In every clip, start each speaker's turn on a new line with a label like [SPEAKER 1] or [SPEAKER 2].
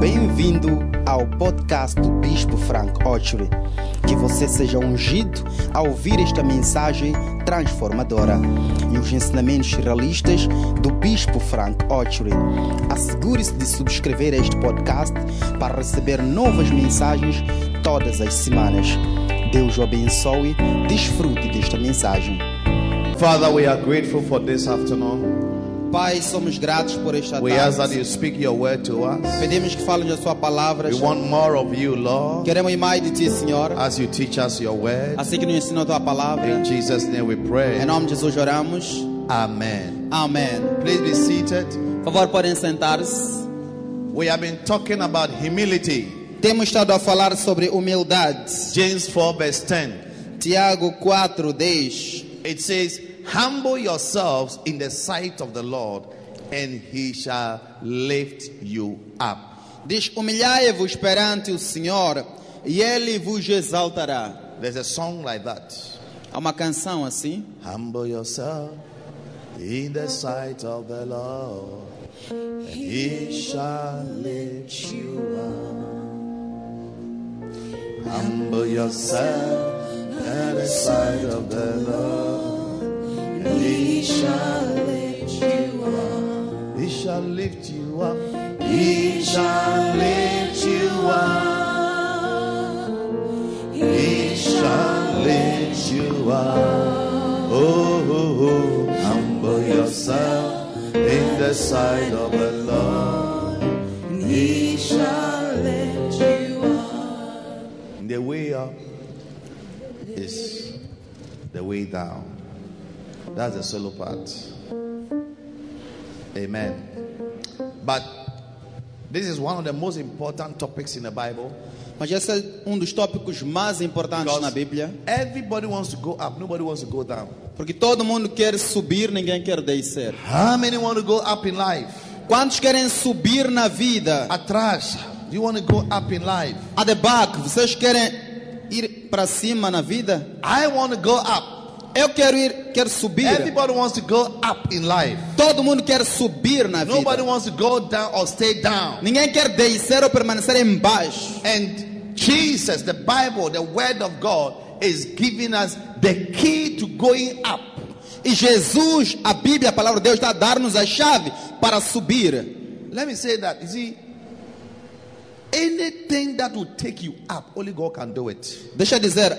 [SPEAKER 1] Bem-vindo ao podcast do Bispo Frank Ochre. Que você seja ungido a ouvir esta mensagem transformadora e os ensinamentos realistas do Bispo Frank Ochre. Assegure-se de subscrever este podcast para receber novas mensagens todas as semanas. Deus o abençoe. Desfrute desta mensagem.
[SPEAKER 2] Father, we are grateful for this afternoon.
[SPEAKER 1] Pai, somos gratos por esta
[SPEAKER 2] We ask that
[SPEAKER 1] tarde.
[SPEAKER 2] you speak your word to us.
[SPEAKER 1] Pedimos que fales da sua palavra.
[SPEAKER 2] We want more of you, Lord,
[SPEAKER 1] Queremos ir mais de ti, Senhor.
[SPEAKER 2] as you teach us your word.
[SPEAKER 1] Assim que nos ensina a tua palavra.
[SPEAKER 2] In Jesus' name we
[SPEAKER 1] Em
[SPEAKER 2] pray.
[SPEAKER 1] nome de Jesus oramos.
[SPEAKER 2] Amen.
[SPEAKER 1] Amém.
[SPEAKER 2] Please be seated.
[SPEAKER 1] Por favor, podem sentar-se.
[SPEAKER 2] We have been talking about humility.
[SPEAKER 1] Temos estado a falar sobre humildade.
[SPEAKER 2] James 4, verse 10.
[SPEAKER 1] Tiago 4, 10.
[SPEAKER 2] It says, Humble yourselves in the sight of the Lord, and he shall lift you up.
[SPEAKER 1] Diz: Humilhai-vos perante o Senhor, e ele vos exaltará.
[SPEAKER 2] There's a song like that.
[SPEAKER 1] Há uma canção assim.
[SPEAKER 2] Humble yourself in the sight of the Lord, and He shall lift you up. Humble yourself at the sight of the Lord, and He shall lift you up. He shall lift you up. He shall lift you up. He shall lift you up. Oh, oh, oh, humble yourself in the sight of the Lord. He shall lift you up. The way up is the way down. That's the solo part. Amen. But this is one of the most important topics in the Bible.
[SPEAKER 1] Mas esse é um dos tópicos mais importantes na Bíblia.
[SPEAKER 2] everybody wants to go up, nobody wants to go down.
[SPEAKER 1] Porque todo mundo quer subir, ninguém quer descer.
[SPEAKER 2] How many want to go up in life?
[SPEAKER 1] Quantos querem subir na vida?
[SPEAKER 2] Atrás. You want to go up in life.
[SPEAKER 1] A debacle, vocês querem ir para cima na vida?
[SPEAKER 2] I want to go up.
[SPEAKER 1] Eu quero ir, quero subir.
[SPEAKER 2] Everybody wants to go up in life.
[SPEAKER 1] Todo mundo quer subir na
[SPEAKER 2] Nobody
[SPEAKER 1] vida.
[SPEAKER 2] wants to go down or stay down.
[SPEAKER 1] Ninguém quer descer ou permanecer em baixo.
[SPEAKER 2] And Jesus, the Bible, the Word of God, is giving us the key to going up.
[SPEAKER 1] E Jesus, a Bíblia, a palavra de Deus, está a dar-nos a chave para subir.
[SPEAKER 2] Let me say that. You see, anything that will take you up, only God can do it.
[SPEAKER 1] Deixa eu dizer,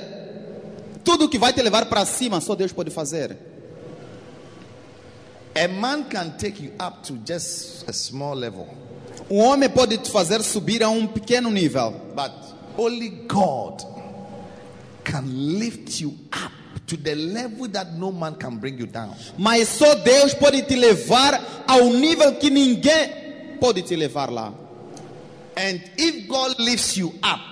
[SPEAKER 1] tudo que vai te levar para cima, só Deus pode fazer.
[SPEAKER 2] A man can take you up to just a small level,
[SPEAKER 1] Um homem pode te fazer subir a um pequeno nível,
[SPEAKER 2] but only God can lift you up to the level that no man can bring you down.
[SPEAKER 1] mas só Deus pode te levar ao nível que ninguém pode te levar lá.
[SPEAKER 2] And if God lifts you up,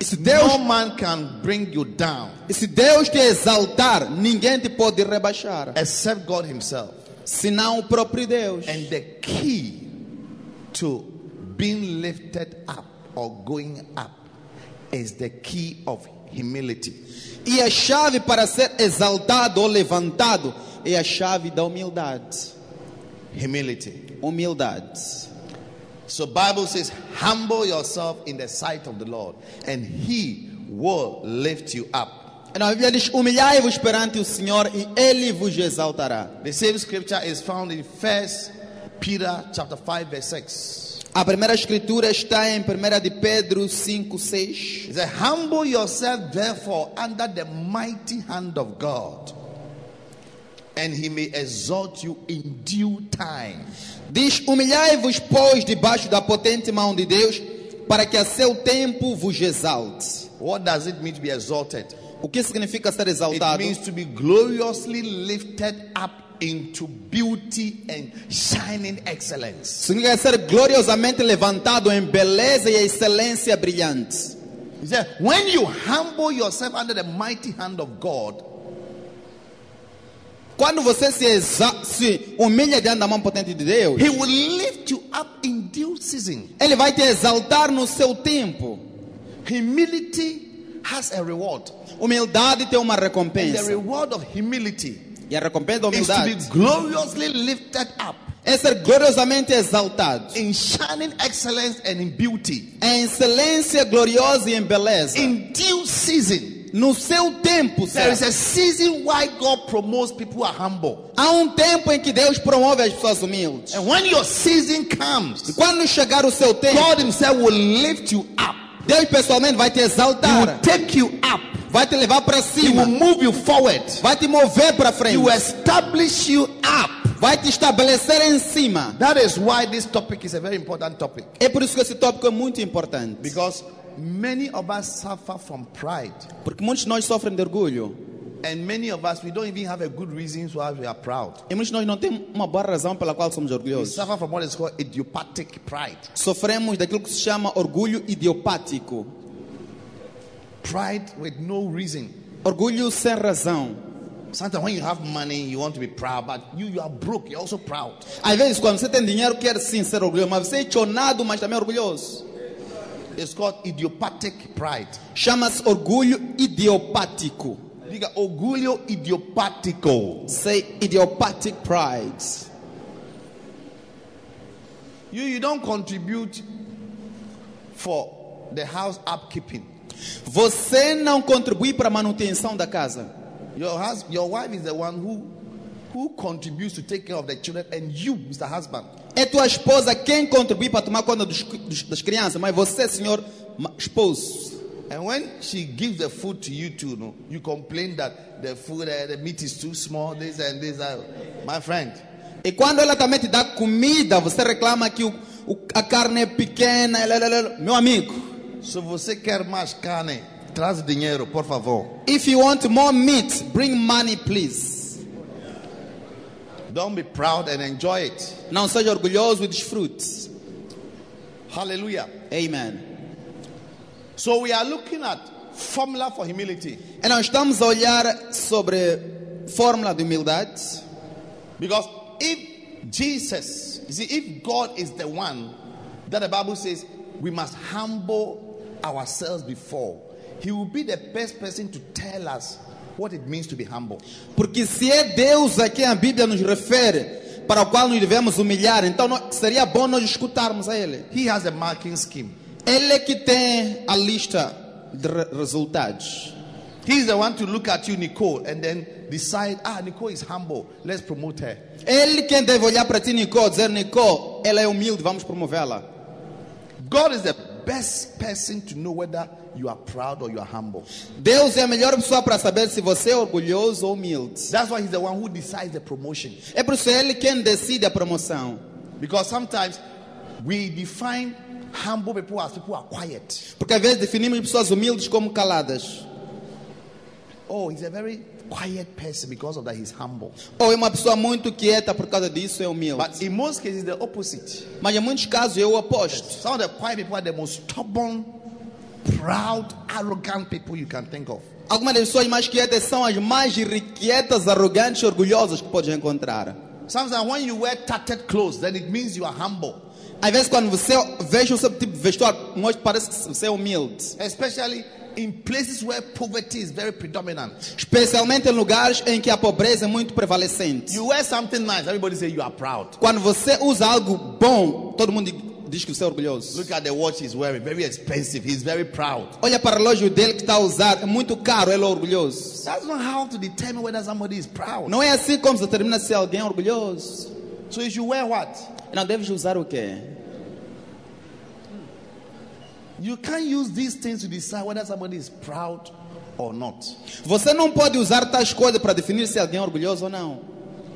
[SPEAKER 1] E se Deus,
[SPEAKER 2] no man can bring you down
[SPEAKER 1] e se Deus te exaltar, ninguém te pode rebaixar,
[SPEAKER 2] except God Himself.
[SPEAKER 1] senão o próprio Deus.
[SPEAKER 2] And the key to being lifted up or going up is the key of humility.
[SPEAKER 1] E a chave para ser exaltado ou levantado é a chave da humildade.
[SPEAKER 2] Humility.
[SPEAKER 1] Humildade.
[SPEAKER 2] So Bible says, humble yourself in the sight of the Lord, and He will lift you up.
[SPEAKER 1] Na Bíblia diz: humilhai-vos perante o Senhor e Ele vos exaltará.
[SPEAKER 2] The same scripture is found in First Peter chapter five verse six.
[SPEAKER 1] A primeira escritura está em 1 de Pedro 5, 6.
[SPEAKER 2] It says, humble yourself therefore under the mighty hand of God, and He may exalt you in due time.
[SPEAKER 1] Diz: humilhai-vos, pois, debaixo da potente mão de Deus, para que a seu tempo vos exalte.
[SPEAKER 2] What does it mean to be exalted?
[SPEAKER 1] O que significa ser
[SPEAKER 2] It
[SPEAKER 1] exaltado?
[SPEAKER 2] means to be gloriously lifted up into beauty and shining excellence.
[SPEAKER 1] Significa ser gloriosamente levantado em beleza e excelência brilhante.
[SPEAKER 2] He said, when you humble yourself under the mighty hand of God,
[SPEAKER 1] Quando você se, exa- se humilha diante da mão potente de Deus,
[SPEAKER 2] He will lift you up in due season.
[SPEAKER 1] Ele vai te exaltar no seu tempo.
[SPEAKER 2] Humility has a reward.
[SPEAKER 1] Humildade tem uma
[SPEAKER 2] And the
[SPEAKER 1] recompensa.
[SPEAKER 2] reward of humility
[SPEAKER 1] E a recompensa da
[SPEAKER 2] is to be
[SPEAKER 1] humildade
[SPEAKER 2] gloriously lifted up
[SPEAKER 1] é ser gloriosamente exaltado, É
[SPEAKER 2] in shining excellence and in beauty,
[SPEAKER 1] em excelência gloriosa e em beleza,
[SPEAKER 2] in due season.
[SPEAKER 1] no seu tempo
[SPEAKER 2] There is
[SPEAKER 1] certo.
[SPEAKER 2] a season why God promotes people who are humble.
[SPEAKER 1] Há um tempo em que Deus promove as pessoas humildes.
[SPEAKER 2] And when your season
[SPEAKER 1] E
[SPEAKER 2] comes,
[SPEAKER 1] quando chegar o seu tempo,
[SPEAKER 2] God Himself will lift you up.
[SPEAKER 1] Deus pessoalmente vai te
[SPEAKER 2] He will
[SPEAKER 1] exaltar,
[SPEAKER 2] take you up.
[SPEAKER 1] vai te levar para
[SPEAKER 2] He will
[SPEAKER 1] cima,
[SPEAKER 2] move you forward.
[SPEAKER 1] vai te mover para
[SPEAKER 2] He
[SPEAKER 1] frente,
[SPEAKER 2] will establish you up.
[SPEAKER 1] vai te estabelecer em cima.
[SPEAKER 2] That is why this topic is a very important topic.
[SPEAKER 1] É por isso que esse tópico é muito importante,
[SPEAKER 2] Because many of us suffer from pride.
[SPEAKER 1] porque muitos de nós sofrem de orgulho
[SPEAKER 2] And many of us, we don't even have a good reason why we are proud.
[SPEAKER 1] e muitos de nós não temos uma boa razão pela qual somos
[SPEAKER 2] We
[SPEAKER 1] orgulhosos.
[SPEAKER 2] suffer from what is called idiopathic pride.
[SPEAKER 1] Sofremos daquilo que se chama orgulho idiopático,
[SPEAKER 2] Pride with no reason.
[SPEAKER 1] orgulho sem razão.
[SPEAKER 2] Sometimes when you have money, you want to be proud, but you, you are broke, you're also proud.
[SPEAKER 1] Às vezes, quando você tem dinheiro, quer sim ser orgulhoso, mas você é chonado, mas também é orgulhoso.
[SPEAKER 2] It's called idiopathic pride.
[SPEAKER 1] Chama-se orgulho idiopático.
[SPEAKER 2] Diga orgulho idiopático.
[SPEAKER 1] Say idiopathic pride.
[SPEAKER 2] You, you don't contribute for the house upkeeping.
[SPEAKER 1] Você não contribui para a manutenção da casa.
[SPEAKER 2] Your hus- your wife is the one who who contributes to take care of the children, and you, Mr. Husband,
[SPEAKER 1] É tua esposa quem contribui para tomar conta dos- dos- das crianças, mas você, senhor ma- esposo.
[SPEAKER 2] and when she gives the food to you too, no, you complain that the food, uh, the meat is too small, this and this. That. My friend,
[SPEAKER 1] E quando ela também te dá comida, você reclama que o- o- a carne é pequena. lá, lá, lá. Meu amigo,
[SPEAKER 2] se você quer mais carne, traz dinheiro, por favor.
[SPEAKER 1] if you want more meat, bring money, please.
[SPEAKER 2] Don't be proud and enjoy it.
[SPEAKER 1] Não seja orgulhoso e desfrute.
[SPEAKER 2] Hallelujah.
[SPEAKER 1] Amen.
[SPEAKER 2] So we are looking at formula for humility
[SPEAKER 1] E nós estamos a olhar sobre fórmula de humildade.
[SPEAKER 2] because if Jesus, you see, if God is the one that the Bible says we must humble ourselves before, He will be the best person to tell us what it means to be humble.
[SPEAKER 1] Porque se é Deus a quem a Bíblia nos refere, para o qual nos devemos humilhar, então nó- seria bom nós escutarmos a Ele.
[SPEAKER 2] He has a marking scheme.
[SPEAKER 1] Ele é que tem a lista de re- resultados.
[SPEAKER 2] He's the one to look at you, Nicole, and then decide, ah, Nicole is humble. Let's promote her.
[SPEAKER 1] Ele quem deve olhar para ti, Nicó, dizer, Nicó, ela é humilde, vamos promovê-la.
[SPEAKER 2] God is the best person to know whether you are proud or you are humble.
[SPEAKER 1] Deus é a melhor pessoa para saber se você é orgulhoso ou humilde.
[SPEAKER 2] That's why He's the one who decides the promotion.
[SPEAKER 1] É por isso Ele quem decide a promoção.
[SPEAKER 2] Because sometimes we define humble people as people who are quiet.
[SPEAKER 1] Porque às vezes definimos pessoas humildes como caladas.
[SPEAKER 2] Oh, he's a very quiet person because of that he's humble.
[SPEAKER 1] Ou é uma pessoa muito quieta por causa disso, é humilde.
[SPEAKER 2] But in most cases, the opposite.
[SPEAKER 1] Mas em muitos casos eu aposto.
[SPEAKER 2] Some of the quiet people are the most stubborn, proud, arrogant people you can think of.
[SPEAKER 1] Algumas das pessoas mais quietas são as mais irrequietas, arrogantes e orgulhosas que podes encontrar.
[SPEAKER 2] Sometimes when you wear tattered clothes, then it means you are humble.
[SPEAKER 1] Às vezes, quando você veja o seu tipo de vestuário, mostra- parece que você é humilde.
[SPEAKER 2] Especially in places where poverty is very predominant.
[SPEAKER 1] Especialmente em lugares em que a pobreza é muito prevalecente.
[SPEAKER 2] You wear something nice, everybody say you are proud.
[SPEAKER 1] Quando você usa algo bom, todo mundo diz que você é orgulhoso.
[SPEAKER 2] Look at the watch he's wearing, very expensive. He's very proud.
[SPEAKER 1] Olha para o relógio dele que está a usar, é muito caro, ele é orgulhoso.
[SPEAKER 2] That's not how to determine whether somebody is proud.
[SPEAKER 1] Não é assim como se determina se alguém é orgulhoso.
[SPEAKER 2] So you should wear what?
[SPEAKER 1] Não deves usar o quê?
[SPEAKER 2] You can't use these things to decide whether somebody is proud or not.
[SPEAKER 1] Você não pode usar tais coisas para definir se alguém é orgulhoso ou não.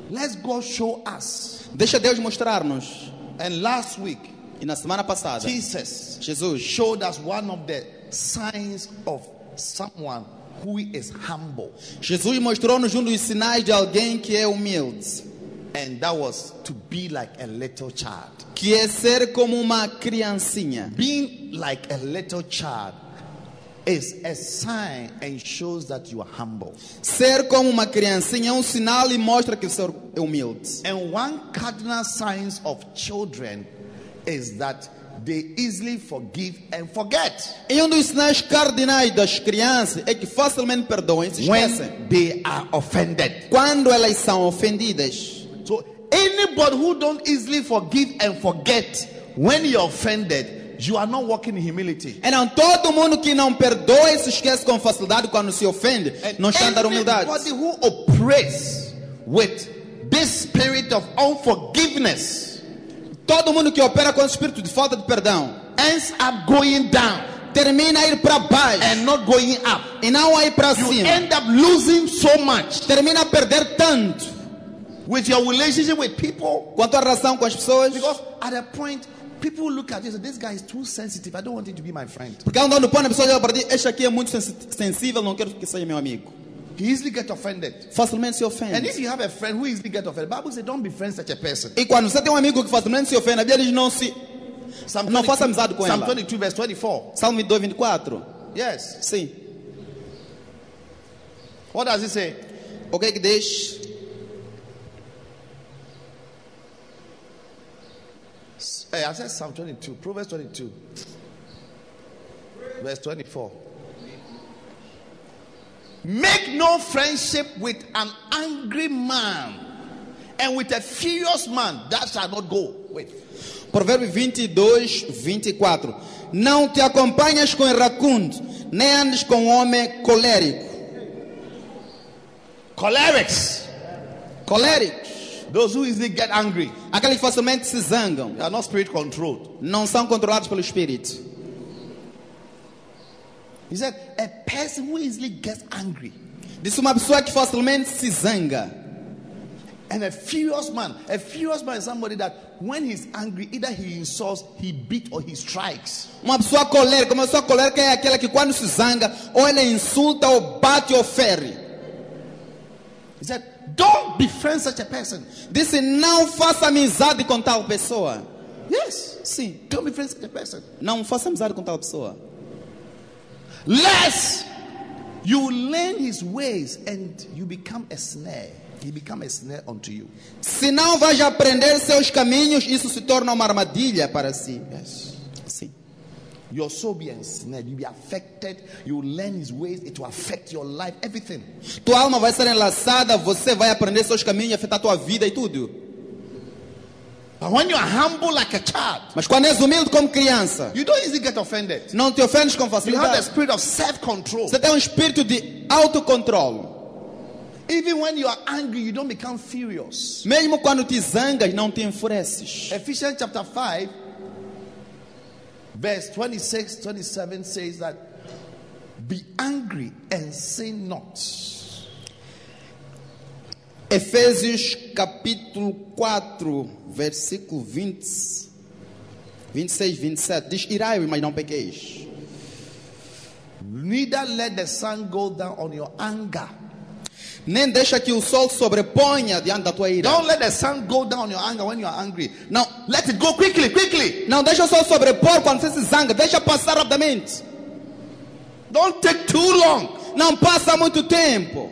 [SPEAKER 2] Let God show us.
[SPEAKER 1] Deixa Deus mostrar-nos.
[SPEAKER 2] And last week,
[SPEAKER 1] E na semana passada,
[SPEAKER 2] Jesus
[SPEAKER 1] Jesus
[SPEAKER 2] showed us one of the signs of someone who is humble,
[SPEAKER 1] Jesus mostrou-nos um dos sinais de alguém que é humilde,
[SPEAKER 2] and that was to be like a little child.
[SPEAKER 1] que é ser como uma criancinha.
[SPEAKER 2] Being like a little child is a sign and shows that you are humble.
[SPEAKER 1] Ser como uma criancinha é um sinal e mostra que você é humilde.
[SPEAKER 2] And one cardinal signs of children is that they easily forgive and forget
[SPEAKER 1] E um dos sinais cardinais das crianças é que facilmente perdoam e se esquecem
[SPEAKER 2] when they are offended.
[SPEAKER 1] quando elas são ofendidas.
[SPEAKER 2] So any Anybody who don't easily forgive and forget when you're offended, you are not walking in humility.
[SPEAKER 1] Então todo mundo que não perdoa e se esquece com facilidade quando se ofende,
[SPEAKER 2] É
[SPEAKER 1] não está a dar humildade.
[SPEAKER 2] anybody who operates with this spirit of unforgiveness
[SPEAKER 1] Todo mundo que opera com o espírito de falta de perdão
[SPEAKER 2] ends up going down
[SPEAKER 1] termina a ir para baixo
[SPEAKER 2] and not going up.
[SPEAKER 1] e não a ir para
[SPEAKER 2] You
[SPEAKER 1] cima.
[SPEAKER 2] end up losing so much
[SPEAKER 1] Termina a perder tanto
[SPEAKER 2] with your relationship with people
[SPEAKER 1] quanto à relação com as pessoas.
[SPEAKER 2] because at a point people look at you and say, This guy is too sensitive. I don't want him to be my friend.
[SPEAKER 1] Porque há um dono põe a pessoa olha para ti, este aqui é muito sensi- sensível, não quero que seja meu amigo.
[SPEAKER 2] He easily get offended.
[SPEAKER 1] Facilmente se
[SPEAKER 2] And
[SPEAKER 1] ofende.
[SPEAKER 2] if you have a friend who easily get offended, Bible says, Don't befriend such a person.
[SPEAKER 1] E quando você tem um amigo que facilmente se ofende, a Bíblia diz não se.
[SPEAKER 2] Psalm
[SPEAKER 1] Não faça amizade com
[SPEAKER 2] Psalm
[SPEAKER 1] ela.
[SPEAKER 2] 22, verse 24.
[SPEAKER 1] Salmo 22, 24.
[SPEAKER 2] Yes.
[SPEAKER 1] Sim.
[SPEAKER 2] What does it say?
[SPEAKER 1] O que é que diz?
[SPEAKER 2] Hey, Eh, I said Psalm 22, Proverbs 22, verse 24. Make no friendship with an angry man and with a furious man that shall not go with.
[SPEAKER 1] Provérbio 22, 24. Não te acompanhas com iracundo, nem andes com um homem colérico.
[SPEAKER 2] Cholerics,
[SPEAKER 1] Coléricos,
[SPEAKER 2] those who easily get angry,
[SPEAKER 1] aqueles que facilmente se zangam,
[SPEAKER 2] they are not spirit controlled.
[SPEAKER 1] não são controlados pelo espírito.
[SPEAKER 2] He said, A person who easily gets angry
[SPEAKER 1] Disse uma pessoa que facilmente se zanga.
[SPEAKER 2] and a furious man. A furious man is somebody that when he's angry, either he insults, he beats, or he strikes.
[SPEAKER 1] Uma pessoa colérica, uma pessoa colérica é aquela que quando se zanga, ou ela insulta, ou bate, ou fere.
[SPEAKER 2] He said, Don't befriend such a person.
[SPEAKER 1] Disse, não faça amizade com tal pessoa.
[SPEAKER 2] Yes.
[SPEAKER 1] Sim,
[SPEAKER 2] Don't befriend such a person.
[SPEAKER 1] não faça amizade com tal pessoa.
[SPEAKER 2] Lest you learn his ways and you become a snare. He become a snare unto you.
[SPEAKER 1] Se não vais aprender seus caminhos, isso se torna uma armadilha para si.
[SPEAKER 2] Yes.
[SPEAKER 1] Sim.
[SPEAKER 2] Your soul be ensnared. You be affected. You learn his ways. It will affect your life, everything.
[SPEAKER 1] Tua alma vai ser enlaçada, você vai aprender seus caminhos, e afetar tua vida e tudo.
[SPEAKER 2] But when you are humble like a child,
[SPEAKER 1] Mas quando és humilde como criança,
[SPEAKER 2] you don't easily get offended.
[SPEAKER 1] não te ofendes com
[SPEAKER 2] You have the
[SPEAKER 1] facilidade.
[SPEAKER 2] spirit of self-control.
[SPEAKER 1] Você tem um espírito de autocontrole.
[SPEAKER 2] Even when you are angry, you don't become furious.
[SPEAKER 1] Mesmo quando te zangas, não te enfureces.
[SPEAKER 2] Ephesians chapter 5, verse 26 27 says that be angry and sin not.
[SPEAKER 1] Efésios capítulo 4, versículo 20, 26, 27. Diz, irai, mas não pequeis.
[SPEAKER 2] Neither let the sun go down on your anger.
[SPEAKER 1] Nem deixa que o sol sobreponha diante da tua ira.
[SPEAKER 2] Don't let the sun go down on your anger when you are angry. Now let it go quickly, quickly.
[SPEAKER 1] Não deixa o sol sobrepor quando você se zanga. Deixa passar rapidamente.
[SPEAKER 2] Don't take too long
[SPEAKER 1] Não passa muito tempo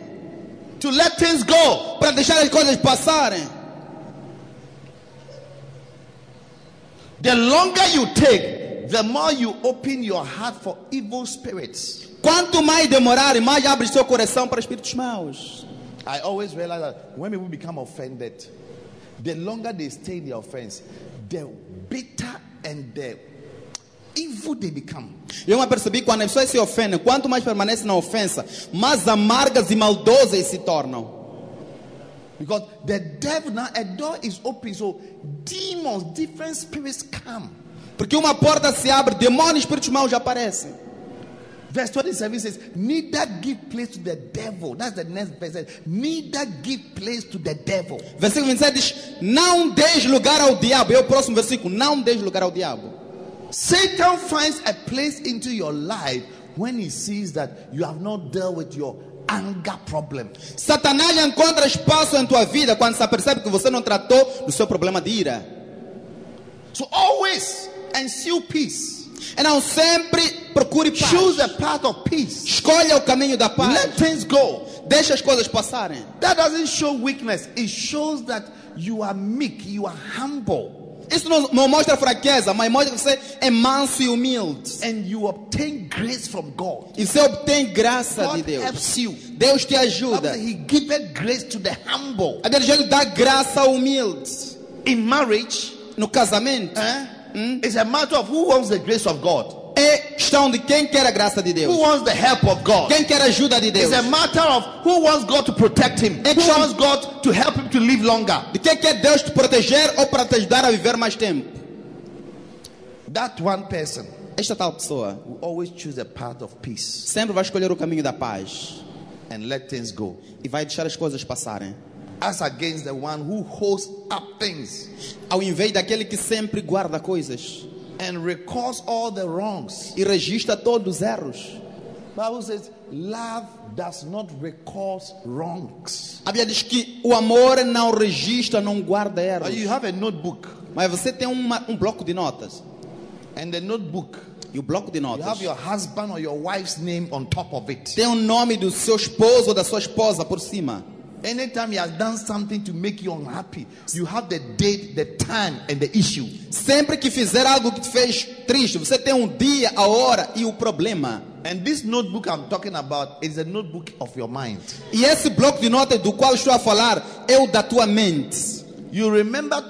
[SPEAKER 2] to let things go.
[SPEAKER 1] para deixar as coisas passarem.
[SPEAKER 2] The longer you take, the more you open your heart for evil spirits.
[SPEAKER 1] Quanto mais demorar, mais abre seu coração para espíritos maus.
[SPEAKER 2] I always realize that when people become offended, the longer they stay in their offense, the bitter and the evil they become.
[SPEAKER 1] Eu me percebi que quando as pessoas se ofendem, quanto mais permanecem na ofensa, mais amargas e maldosas se tornam.
[SPEAKER 2] Because the devil now a door is open, so demons, different spirits come.
[SPEAKER 1] Porque uma porta se abre, demônios e espíritos maus aparecem.
[SPEAKER 2] Verse 27 says, Neither give place to the devil. That's the next verse. It says, Neither give place to the devil.
[SPEAKER 1] Versículo 27 diz: Não des lugar ao diabo. É o próximo versículo. Não des lugar ao diabo.
[SPEAKER 2] Satan finds a place into your life when he sees that you have not dealt with your anger problem.
[SPEAKER 1] Satanás encontra espaço em tua vida quando se apercebe que você não tratou do seu problema de ira.
[SPEAKER 2] So always ensue peace.
[SPEAKER 1] Então sempre procure paz.
[SPEAKER 2] Choose a path of peace.
[SPEAKER 1] Escolha o caminho da paz.
[SPEAKER 2] Let things go.
[SPEAKER 1] Deixa as coisas passarem.
[SPEAKER 2] That doesn't show weakness. It shows that you are meek, you are humble,
[SPEAKER 1] Isso não, não mostra fraqueza, mas mostra que você é manso e humilde.
[SPEAKER 2] and you obtain grace from God.
[SPEAKER 1] E você obtém graça
[SPEAKER 2] God
[SPEAKER 1] de Deus.
[SPEAKER 2] helps you.
[SPEAKER 1] Deus te
[SPEAKER 2] Bible says
[SPEAKER 1] ajuda.
[SPEAKER 2] He giveth grace to the humble.
[SPEAKER 1] A Deus dá graça ao humilde.
[SPEAKER 2] In marriage,
[SPEAKER 1] No casamento, Hum?
[SPEAKER 2] eh, it's a matter of who wants the grace of God,
[SPEAKER 1] é questão de quem quer a graça de
[SPEAKER 2] who
[SPEAKER 1] Deus,
[SPEAKER 2] wants the help of God.
[SPEAKER 1] quem quer a ajuda de Deus,
[SPEAKER 2] It's a matter of who wants God to protect him, who
[SPEAKER 1] It's some-
[SPEAKER 2] wants God to help him to live longer.
[SPEAKER 1] de quem quer Deus te proteger ou para te ajudar a viver mais tempo.
[SPEAKER 2] That one person
[SPEAKER 1] Esta tal pessoa
[SPEAKER 2] will always choose a path of peace
[SPEAKER 1] sempre vai escolher o caminho da paz
[SPEAKER 2] and let things go,
[SPEAKER 1] e vai deixar as coisas passarem,
[SPEAKER 2] as against the one who holds up things
[SPEAKER 1] ao invés daquele que sempre guarda coisas
[SPEAKER 2] and records all the wrongs.
[SPEAKER 1] e registra todos os erros.
[SPEAKER 2] Bible says, love does not record wrongs.
[SPEAKER 1] A Bíblia diz que o amor não registra, não guarda
[SPEAKER 2] Now,
[SPEAKER 1] erros.
[SPEAKER 2] you have a notebook,
[SPEAKER 1] Mas você tem uma- um bloco de notas.
[SPEAKER 2] and the notebook,
[SPEAKER 1] E o bloco de
[SPEAKER 2] you
[SPEAKER 1] notas
[SPEAKER 2] have your husband or your wife's name on top of it.
[SPEAKER 1] tem o nome do seu esposo ou da sua esposa por cima.
[SPEAKER 2] Anytime he has done something to make you unhappy, you have the date, the time, and the issue.
[SPEAKER 1] Sempre que fizer algo que te fez triste, você tem um dia, a hora e o problema.
[SPEAKER 2] And this notebook I'm talking about is the notebook of your mind.
[SPEAKER 1] E esse bloco de notas do qual estou a falar é o da tua mente.
[SPEAKER 2] You remember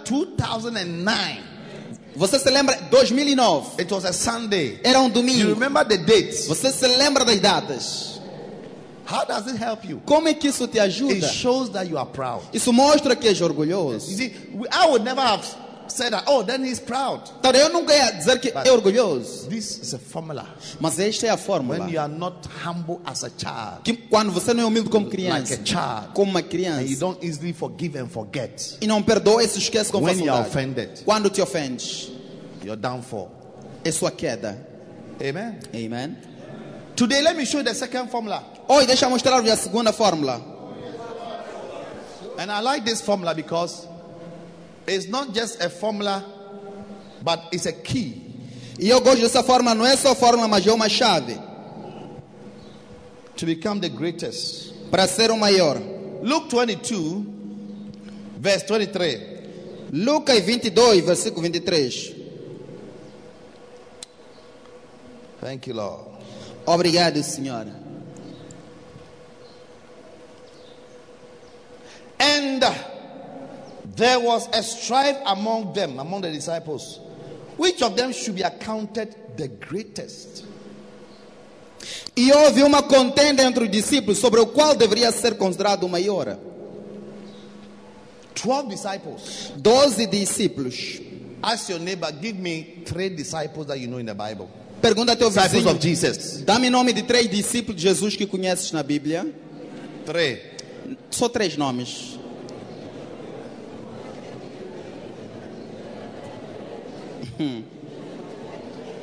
[SPEAKER 2] 2009,
[SPEAKER 1] Você se lembra 2009?
[SPEAKER 2] it was a Sunday.
[SPEAKER 1] Era um
[SPEAKER 2] You
[SPEAKER 1] domingo.
[SPEAKER 2] remember the dates.
[SPEAKER 1] Você se lembra das datas?
[SPEAKER 2] How does it help you?
[SPEAKER 1] Como é que isso te
[SPEAKER 2] It
[SPEAKER 1] ajuda?
[SPEAKER 2] shows that you are proud.
[SPEAKER 1] Isso mostra que és
[SPEAKER 2] You
[SPEAKER 1] orgulhoso.
[SPEAKER 2] see, we- I would never have said that, oh, then he's proud.
[SPEAKER 1] Então, eu nunca ia dizer que é orgulhoso.
[SPEAKER 2] This is a formula.
[SPEAKER 1] Mas esta é a fórmula.
[SPEAKER 2] When you are not humble as a child,
[SPEAKER 1] Que quando você não é humilde como
[SPEAKER 2] like a
[SPEAKER 1] criança,
[SPEAKER 2] child,
[SPEAKER 1] como uma
[SPEAKER 2] and you
[SPEAKER 1] criança,
[SPEAKER 2] don't easily forgive and forget,
[SPEAKER 1] e não perdoa e se esquece com
[SPEAKER 2] When you are
[SPEAKER 1] facilidade.
[SPEAKER 2] offended.
[SPEAKER 1] Quando te ofendes,
[SPEAKER 2] your downfall.
[SPEAKER 1] é sua queda.
[SPEAKER 2] Amen.
[SPEAKER 1] Amen.
[SPEAKER 2] Today, let me show you the second formula.
[SPEAKER 1] Hoje, deixa eu mostrar-vos a segunda fórmula.
[SPEAKER 2] And I like this formula because it's not just a formula, but it's a key
[SPEAKER 1] E eu gosto dessa fórmula, não é só fórmula, mas é uma chave
[SPEAKER 2] to become the greatest.
[SPEAKER 1] para ser o maior.
[SPEAKER 2] Luke 22, verse 23.
[SPEAKER 1] Lucas 22, versículo 23.
[SPEAKER 2] Thank you, Lord.
[SPEAKER 1] Obrigado, Senhora.
[SPEAKER 2] And there was a strife among them, among the disciples, which of them should be accounted the greatest.
[SPEAKER 1] E houve uma contenda entre os discípulos sobre o qual deveria ser considerado o maior.
[SPEAKER 2] Twelve disciples.
[SPEAKER 1] Doze discípulos.
[SPEAKER 2] Ask your neighbor, give me three disciples that you know in the Bible.
[SPEAKER 1] Pergunta a teu
[SPEAKER 2] Disciples
[SPEAKER 1] vizinho.
[SPEAKER 2] of Jesus.
[SPEAKER 1] Dá-me nome de três discípulos de Jesus que conheces na Bíblia.
[SPEAKER 2] Three.
[SPEAKER 1] Só três nomes.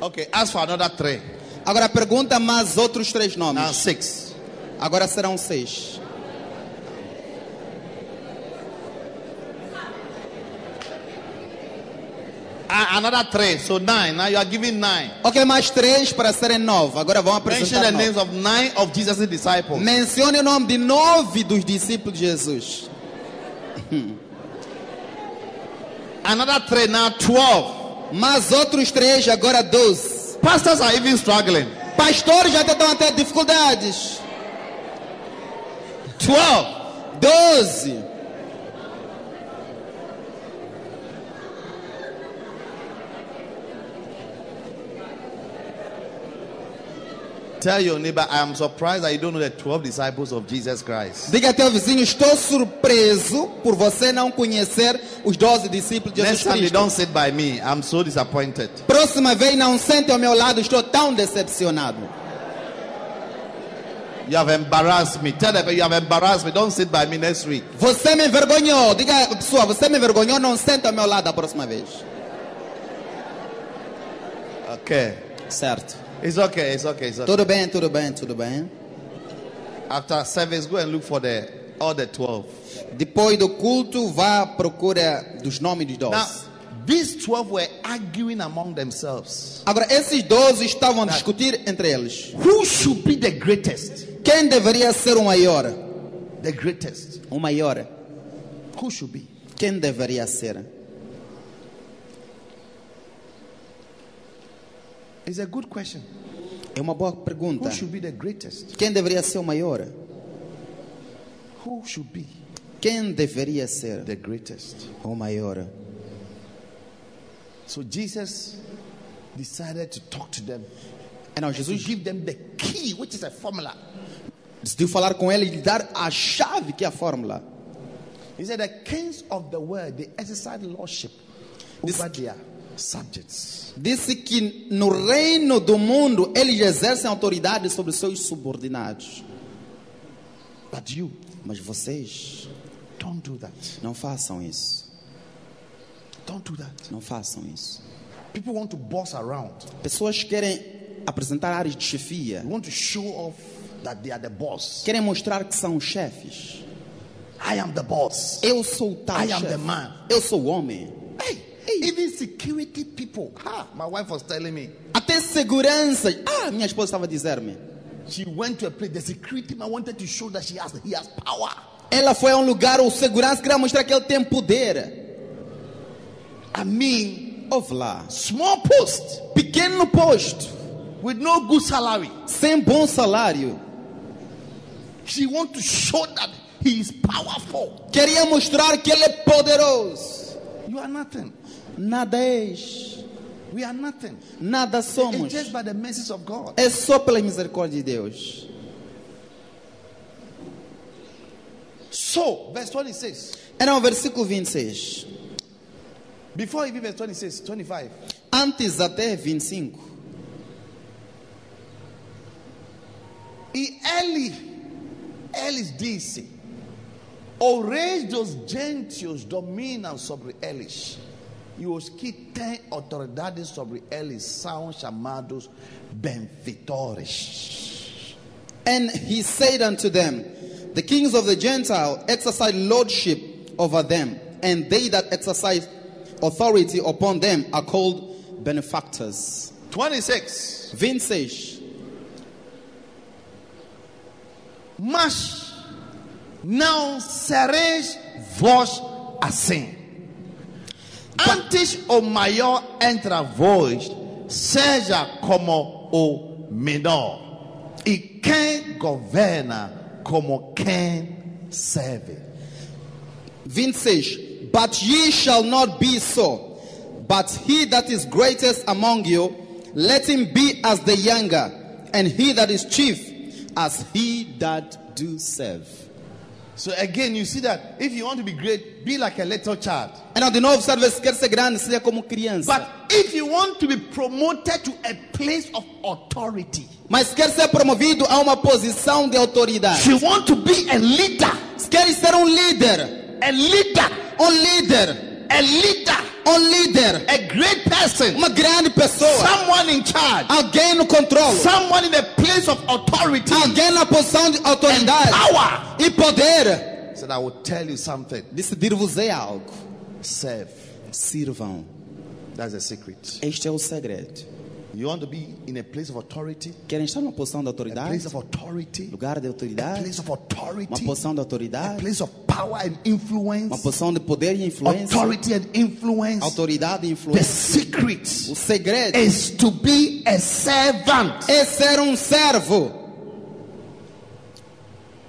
[SPEAKER 2] Okay, ask for another three.
[SPEAKER 1] Agora pergunta mais outros três
[SPEAKER 2] Now
[SPEAKER 1] nomes.
[SPEAKER 2] six.
[SPEAKER 1] Agora serão seis.
[SPEAKER 2] Ah, another three. So nine. Now you are giving nine.
[SPEAKER 1] Ok, mais três para serem nove. Agora vão
[SPEAKER 2] Mention
[SPEAKER 1] apresentar
[SPEAKER 2] the
[SPEAKER 1] nove.
[SPEAKER 2] names of nine of Jesus' disciples.
[SPEAKER 1] Mencione o nome de nove dos discípulos de Jesus.
[SPEAKER 2] Another three. Now twelve.
[SPEAKER 1] Mais outros três, agora doze.
[SPEAKER 2] Pastors are even struggling.
[SPEAKER 1] Pastores já estão até dificuldades.
[SPEAKER 2] Twelve.
[SPEAKER 1] Doze.
[SPEAKER 2] Tell your neighbor, I am surprised that you don't know the 12 disciples of Jesus Christ.
[SPEAKER 1] Diga a teu vizinho, estou surpreso por você não conhecer os doze discípulos de
[SPEAKER 2] Next
[SPEAKER 1] Jesus
[SPEAKER 2] time you
[SPEAKER 1] Cristo.
[SPEAKER 2] don't sit by me, I'm so disappointed.
[SPEAKER 1] Próxima vez não sente ao meu lado, estou tão decepcionado.
[SPEAKER 2] You have embarrassed me. Tell them you have embarrassed me. Don't sit by me next week.
[SPEAKER 1] Você me envergonhou. Diga, pessoa, você me envergonhou, não sente ao meu lado a próxima vez.
[SPEAKER 2] Okay.
[SPEAKER 1] Certo.
[SPEAKER 2] It's okay. It's okay. It's okay.
[SPEAKER 1] Tudo bem, tudo bem, tudo bem.
[SPEAKER 2] After service, go and look for the all the 12.
[SPEAKER 1] Depois do culto, vá à procura dos nomes dos
[SPEAKER 2] Now,
[SPEAKER 1] doze.
[SPEAKER 2] these 12 were arguing among themselves.
[SPEAKER 1] Agora, esses doze estavam a discutir entre eles.
[SPEAKER 2] Who should be the greatest?
[SPEAKER 1] Quem deveria ser o maior?
[SPEAKER 2] The greatest.
[SPEAKER 1] O maior.
[SPEAKER 2] Who should be?
[SPEAKER 1] Quem deveria ser?
[SPEAKER 2] It's a good question.
[SPEAKER 1] É uma boa pergunta.
[SPEAKER 2] Who should be the greatest?
[SPEAKER 1] Quem deveria ser o maior?
[SPEAKER 2] Who should be
[SPEAKER 1] Quem deveria ser
[SPEAKER 2] the greatest?
[SPEAKER 1] o maior?
[SPEAKER 2] So Jesus decided to talk to them
[SPEAKER 1] Então
[SPEAKER 2] to
[SPEAKER 1] Jesus
[SPEAKER 2] give them the key, which is a formula.
[SPEAKER 1] decidiu falar com ele e lhe dar a chave que é a fórmula.
[SPEAKER 2] He said, The kings of the world, they exercise lordship
[SPEAKER 1] This-
[SPEAKER 2] over their subjects.
[SPEAKER 1] Disse que no reino do mundo eles exercem autoridade sobre seus subordinados.
[SPEAKER 2] But you
[SPEAKER 1] Mas vocês
[SPEAKER 2] don't do that.
[SPEAKER 1] não façam isso.
[SPEAKER 2] Don't do that.
[SPEAKER 1] Não façam isso.
[SPEAKER 2] People want to boss around,
[SPEAKER 1] Pessoas querem apresentar áreas de chefia,
[SPEAKER 2] they want to show off that they are the boss.
[SPEAKER 1] querem mostrar que são chefes.
[SPEAKER 2] I am the boss.
[SPEAKER 1] Eu sou o tal
[SPEAKER 2] I am
[SPEAKER 1] chefe.
[SPEAKER 2] the man.
[SPEAKER 1] Eu sou o homem.
[SPEAKER 2] Hey, even security people. Ha, my wife was telling me.
[SPEAKER 1] Até segurança. Ah, minha esposa estava a dizer-me.
[SPEAKER 2] She went to a place. The security man wanted to show that she has he has power.
[SPEAKER 1] Ela foi a um lugar, o segurança queria mostrar que ele tem poder.
[SPEAKER 2] I mean,
[SPEAKER 1] Ouve lá.
[SPEAKER 2] small post
[SPEAKER 1] Pequeno posto,
[SPEAKER 2] with no good salary.
[SPEAKER 1] sem bom salário.
[SPEAKER 2] She want to show that he is powerful.
[SPEAKER 1] Queria mostrar que ele é poderoso.
[SPEAKER 2] You are nothing.
[SPEAKER 1] Nada és.
[SPEAKER 2] We are nothing.
[SPEAKER 1] Nada somos.
[SPEAKER 2] It's just by the mercies of God.
[SPEAKER 1] É só pela misericórdia de Deus.
[SPEAKER 2] So, verse 26.
[SPEAKER 1] Era o versículo 26.
[SPEAKER 2] Before even verse 26, 25.
[SPEAKER 1] Antes até 25.
[SPEAKER 2] E ele, eles disse: O rei dos gentios domina sobre eles, e os que têm autoridade sobre eles são chamados benfeitores.
[SPEAKER 1] And he said unto them, The kings of the Gentile exercise lordship over them, and they that exercise authority upon them are called benefactors.
[SPEAKER 2] 26.
[SPEAKER 1] 26.
[SPEAKER 2] Mas não sereis vós assim. Antes o maior entre vós seja como o menor, e quem governa como quem serve.
[SPEAKER 1] 26 But ye shall not be so, but he that is greatest among you, let him be as the younger, and he that is chief as he that do serve.
[SPEAKER 2] So again, you see that if you want to be great, be like a little child.
[SPEAKER 1] Então, de novo, serve se quer ser grande, seja como criança.
[SPEAKER 2] But if you want to be promoted to a place of authority,
[SPEAKER 1] Mas se quer ser promovido a uma posição de
[SPEAKER 2] if
[SPEAKER 1] autoridade.
[SPEAKER 2] you want to be a leader,
[SPEAKER 1] Se quer ser um líder,
[SPEAKER 2] a leader,
[SPEAKER 1] um líder,
[SPEAKER 2] a leader,
[SPEAKER 1] um líder,
[SPEAKER 2] a great person,
[SPEAKER 1] uma grande pessoa,
[SPEAKER 2] someone in charge,
[SPEAKER 1] alguém no controle,
[SPEAKER 2] someone in a place of authority
[SPEAKER 1] alguém na posição de
[SPEAKER 2] and
[SPEAKER 1] autoridade
[SPEAKER 2] power.
[SPEAKER 1] e poder.
[SPEAKER 2] said, I will tell you something.
[SPEAKER 1] Disse: Dir-vos-ei algo.
[SPEAKER 2] Serve.
[SPEAKER 1] Sirvam.
[SPEAKER 2] That's the secret.
[SPEAKER 1] Este é o segredo.
[SPEAKER 2] You want to be in a place of authority?
[SPEAKER 1] Querem estar numa posição de
[SPEAKER 2] A
[SPEAKER 1] autoridade?
[SPEAKER 2] place of authority?
[SPEAKER 1] Lugar de
[SPEAKER 2] A
[SPEAKER 1] autoridade?
[SPEAKER 2] place of
[SPEAKER 1] Uma
[SPEAKER 2] authority?
[SPEAKER 1] posição de
[SPEAKER 2] A
[SPEAKER 1] autoridade?
[SPEAKER 2] place of power and
[SPEAKER 1] Uma
[SPEAKER 2] influence?
[SPEAKER 1] posição de poder e influência?
[SPEAKER 2] Authority and influence?
[SPEAKER 1] Autoridade e
[SPEAKER 2] The
[SPEAKER 1] influência. O
[SPEAKER 2] secret
[SPEAKER 1] segredo
[SPEAKER 2] is to be a servant.
[SPEAKER 1] é ser um servo.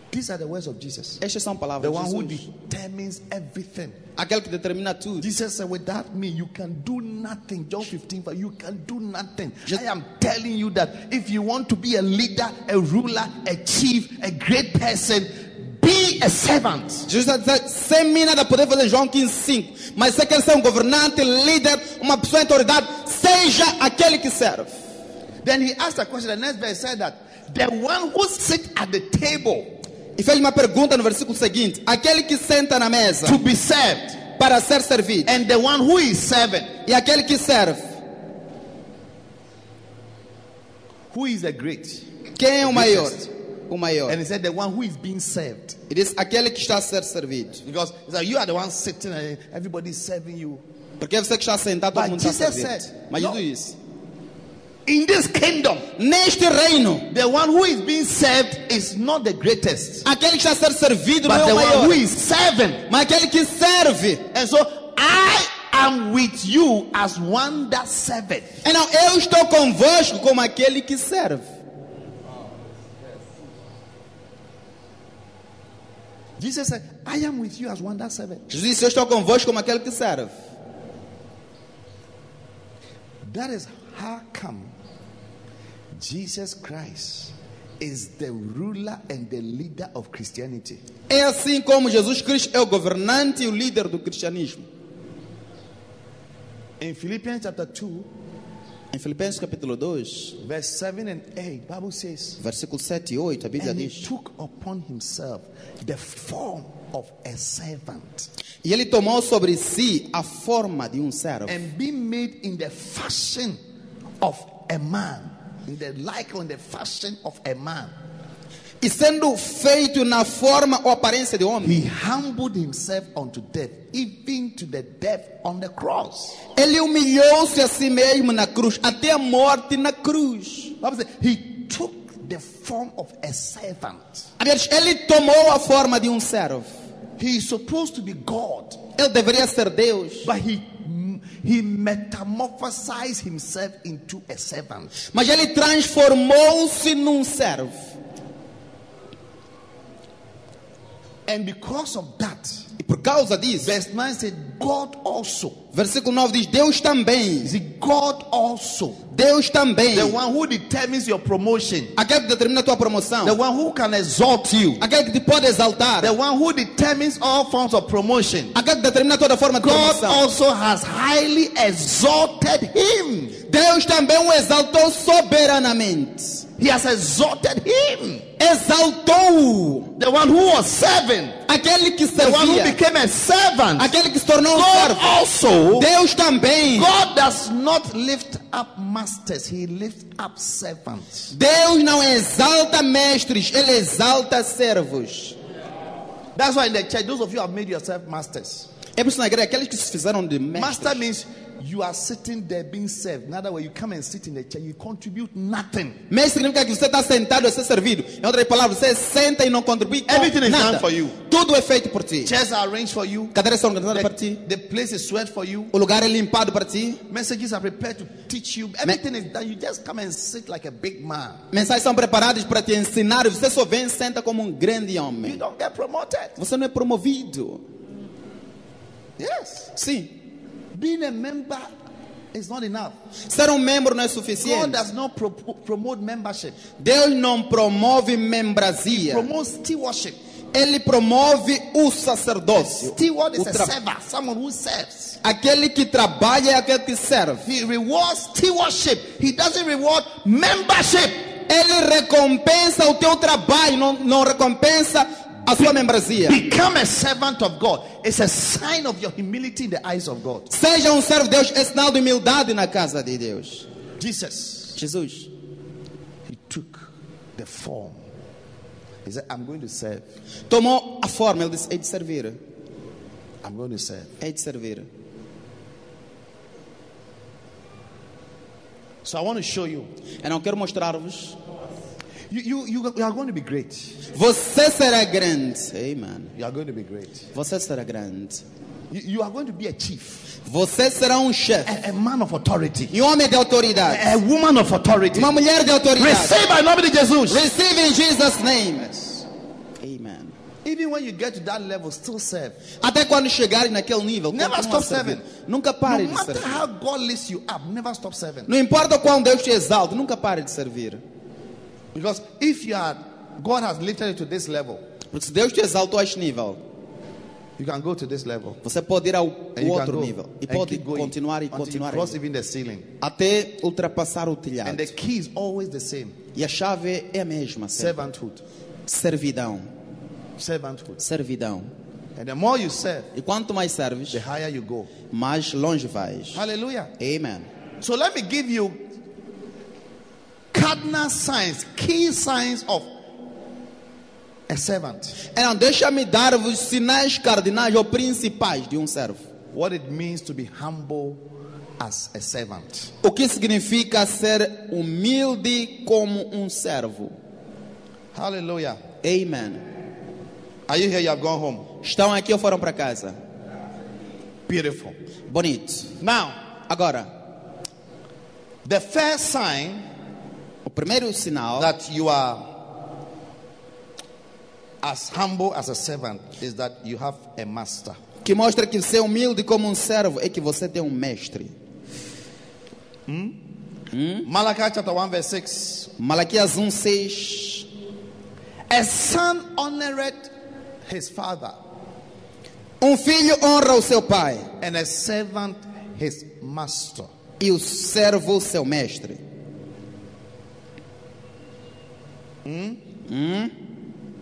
[SPEAKER 2] These are the words of Jesus.
[SPEAKER 1] Estas são palavras
[SPEAKER 2] The one who
[SPEAKER 1] de Jesus.
[SPEAKER 2] determines everything.
[SPEAKER 1] Aquele que determina tudo.
[SPEAKER 2] Jesus said, Without me, you can do nothing. John 15, but you can do nothing. I am telling you that if you want to be a leader, a ruler, a chief, a great person, be a servant.
[SPEAKER 1] Jesus está dizendo, sem mim nada poder fazer João 15, 5. Mas se quer ser um governante, líder, uma pessoa em autoridade, seja aquele que serve.
[SPEAKER 2] Then he asked a question. The next verse said that the one who sits at the table
[SPEAKER 1] E fez uma pergunta no versículo seguinte. Aquele que senta na mesa
[SPEAKER 2] to be served,
[SPEAKER 1] para ser servido.
[SPEAKER 2] and the one who is serving,
[SPEAKER 1] E aquele que serve,
[SPEAKER 2] who is the great?
[SPEAKER 1] quem é o maior?
[SPEAKER 2] biggest.
[SPEAKER 1] O maior.
[SPEAKER 2] And he said, The one who is being served.
[SPEAKER 1] Ele diz, aquele que está a ser servido.
[SPEAKER 2] Because he said, You are the one sitting and everybody's serving you.
[SPEAKER 1] Porque você que está sentado, todo
[SPEAKER 2] But
[SPEAKER 1] mundo está a
[SPEAKER 2] Jesus
[SPEAKER 1] servir.
[SPEAKER 2] said,
[SPEAKER 1] Mas
[SPEAKER 2] no.
[SPEAKER 1] Jesus disse,
[SPEAKER 2] In this kingdom,
[SPEAKER 1] neste reino,
[SPEAKER 2] the one who is being served is not the greatest.
[SPEAKER 1] aquele que está a ser servido não
[SPEAKER 2] But
[SPEAKER 1] é
[SPEAKER 2] the
[SPEAKER 1] o
[SPEAKER 2] one
[SPEAKER 1] maior.
[SPEAKER 2] who is serving.
[SPEAKER 1] Mas aquele que serve.
[SPEAKER 2] And so I am with you as one that serveth.
[SPEAKER 1] Então, eu estou convosco como aquele que serve.
[SPEAKER 2] Jesus said, I am with you as one that serveth.
[SPEAKER 1] Jesus disse, eu estou convosco como aquele que serve.
[SPEAKER 2] That is how come Jesus Christ is the ruler and the leader of Christianity.
[SPEAKER 1] É assim como Jesus Cristo é o governante e o líder do cristianismo.
[SPEAKER 2] In Philippians chapter 2,
[SPEAKER 1] Em Filipenses capítulo 2,
[SPEAKER 2] verse 7 and 8, Bible says,
[SPEAKER 1] versículo 7 e 8, a Bíblia
[SPEAKER 2] And he
[SPEAKER 1] diz:
[SPEAKER 2] took upon himself the form of a servant.
[SPEAKER 1] E ele tomou sobre si a forma de um servo,
[SPEAKER 2] and be made in the fashion of a man, in the like on the fashion of a man.
[SPEAKER 1] e sendo feito na forma ou aparência de homem,
[SPEAKER 2] He humbled himself unto death, even to the death on the cross.
[SPEAKER 1] ele humilhou-se a si mesmo na cruz, até a morte na cruz.
[SPEAKER 2] Bible says he took the form of a servant.
[SPEAKER 1] A Bíblia diz, Ele tomou a forma de um servo.
[SPEAKER 2] He is supposed to be God,
[SPEAKER 1] Ele deveria ser Deus,
[SPEAKER 2] but he he metamorphosized himself into a servant.
[SPEAKER 1] mas ele transformou-se num servo.
[SPEAKER 2] And because of that,
[SPEAKER 1] E por causa disso,
[SPEAKER 2] verse 9 said, God also.
[SPEAKER 1] versículo 9 diz: Deus também,
[SPEAKER 2] Is it God also?
[SPEAKER 1] Deus também,
[SPEAKER 2] The one who determines your promotion.
[SPEAKER 1] aquele que determina a tua
[SPEAKER 2] the
[SPEAKER 1] promoção,
[SPEAKER 2] one who can exalt you,
[SPEAKER 1] aquele que te pode exaltar,
[SPEAKER 2] the one who determines all forms of promotion.
[SPEAKER 1] aquele que determina toda forma de
[SPEAKER 2] God
[SPEAKER 1] promoção.
[SPEAKER 2] also has highly exalted him.
[SPEAKER 1] Deus também o exaltou soberanamente.
[SPEAKER 2] He has exalted him.
[SPEAKER 1] Exaltou
[SPEAKER 2] The one who was serving,
[SPEAKER 1] aquele que
[SPEAKER 2] the one who
[SPEAKER 1] servia,
[SPEAKER 2] became a servant.
[SPEAKER 1] aquele que se tornou um
[SPEAKER 2] God
[SPEAKER 1] servo.
[SPEAKER 2] also,
[SPEAKER 1] Deus também.
[SPEAKER 2] God does not lift up masters, He lifts up servants.
[SPEAKER 1] Deus não exalta mestres, ele exalta servos.
[SPEAKER 2] That's why in the church, those of you who have made yourself masters.
[SPEAKER 1] É por isso na igreja, aqueles que se fizeram de mestre.
[SPEAKER 2] Master means you are sitting there being served. In other words, you come and sit in the church, you contribute nothing.
[SPEAKER 1] Mestre significa que você está sentado a ser servido. Em outras palavras, você senta e não contribui com
[SPEAKER 2] Everything is
[SPEAKER 1] nada.
[SPEAKER 2] done for you.
[SPEAKER 1] Tudo é feito por ti.
[SPEAKER 2] Chairs are arranged for you.
[SPEAKER 1] Cadeiras são organizadas
[SPEAKER 2] The,
[SPEAKER 1] para ti.
[SPEAKER 2] the place is sweat for you.
[SPEAKER 1] O lugar é limpado para ti.
[SPEAKER 2] Messages are prepared to teach you. Everything is done. You just come and sit like a big man.
[SPEAKER 1] Mensagens são preparadas para te ensinar. Você só vem e senta como um grande
[SPEAKER 2] You
[SPEAKER 1] homem.
[SPEAKER 2] don't get promoted.
[SPEAKER 1] Você não é promovido.
[SPEAKER 2] Yes.
[SPEAKER 1] Sim.
[SPEAKER 2] Being a member is not enough.
[SPEAKER 1] Ser um membro não é
[SPEAKER 2] God
[SPEAKER 1] suficiente.
[SPEAKER 2] does not pro- promote membership.
[SPEAKER 1] Deus não promove membrazia.
[SPEAKER 2] Promote stewardship.
[SPEAKER 1] Ele promove o sacerdócio.
[SPEAKER 2] Steward is
[SPEAKER 1] O
[SPEAKER 2] a
[SPEAKER 1] tra-
[SPEAKER 2] server, someone who serves.
[SPEAKER 1] Aquele que trabalha é aquele que serve.
[SPEAKER 2] He rewards stewardship. He doesn't reward membership
[SPEAKER 1] Ele recompensa o teu trabalho, não, não recompensa a sua membresia.
[SPEAKER 2] Become a servant of God. It's a sign of your humility in the eyes of God.
[SPEAKER 1] Seja um servo de Deus, é sinal de humildade na casa de Deus.
[SPEAKER 2] Jesus.
[SPEAKER 1] Jesus,
[SPEAKER 2] He took the form. He said, I'm going to serve.
[SPEAKER 1] tomou a forma, ele disse: Hei de servir,
[SPEAKER 2] I'm going to serve.
[SPEAKER 1] hei de servir.
[SPEAKER 2] So I want to show you.
[SPEAKER 1] Eu não quero mostrar-vos.
[SPEAKER 2] You, you, you, you are going to be great.
[SPEAKER 1] Você será grande. Amen.
[SPEAKER 2] You are going to be great.
[SPEAKER 1] Você será grande.
[SPEAKER 2] You, you are going to be a chief,
[SPEAKER 1] Você será um chefe.
[SPEAKER 2] a, a man of authority,
[SPEAKER 1] E um homem de autoridade.
[SPEAKER 2] a woman of authority.
[SPEAKER 1] Uma mulher de autoridade.
[SPEAKER 2] Receive by nobody Jesus.
[SPEAKER 1] Receive in Jesus' name.
[SPEAKER 2] Yes.
[SPEAKER 1] Amen.
[SPEAKER 2] Even when you get to that level, still serve.
[SPEAKER 1] Até quando chegarem naquele nível,
[SPEAKER 2] Never
[SPEAKER 1] continua
[SPEAKER 2] stop
[SPEAKER 1] a servir.
[SPEAKER 2] serving.
[SPEAKER 1] Nunca pare
[SPEAKER 2] No
[SPEAKER 1] de
[SPEAKER 2] matter
[SPEAKER 1] servir.
[SPEAKER 2] how God lifts you up, never stop serving.
[SPEAKER 1] Não importa o quão Deus te exalte, nunca pare de servir.
[SPEAKER 2] Because if you are, God has lifted you to this level,
[SPEAKER 1] Porque se Deus te exaltou a este nível,
[SPEAKER 2] you can go to this level.
[SPEAKER 1] você pode ir ao ao
[SPEAKER 2] And you can
[SPEAKER 1] outro
[SPEAKER 2] go
[SPEAKER 1] nível e
[SPEAKER 2] and
[SPEAKER 1] pode
[SPEAKER 2] keep going
[SPEAKER 1] continuar e
[SPEAKER 2] until you
[SPEAKER 1] continuar
[SPEAKER 2] cross
[SPEAKER 1] ainda,
[SPEAKER 2] even the ceiling.
[SPEAKER 1] até ultrapassar o
[SPEAKER 2] And
[SPEAKER 1] telhado.
[SPEAKER 2] the key is always the same
[SPEAKER 1] E a chave é a mesma: ser-
[SPEAKER 2] servanthood.
[SPEAKER 1] servidão,
[SPEAKER 2] Servanthood.
[SPEAKER 1] servidão.
[SPEAKER 2] And the more you serve,
[SPEAKER 1] E quanto mais serves,
[SPEAKER 2] the higher you go.
[SPEAKER 1] mais longe vais.
[SPEAKER 2] Hallelujah.
[SPEAKER 1] Amen.
[SPEAKER 2] So let me give you cardinal signs, key signs of a servant.
[SPEAKER 1] Então, deixa-me dar-vos sinais cardinais ou principais de um servo.
[SPEAKER 2] What it means to be humble as a servant.
[SPEAKER 1] O que significa ser humilde como um servo?
[SPEAKER 2] Hallelujah.
[SPEAKER 1] Amen.
[SPEAKER 2] Are you here? You have gone home.
[SPEAKER 1] Estão aqui ou foram para casa?
[SPEAKER 2] Beautiful.
[SPEAKER 1] Bonito.
[SPEAKER 2] Now,
[SPEAKER 1] Agora,
[SPEAKER 2] the first sign
[SPEAKER 1] o primeiro sinal
[SPEAKER 2] that you are as humble as a servant is that you have a master.
[SPEAKER 1] que mostra que você é humilde como um servo é que você tem um mestre.
[SPEAKER 2] Malachi chapter 1, verse 6.
[SPEAKER 1] Malaquias 1, 6.
[SPEAKER 2] A son honored his father,
[SPEAKER 1] Um filho honra o seu pai
[SPEAKER 2] and a servant his master.
[SPEAKER 1] e o servo o seu mestre.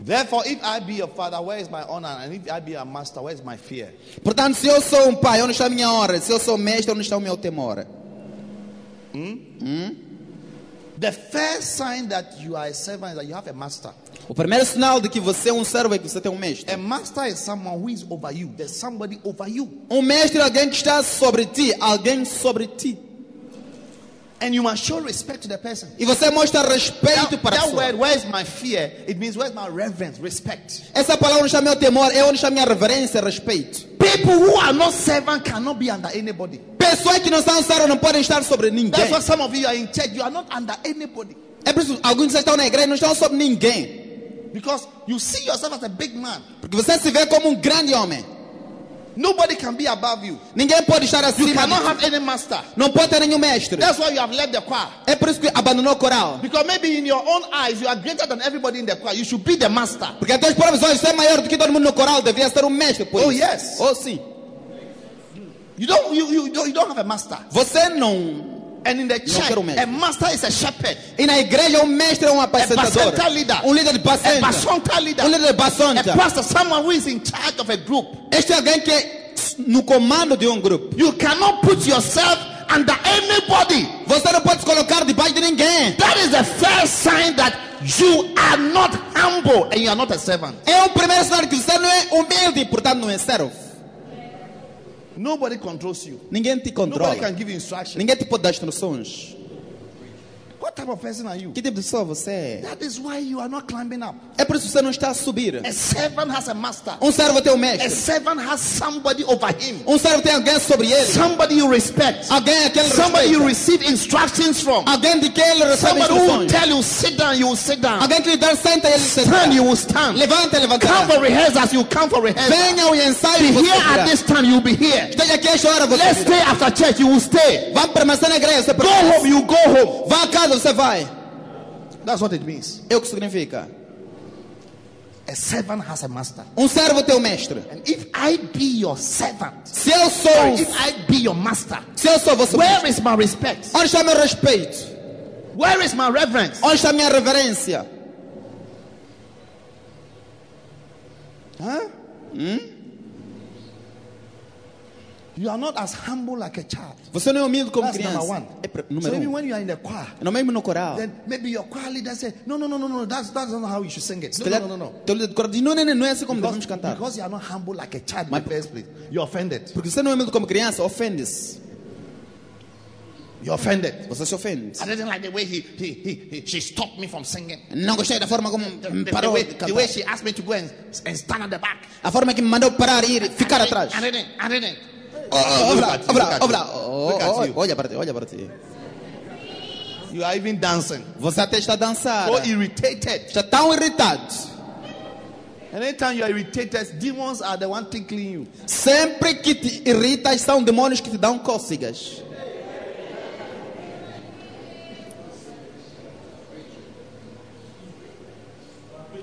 [SPEAKER 2] Therefore, if I be your father, where is my honor? And if I be your master, where is my fear?
[SPEAKER 1] Portanto, se eu sou um pai, onde está a minha honra? Se eu sou mestre, onde está o meu temor?
[SPEAKER 2] The first sign that you are a servant is that you have a master.
[SPEAKER 1] O primeiro sinal de que você é um servo é que você tem um mestre.
[SPEAKER 2] A master is someone who is over you. There's somebody over you.
[SPEAKER 1] Um mestre é alguém que está sobre ti, alguém sobre ti.
[SPEAKER 2] And you must show respect to the person.
[SPEAKER 1] E você mostra respeito
[SPEAKER 2] That,
[SPEAKER 1] para a
[SPEAKER 2] that
[SPEAKER 1] pessoa.
[SPEAKER 2] word, where is my fear? It means where's my reverence, respect.
[SPEAKER 1] Essa palavra onde está meu temor, é onde está minha reverência, respeito.
[SPEAKER 2] People who are not servant cannot be under anybody.
[SPEAKER 1] Pessoas que não são servos não podem estar sobre ninguém.
[SPEAKER 2] That's why some of you are in church. You are not under anybody.
[SPEAKER 1] É por isso que alguns de vocês estão na igreja e não estão sobre ninguém.
[SPEAKER 2] Because you see yourself as a big man.
[SPEAKER 1] Porque você se vê como um grande homem.
[SPEAKER 2] Nobody can be above you.
[SPEAKER 1] Ninguém pode estar
[SPEAKER 2] You
[SPEAKER 1] acima.
[SPEAKER 2] cannot
[SPEAKER 1] de ti.
[SPEAKER 2] have any master.
[SPEAKER 1] Não pode ter nenhum mestre.
[SPEAKER 2] That's why you have left the choir.
[SPEAKER 1] É por isso que abandonou o coral.
[SPEAKER 2] Because maybe in your own eyes, you are greater than everybody in the choir. You should be the master.
[SPEAKER 1] Porque até os próprios olhos, você é maior do que todo mundo no coral, deveria ser um mestre. Pois.
[SPEAKER 2] Oh, yes.
[SPEAKER 1] Oh, sim.
[SPEAKER 2] You don't, you, you, don't, you don't have a master.
[SPEAKER 1] Você não...
[SPEAKER 2] And in the church,
[SPEAKER 1] quiero un maestro.
[SPEAKER 2] a master is a shepherd,
[SPEAKER 1] E na igreja, um mestre é um apacentador.
[SPEAKER 2] basenta líder.
[SPEAKER 1] Um líder de
[SPEAKER 2] a
[SPEAKER 1] pacenta.
[SPEAKER 2] basanta leader,
[SPEAKER 1] Um líder de
[SPEAKER 2] a
[SPEAKER 1] basanta.
[SPEAKER 2] pastor, someone who is in charge of a group.
[SPEAKER 1] Este é alguém que é no comando de um grupo.
[SPEAKER 2] You cannot put yourself under anybody.
[SPEAKER 1] Você não pode se colocar debaixo de ninguém.
[SPEAKER 2] That is the first sign that you are not humble and you are not a servant.
[SPEAKER 1] É o primeiro sinal que você não é humilde e, portanto, não é servo.
[SPEAKER 2] Nobody controls you.
[SPEAKER 1] Ninguém te
[SPEAKER 2] Nobody
[SPEAKER 1] controla.
[SPEAKER 2] can give you instruction.
[SPEAKER 1] Ninguém te pode dar instruções.
[SPEAKER 2] What type of person are you?
[SPEAKER 1] Que tipo de pessoa você é?
[SPEAKER 2] That is why you are not climbing up.
[SPEAKER 1] É por isso que você não está a subir.
[SPEAKER 2] A servant has a master.
[SPEAKER 1] Um servo tem um
[SPEAKER 2] A
[SPEAKER 1] mestre.
[SPEAKER 2] servant has somebody over him.
[SPEAKER 1] Um servo tem alguém sobre ele.
[SPEAKER 2] Somebody you respect.
[SPEAKER 1] Alguém a quem ele
[SPEAKER 2] Somebody you
[SPEAKER 1] respeita.
[SPEAKER 2] receive instructions from.
[SPEAKER 1] Alguém de quem ele recebe
[SPEAKER 2] Somebody who will
[SPEAKER 1] instruções.
[SPEAKER 2] tell you sit down, you will sit down.
[SPEAKER 1] Alguém que lhe dá senta e ele se
[SPEAKER 2] Stand, you will stand.
[SPEAKER 1] Levanta,
[SPEAKER 2] Come
[SPEAKER 1] levanta.
[SPEAKER 2] for rehearsals, you come for rehearsals.
[SPEAKER 1] Venha o ensaio e
[SPEAKER 2] Be
[SPEAKER 1] você
[SPEAKER 2] here at
[SPEAKER 1] virá.
[SPEAKER 2] this time, you'll be here.
[SPEAKER 1] Esteja aqui a esta hora, você
[SPEAKER 2] Let's
[SPEAKER 1] virá.
[SPEAKER 2] stay after church, you will stay.
[SPEAKER 1] Vá permanecer na igreja, você
[SPEAKER 2] Go
[SPEAKER 1] permanece.
[SPEAKER 2] home, you go home.
[SPEAKER 1] Vá a casa, você vai.
[SPEAKER 2] That's what it means.
[SPEAKER 1] É o que significa.
[SPEAKER 2] A servant has a master.
[SPEAKER 1] Um servo tem um mestre.
[SPEAKER 2] And if I be your servant,
[SPEAKER 1] Se eu
[SPEAKER 2] or
[SPEAKER 1] sou,
[SPEAKER 2] if I be your master,
[SPEAKER 1] se eu sou você,
[SPEAKER 2] where is my respect?
[SPEAKER 1] onde está meu respeito?
[SPEAKER 2] Where is my reverence?
[SPEAKER 1] Onde está minha reverência?
[SPEAKER 2] You are not as humble like a child.
[SPEAKER 1] Você não é humilde como
[SPEAKER 2] That's number
[SPEAKER 1] criança.
[SPEAKER 2] one.
[SPEAKER 1] É pre-
[SPEAKER 2] So
[SPEAKER 1] número
[SPEAKER 2] maybe
[SPEAKER 1] um.
[SPEAKER 2] when you are in the choir,
[SPEAKER 1] No mesmo no coral.
[SPEAKER 2] then maybe your choir leader say, no, no, no, no, no, that's that's not how you should sing it.
[SPEAKER 1] Se
[SPEAKER 2] No,
[SPEAKER 1] calhar,
[SPEAKER 2] no, no, no.
[SPEAKER 1] teu líder de coral diz, não, não, não, não é assim como
[SPEAKER 2] Because,
[SPEAKER 1] devemos cantar.
[SPEAKER 2] because you are not humble like a child in
[SPEAKER 1] My-
[SPEAKER 2] the first place, you're offended.
[SPEAKER 1] Porque você não é humilde como criança, ofende-se.
[SPEAKER 2] You're offended.
[SPEAKER 1] Você se ofende.
[SPEAKER 2] I didn't like the way he, he, he, he she stopped me from singing.
[SPEAKER 1] Não gostei da forma como
[SPEAKER 2] The,
[SPEAKER 1] me
[SPEAKER 2] the- the
[SPEAKER 1] parou
[SPEAKER 2] way,
[SPEAKER 1] de
[SPEAKER 2] the way
[SPEAKER 1] cantar.
[SPEAKER 2] she asked me to go and, and stand at the back.
[SPEAKER 1] A forma que me mandou parar e ir, ficar
[SPEAKER 2] I
[SPEAKER 1] atrás.
[SPEAKER 2] didn't, I didn't. I didn't.
[SPEAKER 1] Oh,
[SPEAKER 2] Look
[SPEAKER 1] Obra,
[SPEAKER 2] at you,
[SPEAKER 1] obra,
[SPEAKER 2] look at
[SPEAKER 1] obra.
[SPEAKER 2] you.
[SPEAKER 1] Oh,
[SPEAKER 2] Look at
[SPEAKER 1] oh,
[SPEAKER 2] you.
[SPEAKER 1] Olha para ti, olha para ti.
[SPEAKER 2] You are even dancing.
[SPEAKER 1] Você até está a dançar.
[SPEAKER 2] So irritated.
[SPEAKER 1] Está tão irritado.
[SPEAKER 2] And anytime you are irritated, demons are the one tickling you.
[SPEAKER 1] Sempre que te irritas, são demônios que te dão cócegas.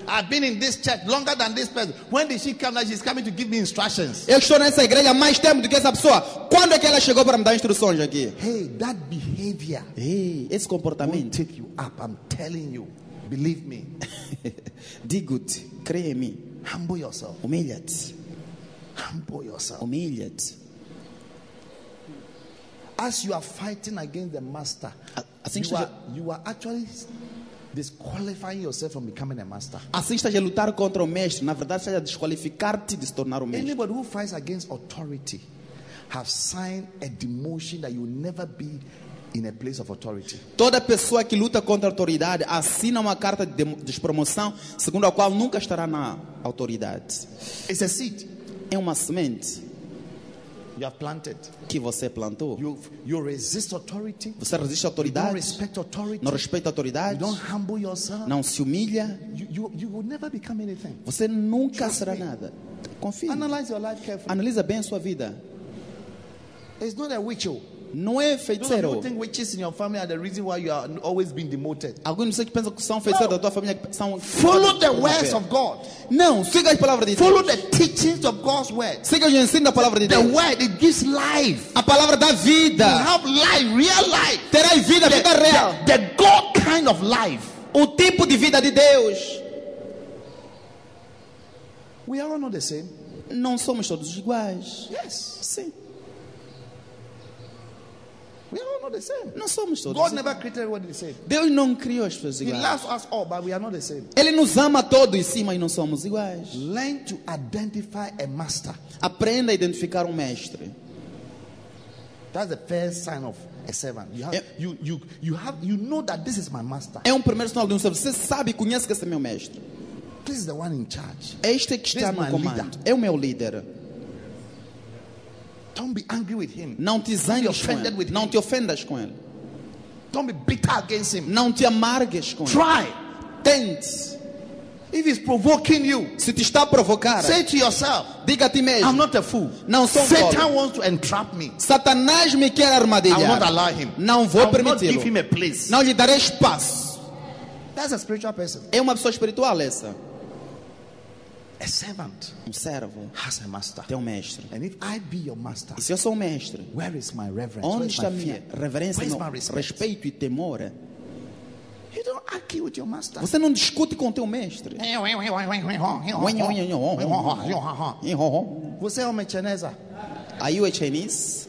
[SPEAKER 2] I've been in this church longer than this person. When did she come? Now she's coming to give me instructions.
[SPEAKER 1] Eu estou nessa igreja há mais tempo do que essa pessoa. Quando é que ela chegou para me dar instruções aqui?
[SPEAKER 2] Hey, that behavior
[SPEAKER 1] Ei, esse
[SPEAKER 2] will
[SPEAKER 1] comportamento.
[SPEAKER 2] take you up. I'm telling you. Believe me.
[SPEAKER 1] Digo-te, creia em mim.
[SPEAKER 2] Humble yourself.
[SPEAKER 1] Humilha-te,
[SPEAKER 2] Humble yourself.
[SPEAKER 1] humilha-te.
[SPEAKER 2] As you are fighting against the master,
[SPEAKER 1] A- assim que
[SPEAKER 2] you, are,
[SPEAKER 1] seja-
[SPEAKER 2] you are actually disqualifying yourself from becoming a master.
[SPEAKER 1] Assim estás a lutar contra o mestre. Na verdade, estás a desqualificar-te de se tornar o mestre.
[SPEAKER 2] Anybody who fights against authority have signed a demotion that you will never be in a place of authority.
[SPEAKER 1] Toda pessoa que luta contra a autoridade assina uma carta de demo- despromoção, segundo a qual nunca estará na autoridade.
[SPEAKER 2] It's a seed
[SPEAKER 1] É uma semente
[SPEAKER 2] you have planted.
[SPEAKER 1] que você plantou.
[SPEAKER 2] You, you resist authority.
[SPEAKER 1] Você resiste à
[SPEAKER 2] You don't
[SPEAKER 1] autoridade,
[SPEAKER 2] respect authority.
[SPEAKER 1] não respeita a
[SPEAKER 2] You
[SPEAKER 1] autoridade,
[SPEAKER 2] don't humble yourself.
[SPEAKER 1] não se humilha.
[SPEAKER 2] You, you, you will never become anything.
[SPEAKER 1] Você nunca será nada. Confie.
[SPEAKER 2] Hmm. Analyze your life carefully.
[SPEAKER 1] Analisa bem a sua vida.
[SPEAKER 2] It's not a witch. oh.
[SPEAKER 1] Não é
[SPEAKER 2] Those of you
[SPEAKER 1] feiticeiro.
[SPEAKER 2] who think witches in your family are the reason why you are always being demoted.
[SPEAKER 1] Alguns de vocês que pensam que são feiticeiros da tua família que são.
[SPEAKER 2] Follow the words of God.
[SPEAKER 1] Não, siga as palavras de Deus.
[SPEAKER 2] Follow the teachings of God's word.
[SPEAKER 1] Siga os ensinos da palavra de
[SPEAKER 2] The
[SPEAKER 1] Deus.
[SPEAKER 2] word it gives life.
[SPEAKER 1] A palavra dá
[SPEAKER 2] You
[SPEAKER 1] vida.
[SPEAKER 2] have life, real life.
[SPEAKER 1] Terás vida,
[SPEAKER 2] The,
[SPEAKER 1] vida real.
[SPEAKER 2] the, the God kind of life.
[SPEAKER 1] O tipo de vida de Deus.
[SPEAKER 2] We are all not the same.
[SPEAKER 1] Não somos todos iguais.
[SPEAKER 2] Yes,
[SPEAKER 1] Sim,
[SPEAKER 2] we are all not the same.
[SPEAKER 1] não somos todos
[SPEAKER 2] God
[SPEAKER 1] iguais.
[SPEAKER 2] never created everyone the same.
[SPEAKER 1] Deus não criou as pessoas
[SPEAKER 2] He
[SPEAKER 1] iguais.
[SPEAKER 2] loves us all, but we are not the same.
[SPEAKER 1] Ele nos ama a todos, sim, mas não somos iguais.
[SPEAKER 2] Learn to identify a master.
[SPEAKER 1] Aprenda a identificar um mestre.
[SPEAKER 2] That's the first sign of a servant. You have,
[SPEAKER 1] Yeah.
[SPEAKER 2] you, you, you have, you know that this is my master.
[SPEAKER 1] É um primeiro sinal de um servo. Você sabe e conhece que esse é meu mestre.
[SPEAKER 2] This is the one in charge.
[SPEAKER 1] Este é que está
[SPEAKER 2] This
[SPEAKER 1] no
[SPEAKER 2] my
[SPEAKER 1] comando. É o meu líder.
[SPEAKER 2] Don't be angry with him.
[SPEAKER 1] Não te zangues com
[SPEAKER 2] offended
[SPEAKER 1] ele.
[SPEAKER 2] with
[SPEAKER 1] Não
[SPEAKER 2] him.
[SPEAKER 1] te ofendas com ele.
[SPEAKER 2] Don't be bitter against him.
[SPEAKER 1] Não te amargues com ele.
[SPEAKER 2] Try.
[SPEAKER 1] Tente.
[SPEAKER 2] If he's provoking you,
[SPEAKER 1] Se te está a provocar,
[SPEAKER 2] say to yourself,
[SPEAKER 1] diga a ti mesmo.
[SPEAKER 2] "I'm not a fool."
[SPEAKER 1] Não sou um
[SPEAKER 2] Satan
[SPEAKER 1] tolo.
[SPEAKER 2] wants to entrap me.
[SPEAKER 1] Satanás me quer
[SPEAKER 2] I will not
[SPEAKER 1] armadilhar.
[SPEAKER 2] allow him.
[SPEAKER 1] Não
[SPEAKER 2] I
[SPEAKER 1] vou
[SPEAKER 2] will not give
[SPEAKER 1] permiti-lo.
[SPEAKER 2] him a place.
[SPEAKER 1] Não lhe darei espaço.
[SPEAKER 2] That's a spiritual person.
[SPEAKER 1] É uma pessoa espiritual essa.
[SPEAKER 2] A servant
[SPEAKER 1] Um servo
[SPEAKER 2] has a master.
[SPEAKER 1] tem um mestre.
[SPEAKER 2] And if I be your master,
[SPEAKER 1] E se eu sou um mestre,
[SPEAKER 2] where is my reverence? Where
[SPEAKER 1] onde
[SPEAKER 2] is
[SPEAKER 1] está
[SPEAKER 2] my
[SPEAKER 1] a minha
[SPEAKER 2] fear?
[SPEAKER 1] reverência,
[SPEAKER 2] Where is
[SPEAKER 1] meu
[SPEAKER 2] my respect?
[SPEAKER 1] respeito e temor?
[SPEAKER 2] You don't argue with your master.
[SPEAKER 1] Você não discute com o teu mestre.
[SPEAKER 2] Você é uma chinesa.
[SPEAKER 1] Are you a Chinese?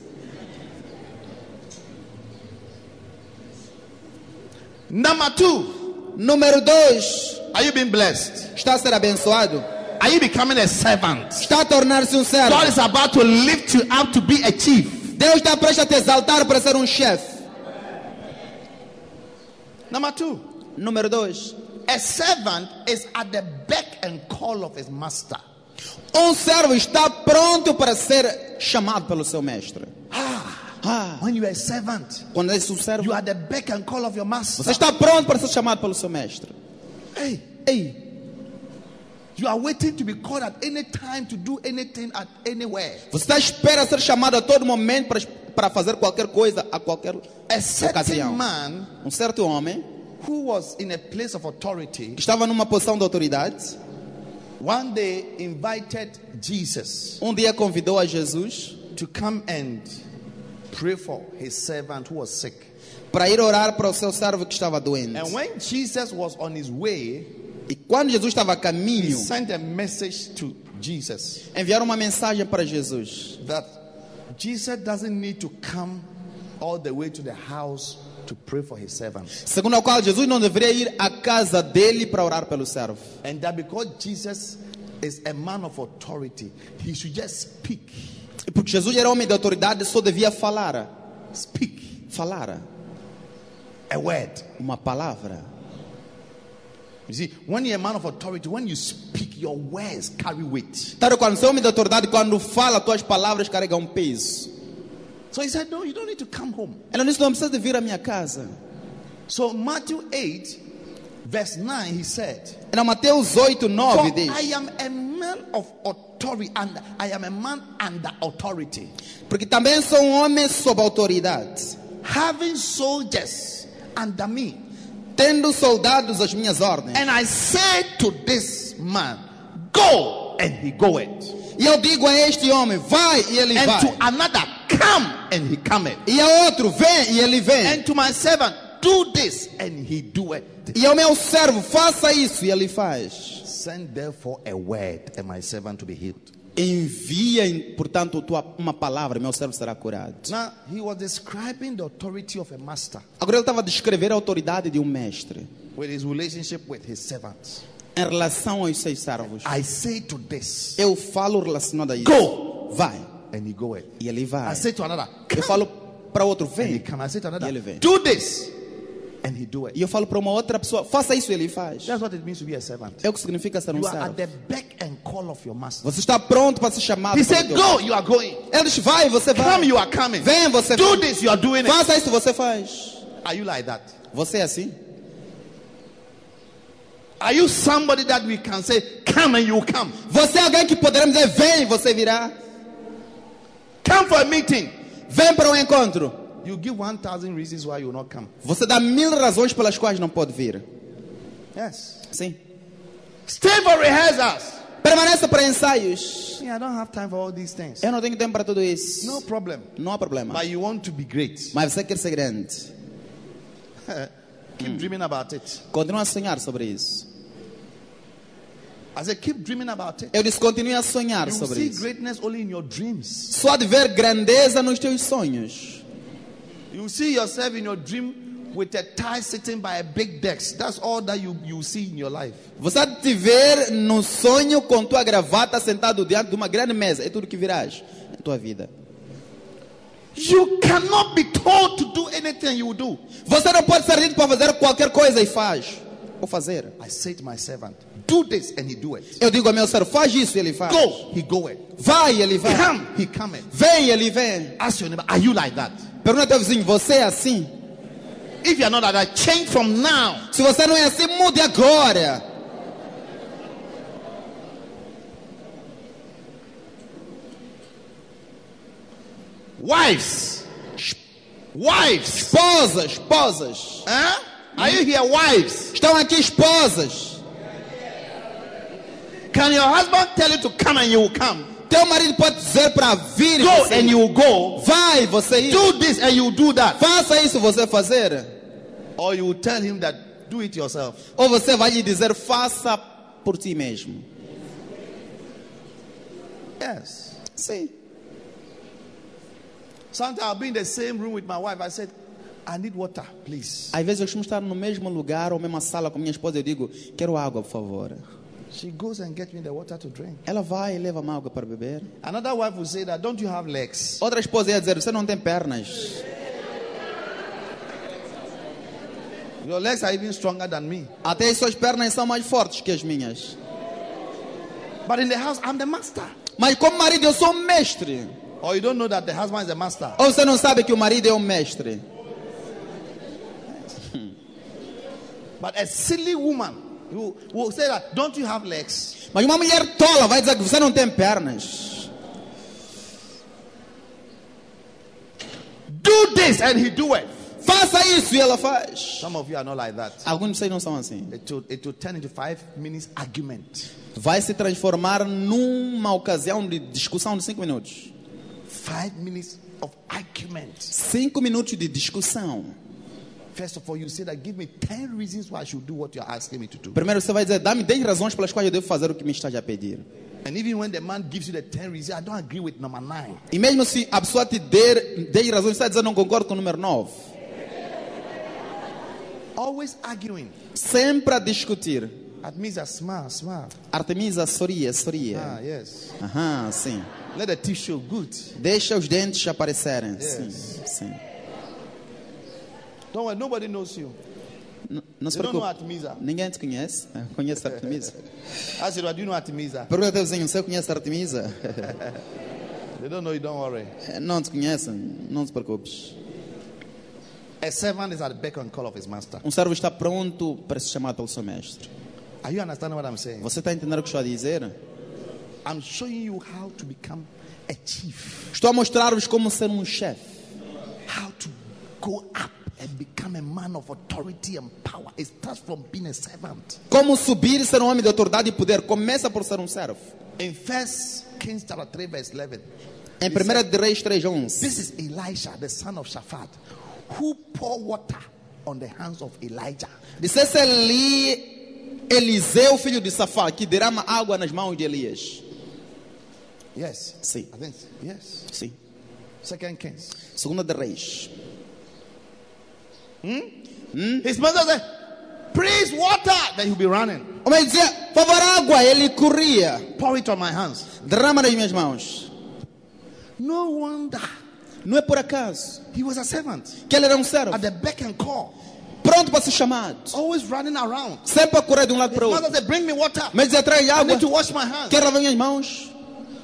[SPEAKER 2] Number two,
[SPEAKER 1] Número 2.
[SPEAKER 2] are you being blessed?
[SPEAKER 1] Está a ser abençoado?
[SPEAKER 2] Are you becoming a servant?
[SPEAKER 1] Está a tornar-se um servo.
[SPEAKER 2] God is about to lift you up to be a chief.
[SPEAKER 1] Deus está prestes a te exaltar para ser um chefe.
[SPEAKER 2] Number two,
[SPEAKER 1] Número 2.
[SPEAKER 2] a servant is at the beck and call of his master.
[SPEAKER 1] Um servo está pronto para ser chamado pelo seu mestre. Ah,
[SPEAKER 2] When you are a servant,
[SPEAKER 1] quando és um servo,
[SPEAKER 2] you are the beck and call of your
[SPEAKER 1] você
[SPEAKER 2] master.
[SPEAKER 1] está pronto para ser chamado pelo seu mestre.
[SPEAKER 2] Hey,
[SPEAKER 1] Ei,
[SPEAKER 2] you are waiting to be called at any time to do anything at anywhere.
[SPEAKER 1] você está à espera ser chamado a todo momento para, para fazer qualquer coisa a qualquer
[SPEAKER 2] A certain
[SPEAKER 1] ocasião.
[SPEAKER 2] man
[SPEAKER 1] Um certo homem
[SPEAKER 2] who was in a place of authority
[SPEAKER 1] que estava numa posição de autoridade,
[SPEAKER 2] one day invited Jesus
[SPEAKER 1] um dia convidou a Jesus
[SPEAKER 2] to come and pray for his servant who was sick.
[SPEAKER 1] para ir orar para o seu servo que estava doente.
[SPEAKER 2] And when Jesus was on his way,
[SPEAKER 1] E quando Jesus estava a
[SPEAKER 2] he
[SPEAKER 1] caminho,
[SPEAKER 2] sent a message to Jesus
[SPEAKER 1] enviaram uma mensagem para Jesus.
[SPEAKER 2] that Jesus doesn't need to come all the way to the house to pray for his servant.
[SPEAKER 1] Segundo a qual Jesus não deveria ir à casa dele para orar pelo servo.
[SPEAKER 2] And that because Jesus is a man of authority, he should just speak.
[SPEAKER 1] E porque Jesus era homem de autoridade, só devia falar.
[SPEAKER 2] Speak
[SPEAKER 1] Falar
[SPEAKER 2] a word.
[SPEAKER 1] uma palavra.
[SPEAKER 2] You see, when you're a man of authority, when you speak, your words carry weight.
[SPEAKER 1] Claro, quando você é homem de autoridade, quando fala, tuas palavras carregam um peso.
[SPEAKER 2] So he said, No, you don't need to come home.
[SPEAKER 1] Ela disse, não precisa de vir à minha casa.
[SPEAKER 2] So Matthew 8, verse 9, he said,
[SPEAKER 1] Era Mateus 8,
[SPEAKER 2] For
[SPEAKER 1] 9
[SPEAKER 2] I
[SPEAKER 1] diz.
[SPEAKER 2] am a man of authority, and I am a man under authority,
[SPEAKER 1] Porque também sou um homem sob autoridade.
[SPEAKER 2] having soldiers under me.
[SPEAKER 1] Tendo soldados às minhas ordens.
[SPEAKER 2] And I said to this man, Go, and he goeth.
[SPEAKER 1] E eu digo a este homem, vai e ele
[SPEAKER 2] And to
[SPEAKER 1] vai.
[SPEAKER 2] another, Come, and he cometh.
[SPEAKER 1] E a outro, vem e ele vem.
[SPEAKER 2] And to my servant, Do this, and he doeth.
[SPEAKER 1] E ao meu servo, faça isso e ele faz.
[SPEAKER 2] Send therefore a word, and my servant to be healed.
[SPEAKER 1] Envia, portanto, tua, uma palavra, meu servo será curado.
[SPEAKER 2] Now, he was describing the authority of a master.
[SPEAKER 1] Agora ele estava a descrever a autoridade de um mestre
[SPEAKER 2] with his relationship with his servants.
[SPEAKER 1] em relação aos seus servos.
[SPEAKER 2] I say to this,
[SPEAKER 1] Eu falo relacionado a isso.
[SPEAKER 2] Go!
[SPEAKER 1] Vai.
[SPEAKER 2] and he goeth.
[SPEAKER 1] E ele
[SPEAKER 2] I
[SPEAKER 1] vai.
[SPEAKER 2] say to another,
[SPEAKER 1] Eu
[SPEAKER 2] come,
[SPEAKER 1] falo para outro,
[SPEAKER 2] and
[SPEAKER 1] vem.
[SPEAKER 2] he come. I say to another,
[SPEAKER 1] Ele vem.
[SPEAKER 2] do this, and he do it.
[SPEAKER 1] E eu falo para uma outra pessoa, faça isso e ele faz.
[SPEAKER 2] That's what it means to be a servant.
[SPEAKER 1] É o que significa ser um
[SPEAKER 2] You are
[SPEAKER 1] servo.
[SPEAKER 2] at the beck and call of your master.
[SPEAKER 1] Você está pronto para ser chamado.
[SPEAKER 2] He
[SPEAKER 1] pelo
[SPEAKER 2] said,
[SPEAKER 1] teu-
[SPEAKER 2] go, you are going.
[SPEAKER 1] Ele diz, vai, você vai.
[SPEAKER 2] Come, you are coming.
[SPEAKER 1] Vem, você
[SPEAKER 2] Do
[SPEAKER 1] faz.
[SPEAKER 2] this, you are doing it.
[SPEAKER 1] Faça isso, você faz.
[SPEAKER 2] Are you like that?
[SPEAKER 1] Você é assim?
[SPEAKER 2] Are you somebody that we can say, come and you come?
[SPEAKER 1] Você é alguém que poderemos dizer, vem, você virá.
[SPEAKER 2] Come for a meeting.
[SPEAKER 1] Vem para um encontro.
[SPEAKER 2] You give 1,000 reasons why you will not come.
[SPEAKER 1] Você dá mil razões pelas quais não pode vir.
[SPEAKER 2] Yes.
[SPEAKER 1] Sim.
[SPEAKER 2] Stay for rehearsals.
[SPEAKER 1] Permaneça para ensaios.
[SPEAKER 2] See, I don't have time for all these things.
[SPEAKER 1] Eu não tenho tempo para tudo isso.
[SPEAKER 2] No problem.
[SPEAKER 1] Não há problema.
[SPEAKER 2] But you want to be great.
[SPEAKER 1] Mas você quer ser grande.
[SPEAKER 2] Keep dreaming about it.
[SPEAKER 1] Continua a sonhar sobre isso.
[SPEAKER 2] I said, keep dreaming about it.
[SPEAKER 1] Eu disse, continue a sonhar
[SPEAKER 2] You will
[SPEAKER 1] sobre
[SPEAKER 2] see
[SPEAKER 1] isso.
[SPEAKER 2] greatness only in your dreams.
[SPEAKER 1] Só de ver grandeza nos teus sonhos.
[SPEAKER 2] You will see yourself in your dream with a tie sitting by a big desk. That's all that you, you will see in your life.
[SPEAKER 1] Você há de te ver no sonho com tua gravata sentado diante de uma grande mesa. É tudo que virás na tua vida.
[SPEAKER 2] You cannot be told to do anything you will do.
[SPEAKER 1] Você não pode ser dito para fazer qualquer coisa e faz. Vou fazer.
[SPEAKER 2] I say to my servant, do this and he do it.
[SPEAKER 1] Eu digo ao meu servo, faz isso e ele faz.
[SPEAKER 2] Go, he goeth.
[SPEAKER 1] Vai, ele vai.
[SPEAKER 2] Come, he cometh.
[SPEAKER 1] Vem, ele vem.
[SPEAKER 2] Ask your neighbor, are you like that?
[SPEAKER 1] Pergunta ao teu vizinho, você é assim?
[SPEAKER 2] If you are not like that, change from now.
[SPEAKER 1] Se você não é assim, mude agora.
[SPEAKER 2] Wives, wives,
[SPEAKER 1] Esposas, esposas.
[SPEAKER 2] huh? Are you here, wives?
[SPEAKER 1] Estão aqui esposas.
[SPEAKER 2] Can your husband tell you to come and you will come?
[SPEAKER 1] Teu marido pode dizer para vir. e
[SPEAKER 2] Go
[SPEAKER 1] você
[SPEAKER 2] and
[SPEAKER 1] ir.
[SPEAKER 2] you will go.
[SPEAKER 1] Vai, você ir.
[SPEAKER 2] Do this and you will do that.
[SPEAKER 1] Faça isso você fazer.
[SPEAKER 2] Or you will tell him that do it yourself.
[SPEAKER 1] Ou você vai lhe dizer, faça por ti mesmo.
[SPEAKER 2] Yes.
[SPEAKER 1] Sim.
[SPEAKER 2] Sometimes I'll be in the same room with my wife. I said, I need water, please.
[SPEAKER 1] Às vezes eu costumo estar no mesmo lugar ou mesma sala com minha esposa. Eu digo, quero água, por favor.
[SPEAKER 2] She goes and gets me the water to drink.
[SPEAKER 1] Ela vai e leva uma água para beber.
[SPEAKER 2] Another wife will say that, don't you have legs?
[SPEAKER 1] Outra esposa ia dizer, você não tem pernas.
[SPEAKER 2] Your legs are even stronger than me.
[SPEAKER 1] Até as suas pernas são mais fortes que as minhas.
[SPEAKER 2] But in the house, I'm the master.
[SPEAKER 1] Mas como marido, eu sou um mestre.
[SPEAKER 2] Or you don't know that the husband is the master.
[SPEAKER 1] Ou você não sabe que o marido é um mestre.
[SPEAKER 2] But a silly woman who will say that, don't you have legs?
[SPEAKER 1] Mas uma mulher tola vai dizer que você não tem pernas.
[SPEAKER 2] Do this and he do it.
[SPEAKER 1] Faça isso e ela faz.
[SPEAKER 2] Some of you are not like that.
[SPEAKER 1] Alguns de vocês não são assim.
[SPEAKER 2] It will, it will turn into five minutes argument.
[SPEAKER 1] Vai se transformar numa ocasião de discussão de cinco minutos.
[SPEAKER 2] Five minutes of argument.
[SPEAKER 1] Cinco minutos de discussão.
[SPEAKER 2] First of all, you say that give me 10 reasons why I should do what you're asking me to do.
[SPEAKER 1] Primeiro você vai dizer, dá-me 10 razões pelas quais eu devo fazer o que me estás a pedir.
[SPEAKER 2] And even when the man gives you the 10 reasons, I don't agree with number 9.
[SPEAKER 1] E mesmo se a pessoa te der 10 razões, você vai dizer, não concordo com o número 9.
[SPEAKER 2] Always arguing.
[SPEAKER 1] Sempre a discutir.
[SPEAKER 2] That means that smile, smile.
[SPEAKER 1] Artemisa, sorria, sorria.
[SPEAKER 2] Ah, yes.
[SPEAKER 1] Aham, sim.
[SPEAKER 2] Let the teeth show good.
[SPEAKER 1] Deixa os dentes aparecerem. Sim, sim.
[SPEAKER 2] Don't worry, nobody knows you.
[SPEAKER 1] N- Não se
[SPEAKER 2] They don't know
[SPEAKER 1] preocupe.
[SPEAKER 2] Artemisa.
[SPEAKER 1] Ninguém te conhece? Conhece Artemisa?
[SPEAKER 2] I said, well, do you know Artemisa?
[SPEAKER 1] Pergunta ao teu vizinho, você conhece Artemisa?
[SPEAKER 2] They don't know you, don't worry.
[SPEAKER 1] Não te conhecem, não te preocupes.
[SPEAKER 2] A servant is at the beck and call of his master.
[SPEAKER 1] Um servo está pronto para ser chamado pelo seu mestre.
[SPEAKER 2] Are you understanding what I'm saying?
[SPEAKER 1] Você está a entender o que estou a dizer?
[SPEAKER 2] I'm showing you how to become a chief,
[SPEAKER 1] Estou a mostrar-vos como ser um chefe.
[SPEAKER 2] how to go up and become a man of authority and power. It starts from being a servant.
[SPEAKER 1] Como subir e ser um homem de autoridade e poder. Começa por ser um servo.
[SPEAKER 2] In First Kings chapter three, verse eleven,
[SPEAKER 1] Em 1 de Reis 3.11
[SPEAKER 2] this is Elisha, the son of Shaphat, who poured water on the hands of Elijah.
[SPEAKER 1] Dissesse ali Eliseu, filho de Safá, que derrama água nas mãos de Elias.
[SPEAKER 2] Yes,
[SPEAKER 1] Sim.
[SPEAKER 2] I think yes.
[SPEAKER 1] Sim.
[SPEAKER 2] Second Kings.
[SPEAKER 1] Segunda de Reis.
[SPEAKER 2] His mother said, "Please water." Then he'll be running.
[SPEAKER 1] O homem dizia, por favor, água. Ele corria.
[SPEAKER 2] Pour it on my hands.
[SPEAKER 1] Derrama nas minhas mãos.
[SPEAKER 2] No wonder
[SPEAKER 1] Não é por acaso
[SPEAKER 2] he was a servant
[SPEAKER 1] que ele era um servo.
[SPEAKER 2] at the beck and call.
[SPEAKER 1] Pronto para ser chamado.
[SPEAKER 2] always running around.
[SPEAKER 1] Sempre a correr de um lado para o outro.
[SPEAKER 2] Mother said, Bring me water.
[SPEAKER 1] Mas dizia, traz
[SPEAKER 2] I
[SPEAKER 1] água.
[SPEAKER 2] need to wash my hands.
[SPEAKER 1] Quer lavar minhas mãos.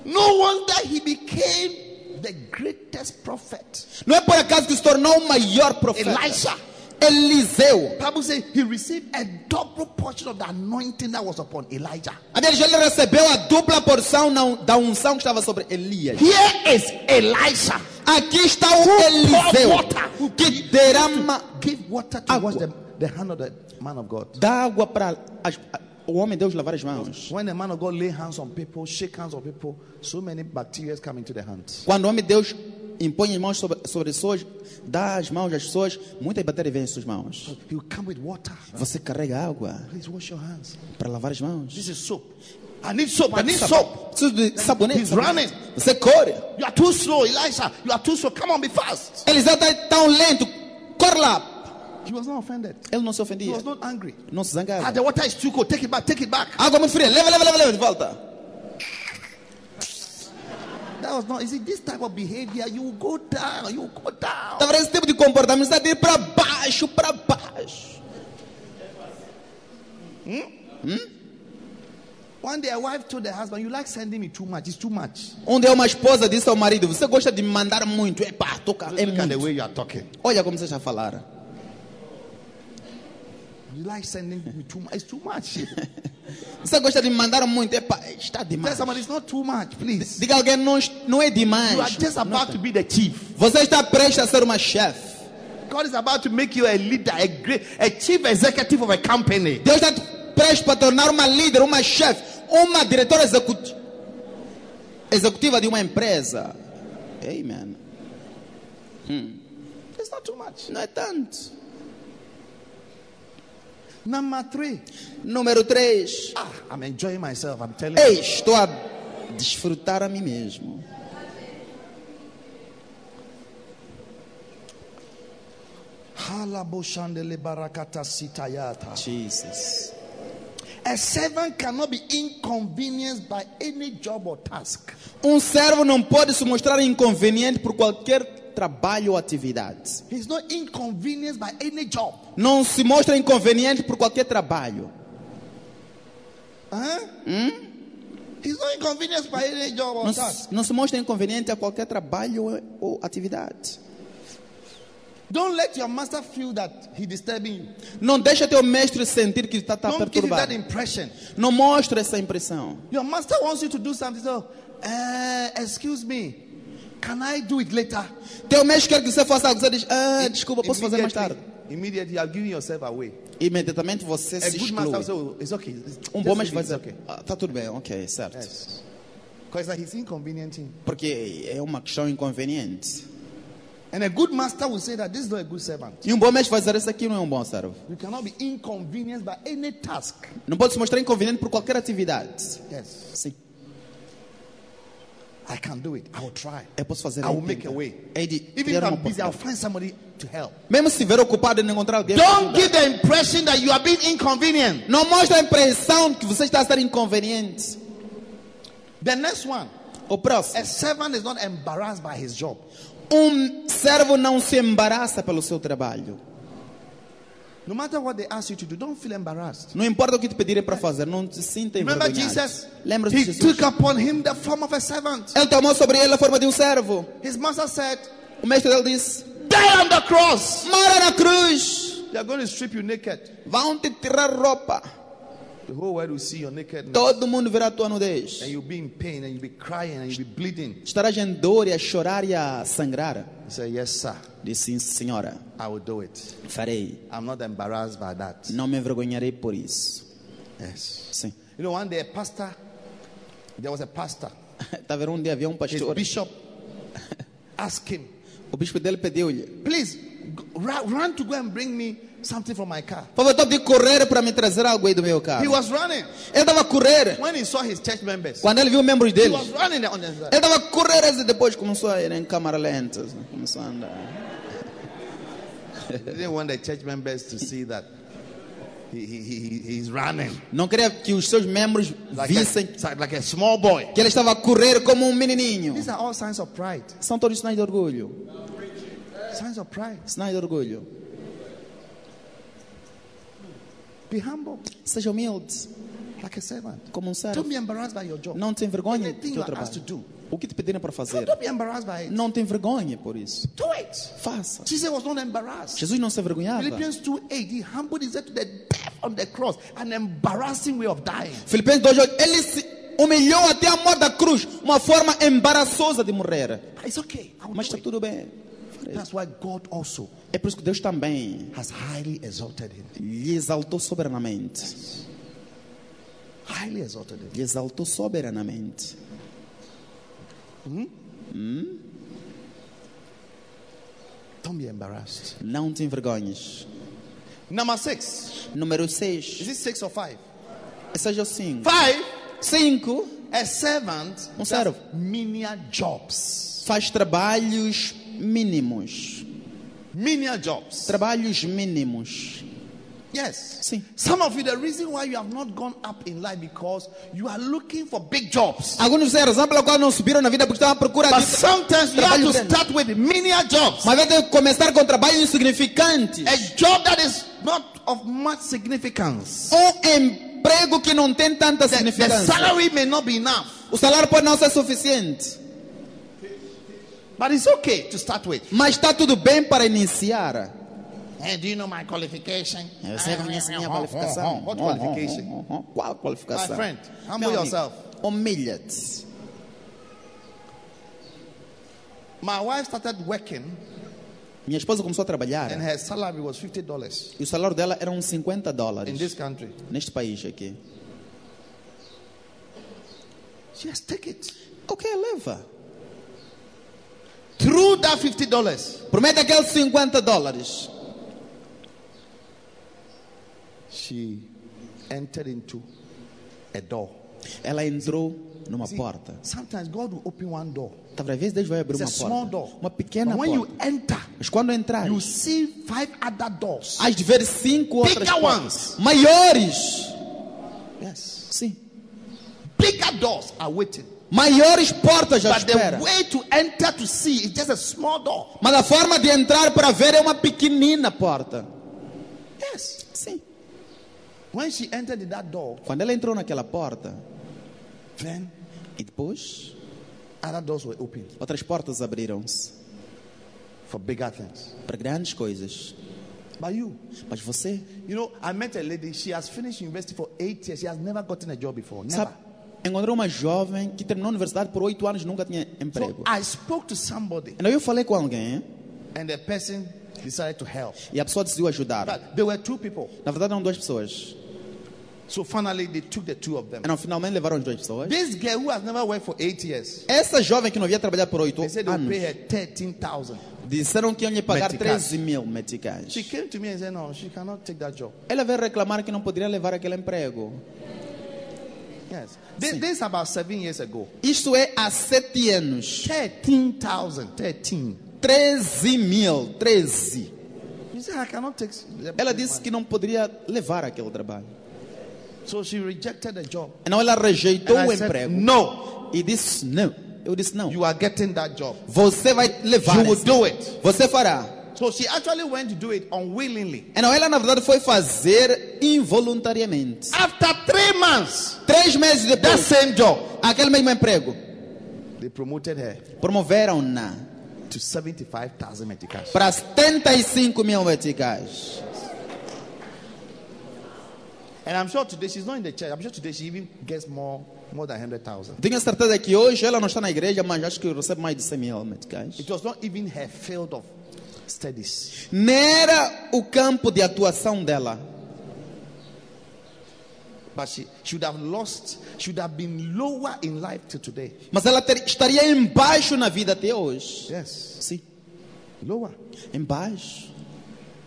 [SPEAKER 2] No wonder he became the greatest prophet.
[SPEAKER 1] Não é por acaso que se tornou o maior profeta.
[SPEAKER 2] Elisha.
[SPEAKER 1] Eliseu.
[SPEAKER 2] Bible says he received a double portion of the anointing that was upon Elijah.
[SPEAKER 1] A dele ele recebeu a dupla porção na- da unção que estava sobre Elias.
[SPEAKER 2] Here is Elisha.
[SPEAKER 1] Aqui está o Eliseu que derrama
[SPEAKER 2] Give water to
[SPEAKER 1] Agua.
[SPEAKER 2] wash the, the hand of the man of God.
[SPEAKER 1] dá água para as- a- o homem de Deus lavar as mãos.
[SPEAKER 2] When the man of God lay hands on people, shake hands on people, so many bacteria come into the hands.
[SPEAKER 1] Quando o homem de Deus impõe as mãos sobre, sobre as pessoas, dá as mãos às pessoas, muitas bactérias vêm às suas mãos.
[SPEAKER 2] You come with water.
[SPEAKER 1] Você carrega água
[SPEAKER 2] Please wash your hands.
[SPEAKER 1] para lavar as mãos.
[SPEAKER 2] This is soap. I need soap. I need soap.
[SPEAKER 1] Preciso de sabonete.
[SPEAKER 2] He's
[SPEAKER 1] sabonete.
[SPEAKER 2] running.
[SPEAKER 1] Você corre.
[SPEAKER 2] You are too slow, Elisha. You are too slow. Come on, be fast.
[SPEAKER 1] Eliseu está tão lento. Corre lá.
[SPEAKER 2] He was not offended.
[SPEAKER 1] Ele não se
[SPEAKER 2] He
[SPEAKER 1] ofendia.
[SPEAKER 2] was not angry.
[SPEAKER 1] Não se
[SPEAKER 2] Ah,
[SPEAKER 1] zangava.
[SPEAKER 2] the water is too cold. Take it back. Take it back.
[SPEAKER 1] Água muito Ah, fria. Leva, leva, leva, leva de volta.
[SPEAKER 2] That was not. Is it this type of behavior? You go down. You go down.
[SPEAKER 1] Talvez esse tipo de comportamento está de ir para baixo, para baixo.
[SPEAKER 2] One day, a wife told the husband, "You like sending me too much. It's too much."
[SPEAKER 1] Onde é uma esposa disse ao marido: Você gosta de me mandar muito. É pá, toca. É
[SPEAKER 2] Look at the
[SPEAKER 1] muito.
[SPEAKER 2] way you are talking.
[SPEAKER 1] Olha como você está a falar.
[SPEAKER 2] You like sending me too much. It's too much.
[SPEAKER 1] Você gosta de me mandar muito. É pá, está
[SPEAKER 2] Tell
[SPEAKER 1] demais.
[SPEAKER 2] somebody it's not too much, please.
[SPEAKER 1] Diga a alguém: não, não é demais.
[SPEAKER 2] You are just about to be the chief.
[SPEAKER 1] Você está prestes a ser uma chefe.
[SPEAKER 2] God is about to make you a leader, a great, a chief executive of a company.
[SPEAKER 1] Deus está prestes para tornar uma líder, uma chefe, uma diretora execut- executiva de uma empresa. Amen.
[SPEAKER 2] It's not too much.
[SPEAKER 1] Não é tanto.
[SPEAKER 2] Number three.
[SPEAKER 1] Número 3.
[SPEAKER 2] Ah, I'm enjoying myself. I'm telling you.
[SPEAKER 1] Ei, estou a desfrutar a mim mesmo.
[SPEAKER 2] Halabo shandele barakata sitayata.
[SPEAKER 1] Jesus.
[SPEAKER 2] A servant cannot be inconvenienced by any job or task.
[SPEAKER 1] Um servo não pode se mostrar inconveniente por qualquer trabalho ou atividade.
[SPEAKER 2] He's not inconvenienced by any job.
[SPEAKER 1] Não se mostra inconveniente por qualquer trabalho.
[SPEAKER 2] Huh? He's not inconvenienced by any job or
[SPEAKER 1] Não
[SPEAKER 2] task.
[SPEAKER 1] se, não se mostra inconveniente a qualquer trabalho ou- ou atividade.
[SPEAKER 2] Don't let your master feel that he's disturbing you.
[SPEAKER 1] Não deixa teu mestre sentir que está, está
[SPEAKER 2] Don't give him that
[SPEAKER 1] perturbado.
[SPEAKER 2] impression.
[SPEAKER 1] Não mostra essa impressão.
[SPEAKER 2] Your master wants you to do something. So, uh, excuse me, can I do it later?
[SPEAKER 1] Teu mestre quer que você faça algo. Você diz, ah, desculpa, posso fazer mais tarde.
[SPEAKER 2] Immediately, Immediately, you are giving yourself away.
[SPEAKER 1] Imediatamente você
[SPEAKER 2] A
[SPEAKER 1] se
[SPEAKER 2] good master will
[SPEAKER 1] exclui.
[SPEAKER 2] say, "Oh, it's okay. It's,
[SPEAKER 1] Um
[SPEAKER 2] just
[SPEAKER 1] bom
[SPEAKER 2] leave
[SPEAKER 1] mestre
[SPEAKER 2] it,
[SPEAKER 1] vai
[SPEAKER 2] it's
[SPEAKER 1] dizer,
[SPEAKER 2] okay.
[SPEAKER 1] "Ah, tá tudo bem, ok, certo.
[SPEAKER 2] Yes. Because he's inconveniencing.
[SPEAKER 1] Porque é uma questão inconveniente.
[SPEAKER 2] And a good master will say that this is not a good servant.
[SPEAKER 1] E um bom mestre vai dizer, isso aqui não é um bom servo.
[SPEAKER 2] You cannot be inconvenienced by any task.
[SPEAKER 1] Não pode se mostrar inconveniente por qualquer atividade.
[SPEAKER 2] Yes.
[SPEAKER 1] Sim,
[SPEAKER 2] I can do it. I will try.
[SPEAKER 1] eu posso fazer.
[SPEAKER 2] I will
[SPEAKER 1] eu
[SPEAKER 2] make
[SPEAKER 1] tento.
[SPEAKER 2] a way.
[SPEAKER 1] É de
[SPEAKER 2] Even if
[SPEAKER 1] criar uma
[SPEAKER 2] I'm busy, I'll
[SPEAKER 1] oportunidade.
[SPEAKER 2] find somebody to help.
[SPEAKER 1] Mesmo se ver ocupado e não encontrar alguém.
[SPEAKER 2] Don't give the impression that you are being inconvenient.
[SPEAKER 1] Não mostra a impressão de que você está a ser inconveniente.
[SPEAKER 2] The next one.
[SPEAKER 1] O próximo.
[SPEAKER 2] A servant is not embarrassed by his job.
[SPEAKER 1] Um servo não se embaraça pelo seu trabalho.
[SPEAKER 2] No matter what they ask you to do, don't feel embarrassed.
[SPEAKER 1] Não importa o que te pedirem para fazer, não se sinta
[SPEAKER 2] Remember
[SPEAKER 1] envergonhado.
[SPEAKER 2] Jesus?
[SPEAKER 1] Lembra-se de
[SPEAKER 2] He
[SPEAKER 1] Jesus.
[SPEAKER 2] took upon him the form of a servant.
[SPEAKER 1] Ele tomou sobre ele a forma de um servo.
[SPEAKER 2] His master said,
[SPEAKER 1] O mestre dele disse:
[SPEAKER 2] Die on the cross.
[SPEAKER 1] Mora na cruz,
[SPEAKER 2] They are going to strip you naked.
[SPEAKER 1] vão te tirar roupa.
[SPEAKER 2] The whole world will see your nakedness.
[SPEAKER 1] Todo mundo verá a tua nudez.
[SPEAKER 2] And you'll be in pain and you'll be crying and you'll be bleeding.
[SPEAKER 1] Estarás em dor e a chorar e a sangrar.
[SPEAKER 2] He said, Yes, sir,
[SPEAKER 1] Disse: Sim, senhora,
[SPEAKER 2] I will do it.
[SPEAKER 1] farei.
[SPEAKER 2] I'm not embarrassed by that.
[SPEAKER 1] Não me envergonharei por isso.
[SPEAKER 2] Yes.
[SPEAKER 1] Sim.
[SPEAKER 2] You know, one day a pastor, there was a pastor,
[SPEAKER 1] Tá vendo? Um dia havia um
[SPEAKER 2] his
[SPEAKER 1] pastor.
[SPEAKER 2] bishop asked him,
[SPEAKER 1] O bispo dele pediu-lhe:
[SPEAKER 2] Please go, run, run to go and bring me something from my car.
[SPEAKER 1] Por favor, estou de correr para me trazer algo aí do meu
[SPEAKER 2] He
[SPEAKER 1] carro.
[SPEAKER 2] was running
[SPEAKER 1] Ele estava a correr.
[SPEAKER 2] when he saw his church members.
[SPEAKER 1] Quando ele viu membros
[SPEAKER 2] He
[SPEAKER 1] dele,
[SPEAKER 2] was running on the
[SPEAKER 1] ele estava a correr e depois começou a ir em câmara lenta. Começou a andar.
[SPEAKER 2] He didn't want the church members to see that he, he, he, he- he's running
[SPEAKER 1] Não queria que os seus membros
[SPEAKER 2] like
[SPEAKER 1] vissem
[SPEAKER 2] a, like a small boy.
[SPEAKER 1] que ele estava a correr como um menininho.
[SPEAKER 2] These are all signs of pride.
[SPEAKER 1] São todos sinais de orgulho.
[SPEAKER 2] Signs of pride.
[SPEAKER 1] Sinais de orgulho.
[SPEAKER 2] Be humble,
[SPEAKER 1] Seja humilde,
[SPEAKER 2] like a servant.
[SPEAKER 1] como um
[SPEAKER 2] Don't
[SPEAKER 1] servo.
[SPEAKER 2] be embarrassed by your job.
[SPEAKER 1] Não tem vergonha do
[SPEAKER 2] Anything you
[SPEAKER 1] teu
[SPEAKER 2] are asked to
[SPEAKER 1] trabalho.
[SPEAKER 2] do.
[SPEAKER 1] O que te pedirem para fazer,
[SPEAKER 2] Don't be embarrassed by it.
[SPEAKER 1] não tem vergonha por isso.
[SPEAKER 2] Do it.
[SPEAKER 1] Faça.
[SPEAKER 2] Jesus was not embarrassed.
[SPEAKER 1] Jesus não se envergonhava.
[SPEAKER 2] Philippians 2 8, he humbled himself to the death on the cross, an embarrassing way of dying.
[SPEAKER 1] Filipenses 2, ele se humilhou até a morte da cruz, uma forma embaraçosa de morrer.
[SPEAKER 2] It's okay. I will
[SPEAKER 1] Mas
[SPEAKER 2] do
[SPEAKER 1] está
[SPEAKER 2] it.
[SPEAKER 1] tudo bem.
[SPEAKER 2] That's why God also
[SPEAKER 1] É por isso que Deus também
[SPEAKER 2] has highly exalted him.
[SPEAKER 1] lhe exaltou soberanamente.
[SPEAKER 2] Highly exalted him.
[SPEAKER 1] Lhe exaltou soberanamente.
[SPEAKER 2] Don't be embarrassed.
[SPEAKER 1] Não te envergonhes.
[SPEAKER 2] Number six.
[SPEAKER 1] Número
[SPEAKER 2] Is
[SPEAKER 1] 6.
[SPEAKER 2] it six or five?
[SPEAKER 1] Seja assim. o 5.
[SPEAKER 2] Five.
[SPEAKER 1] 5.
[SPEAKER 2] A servant
[SPEAKER 1] Um servo
[SPEAKER 2] menial jobs.
[SPEAKER 1] faz trabalhos mínimos.
[SPEAKER 2] Menial jobs.
[SPEAKER 1] Trabalhos mínimos.
[SPEAKER 2] Yes.
[SPEAKER 1] Sim.
[SPEAKER 2] Some of you, the reason why you have not gone up in life because you are looking for big jobs.
[SPEAKER 1] Alguns disseram, razão pela qual não subiram na vida porque estavam à procura
[SPEAKER 2] But
[SPEAKER 1] de...
[SPEAKER 2] sometimes you have
[SPEAKER 1] Trabalho
[SPEAKER 2] to
[SPEAKER 1] grande.
[SPEAKER 2] start with menial jobs.
[SPEAKER 1] Mas vai ter que começar com um trabalhos insignificantes.
[SPEAKER 2] A job that is not of much significance.
[SPEAKER 1] Um emprego que não tem tanta
[SPEAKER 2] The, the
[SPEAKER 1] significância.
[SPEAKER 2] salary may not be enough,
[SPEAKER 1] O salário pode não ser suficiente.
[SPEAKER 2] but it's okay to start with.
[SPEAKER 1] Mas está tudo bem para iniciar.
[SPEAKER 2] Hey, do you know my qualification?
[SPEAKER 1] É, Você conhece
[SPEAKER 2] é,
[SPEAKER 1] minha qualificação?
[SPEAKER 2] What qualification?
[SPEAKER 1] Qual qualificação?
[SPEAKER 2] My friend, humble
[SPEAKER 1] Meu amigo,
[SPEAKER 2] yourself.
[SPEAKER 1] Humilha-te.
[SPEAKER 2] My wife started working
[SPEAKER 1] Minha esposa começou a trabalhar
[SPEAKER 2] and her salary was $50
[SPEAKER 1] e o salário dela era uns 50
[SPEAKER 2] in
[SPEAKER 1] dólares
[SPEAKER 2] this country.
[SPEAKER 1] neste país aqui.
[SPEAKER 2] She has take it.
[SPEAKER 1] Ok, leva.
[SPEAKER 2] Through that $50,
[SPEAKER 1] Promete aqueles 50 dólares.
[SPEAKER 2] she entered into a door.
[SPEAKER 1] Ela entrou numa porta.
[SPEAKER 2] Sometimes God will open one door.
[SPEAKER 1] Talvez Deus vai abrir
[SPEAKER 2] It's
[SPEAKER 1] uma
[SPEAKER 2] a small
[SPEAKER 1] porta.
[SPEAKER 2] door.
[SPEAKER 1] Uma pequena
[SPEAKER 2] but when
[SPEAKER 1] porta.
[SPEAKER 2] you enter,
[SPEAKER 1] Mas quando entrar,
[SPEAKER 2] you see five other doors.
[SPEAKER 1] hás de ver cinco
[SPEAKER 2] Bigger
[SPEAKER 1] outras portas.
[SPEAKER 2] ones.
[SPEAKER 1] Maiores.
[SPEAKER 2] Yes.
[SPEAKER 1] Sim.
[SPEAKER 2] Bigger doors are waiting.
[SPEAKER 1] Maiores portas já
[SPEAKER 2] But
[SPEAKER 1] espera.
[SPEAKER 2] the way to enter to see is just a small door.
[SPEAKER 1] Mas a forma de entrar para ver é uma pequenina porta.
[SPEAKER 2] Yes.
[SPEAKER 1] Sim.
[SPEAKER 2] When she entered in that door,
[SPEAKER 1] Quando ela entrou naquela porta,
[SPEAKER 2] then
[SPEAKER 1] e depois
[SPEAKER 2] other doors were opened
[SPEAKER 1] outras portas abriram-se
[SPEAKER 2] for bigger things.
[SPEAKER 1] para grandes coisas.
[SPEAKER 2] But you,
[SPEAKER 1] Mas você,
[SPEAKER 2] you know, I met a lady. She has finished university for eight years. She has never gotten a job before. Never.
[SPEAKER 1] sabe, encontrou uma jovem que terminou a universidade por oito anos e nunca tinha
[SPEAKER 2] So ah.
[SPEAKER 1] emprego.
[SPEAKER 2] I spoke to somebody,
[SPEAKER 1] Então eu falei com alguém
[SPEAKER 2] and the person decided to help.
[SPEAKER 1] e a pessoa decidiu ajudar.
[SPEAKER 2] But there were two people.
[SPEAKER 1] Na verdade eram duas pessoas.
[SPEAKER 2] So finally, they took the two of them.
[SPEAKER 1] Não, finalmente levaram as duas pessoas.
[SPEAKER 2] This girl who has never worked for eight years,
[SPEAKER 1] Essa jovem que não havia trabalhado por oito
[SPEAKER 2] they said they will pay
[SPEAKER 1] anos,
[SPEAKER 2] her thirteen thousand.
[SPEAKER 1] disseram que iam lhe pagar
[SPEAKER 2] Meticais.
[SPEAKER 1] 13 mil meticais.
[SPEAKER 2] She came to me and said, "No, she cannot take that job."
[SPEAKER 1] Ela veio reclamar que não poderia levar aquele emprego.
[SPEAKER 2] Yes, this, this is about seven years ago.
[SPEAKER 1] Isto é há sete anos.
[SPEAKER 2] Thirteen thousand, thirteen.
[SPEAKER 1] 13 mil, 13.
[SPEAKER 2] You say I cannot take. the-
[SPEAKER 1] Ela disse que não poderia levar aquele trabalho.
[SPEAKER 2] So she rejected the job.
[SPEAKER 1] Então ela rejeitou
[SPEAKER 2] And
[SPEAKER 1] o
[SPEAKER 2] I said,
[SPEAKER 1] emprego
[SPEAKER 2] no,
[SPEAKER 1] e disse não. Eu disse não.
[SPEAKER 2] Ah, you are getting that job.
[SPEAKER 1] Você vai levar.
[SPEAKER 2] You will
[SPEAKER 1] esse-
[SPEAKER 2] do it.
[SPEAKER 1] Você fará.
[SPEAKER 2] So she actually went to do it unwillingly.
[SPEAKER 1] Então ela na verdade foi fazer involuntariamente.
[SPEAKER 2] After three months,
[SPEAKER 1] Três meses
[SPEAKER 2] Ah. that
[SPEAKER 1] depois,
[SPEAKER 2] same job,
[SPEAKER 1] aquele mesmo emprego
[SPEAKER 2] they promoted her
[SPEAKER 1] promoveram-na
[SPEAKER 2] to seventy-five thousand meticals.
[SPEAKER 1] para 75 mil meticais.
[SPEAKER 2] And I'm sure today she's not in the church. I'm sure today she even gets more more than hundred thousand.
[SPEAKER 1] Tenho certeza que hoje ela não está na igreja, mas acho que recebe mais de 100 mil meticais.
[SPEAKER 2] It was not even her field of studies.
[SPEAKER 1] Nera o campo de atuação dela.
[SPEAKER 2] But she should have lost, should have been lower in life till today.
[SPEAKER 1] Mas ela ter- estaria embaixo na vida até hoje.
[SPEAKER 2] Yes.
[SPEAKER 1] Sim,
[SPEAKER 2] Lower.
[SPEAKER 1] embaixo.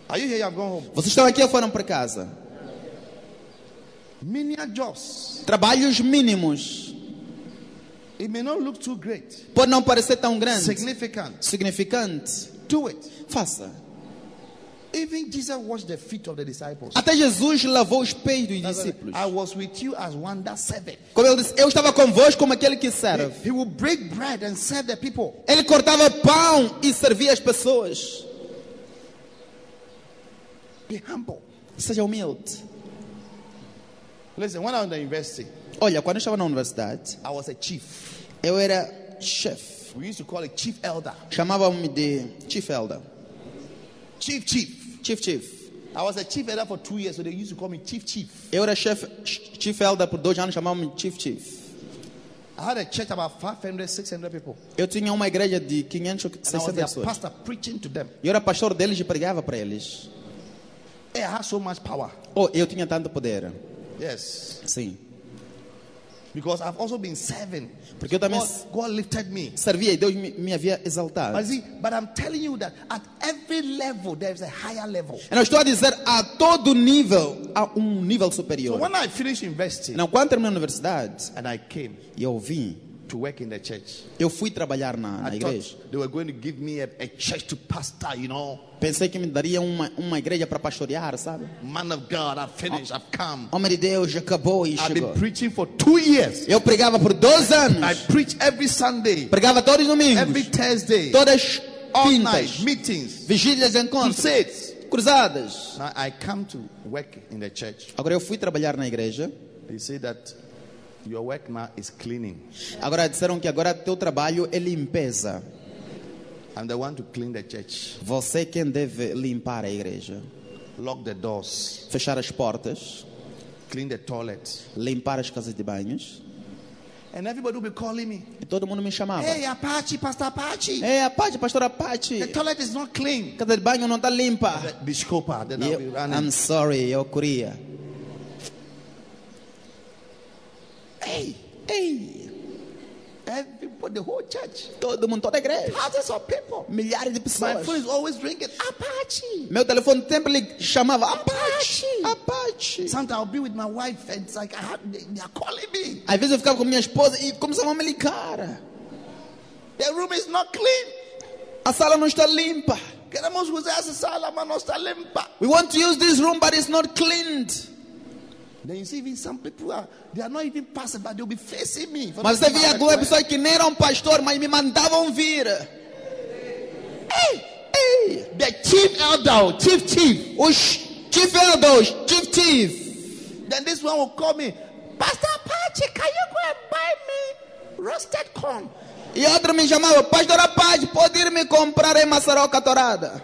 [SPEAKER 2] Are you here? You have gone home.
[SPEAKER 1] Vocês estão aqui ou foram para casa?
[SPEAKER 2] Menial jobs.
[SPEAKER 1] Trabalhos mínimos.
[SPEAKER 2] It may not look too great.
[SPEAKER 1] Pode não parecer tão grande.
[SPEAKER 2] Significant.
[SPEAKER 1] Significante.
[SPEAKER 2] Do it.
[SPEAKER 1] Faça.
[SPEAKER 2] Even Jesus washed the feet of the disciples.
[SPEAKER 1] Até Jesus lavou os pés dos
[SPEAKER 2] That's it.
[SPEAKER 1] discípulos.
[SPEAKER 2] I was with you as one that served.
[SPEAKER 1] Como ele disse, eu estava convosco como aquele que
[SPEAKER 2] He,
[SPEAKER 1] serve.
[SPEAKER 2] he will break bread and serve the people.
[SPEAKER 1] Ele cortava pão e servia as pessoas.
[SPEAKER 2] Be humble.
[SPEAKER 1] Seja humilde.
[SPEAKER 2] Listen, when I was in the university,
[SPEAKER 1] Olha, quando eu estava na universidade,
[SPEAKER 2] I was a chief.
[SPEAKER 1] eu era chefe.
[SPEAKER 2] We used to call it chief elder.
[SPEAKER 1] Chamavam-me de Chief Elder.
[SPEAKER 2] Chief, chief.
[SPEAKER 1] Chief Chief.
[SPEAKER 2] I was a chief elder for two years, so they used to call me chief, chief.
[SPEAKER 1] Eu era chefe, Chief Elder por dois anos, chamavam-me Chief Chief.
[SPEAKER 2] I had a church about 500, 600 people.
[SPEAKER 1] Eu tinha uma igreja de 500 ou
[SPEAKER 2] And I was
[SPEAKER 1] 600
[SPEAKER 2] their
[SPEAKER 1] pessoas.
[SPEAKER 2] pastor preaching to them.
[SPEAKER 1] Eu era pastor deles e pregava para eles.
[SPEAKER 2] Hey, I had so much power.
[SPEAKER 1] Oh, eu tinha tanto poder.
[SPEAKER 2] Yes.
[SPEAKER 1] Sim.
[SPEAKER 2] Because I've also been serving.
[SPEAKER 1] Porque eu também
[SPEAKER 2] God, God lifted me.
[SPEAKER 1] servia e Deus me, me havia exaltado.
[SPEAKER 2] But see, but I'm telling you that at every level there is a higher level.
[SPEAKER 1] Eu não estou a dizer a todo nível, a um nível
[SPEAKER 2] So
[SPEAKER 1] superior.
[SPEAKER 2] when I finished university
[SPEAKER 1] Não, quando terminei a universidade,
[SPEAKER 2] and I came
[SPEAKER 1] eu vim,
[SPEAKER 2] to work in the church,
[SPEAKER 1] eu fui trabalhar na, na
[SPEAKER 2] I
[SPEAKER 1] igreja.
[SPEAKER 2] thought they were going to give me a, a church to pastor, you know.
[SPEAKER 1] Pensei que me daria uma, uma igreja para pastorear, sabe?
[SPEAKER 2] Man of God, I've finished, I've come.
[SPEAKER 1] Homem de Deus, acabou e
[SPEAKER 2] I've
[SPEAKER 1] chegou.
[SPEAKER 2] been preaching for two years.
[SPEAKER 1] Eu pregava por 12
[SPEAKER 2] I
[SPEAKER 1] anos.
[SPEAKER 2] preach every Sunday,
[SPEAKER 1] Pregava todos os
[SPEAKER 2] every
[SPEAKER 1] domingos,
[SPEAKER 2] Thursday,
[SPEAKER 1] todas
[SPEAKER 2] all night,
[SPEAKER 1] quintas,
[SPEAKER 2] meetings,
[SPEAKER 1] vigílias, encontros,
[SPEAKER 2] crusades.
[SPEAKER 1] cruzadas.
[SPEAKER 2] Now I come to work in the church.
[SPEAKER 1] Agora eu fui trabalhar na igreja.
[SPEAKER 2] They say that your work now is cleaning.
[SPEAKER 1] Agora disseram que agora teu trabalho é limpeza.
[SPEAKER 2] I'm the one to clean the church,
[SPEAKER 1] Você é quem deve limpar a igreja.
[SPEAKER 2] lock the doors,
[SPEAKER 1] Fechar as portas,
[SPEAKER 2] clean the toilets.
[SPEAKER 1] limpar as casas de banhos.
[SPEAKER 2] And everybody will be calling me.
[SPEAKER 1] E todo mundo me chamava.
[SPEAKER 2] Hey, É Apache, Pastor Apache.
[SPEAKER 1] Ei, Apache, pastor Apache.
[SPEAKER 2] The toilet is not clean.
[SPEAKER 1] A casa de banho não está limpa.
[SPEAKER 2] The Biscopa, then
[SPEAKER 1] E
[SPEAKER 2] I'll
[SPEAKER 1] eu,
[SPEAKER 2] be
[SPEAKER 1] I'm
[SPEAKER 2] running.
[SPEAKER 1] sorry, eu queria.
[SPEAKER 2] Hey,
[SPEAKER 1] Ei,
[SPEAKER 2] everybody, the whole church,
[SPEAKER 1] todo mundo, toda a igreja.
[SPEAKER 2] thousands of people.
[SPEAKER 1] Milhares de
[SPEAKER 2] My
[SPEAKER 1] pessoas.
[SPEAKER 2] phone is always ringing. Apache.
[SPEAKER 1] Meu telefone sempre lhe chamava Apache, Apache.
[SPEAKER 2] Sometimes I'll be with my wife, and it's like I have, they, they are calling me.
[SPEAKER 1] Às vezes eu ficava com minha esposa e começava a me ligar.
[SPEAKER 2] The room is not clean.
[SPEAKER 1] A sala não está limpa.
[SPEAKER 2] Queremos usar essa sala, mas não está limpa.
[SPEAKER 1] We want to use this room, but it's not cleaned.
[SPEAKER 2] Then you see, even some people are they are not even passing, but they'll be facing me. for
[SPEAKER 1] Mas
[SPEAKER 2] the
[SPEAKER 1] você via algumas pessoas que nem eram pastor, mas me mandavam vir. Ei, ei,
[SPEAKER 2] The chief elder, oh, chief chief.
[SPEAKER 1] os chief elders, chief chief.
[SPEAKER 2] Then this one will call me, Pastor Apache, can you go and buy me roasted corn?
[SPEAKER 1] E outro me chamava, pastor Apache, pode ir me comprar em Maçaroca Torada.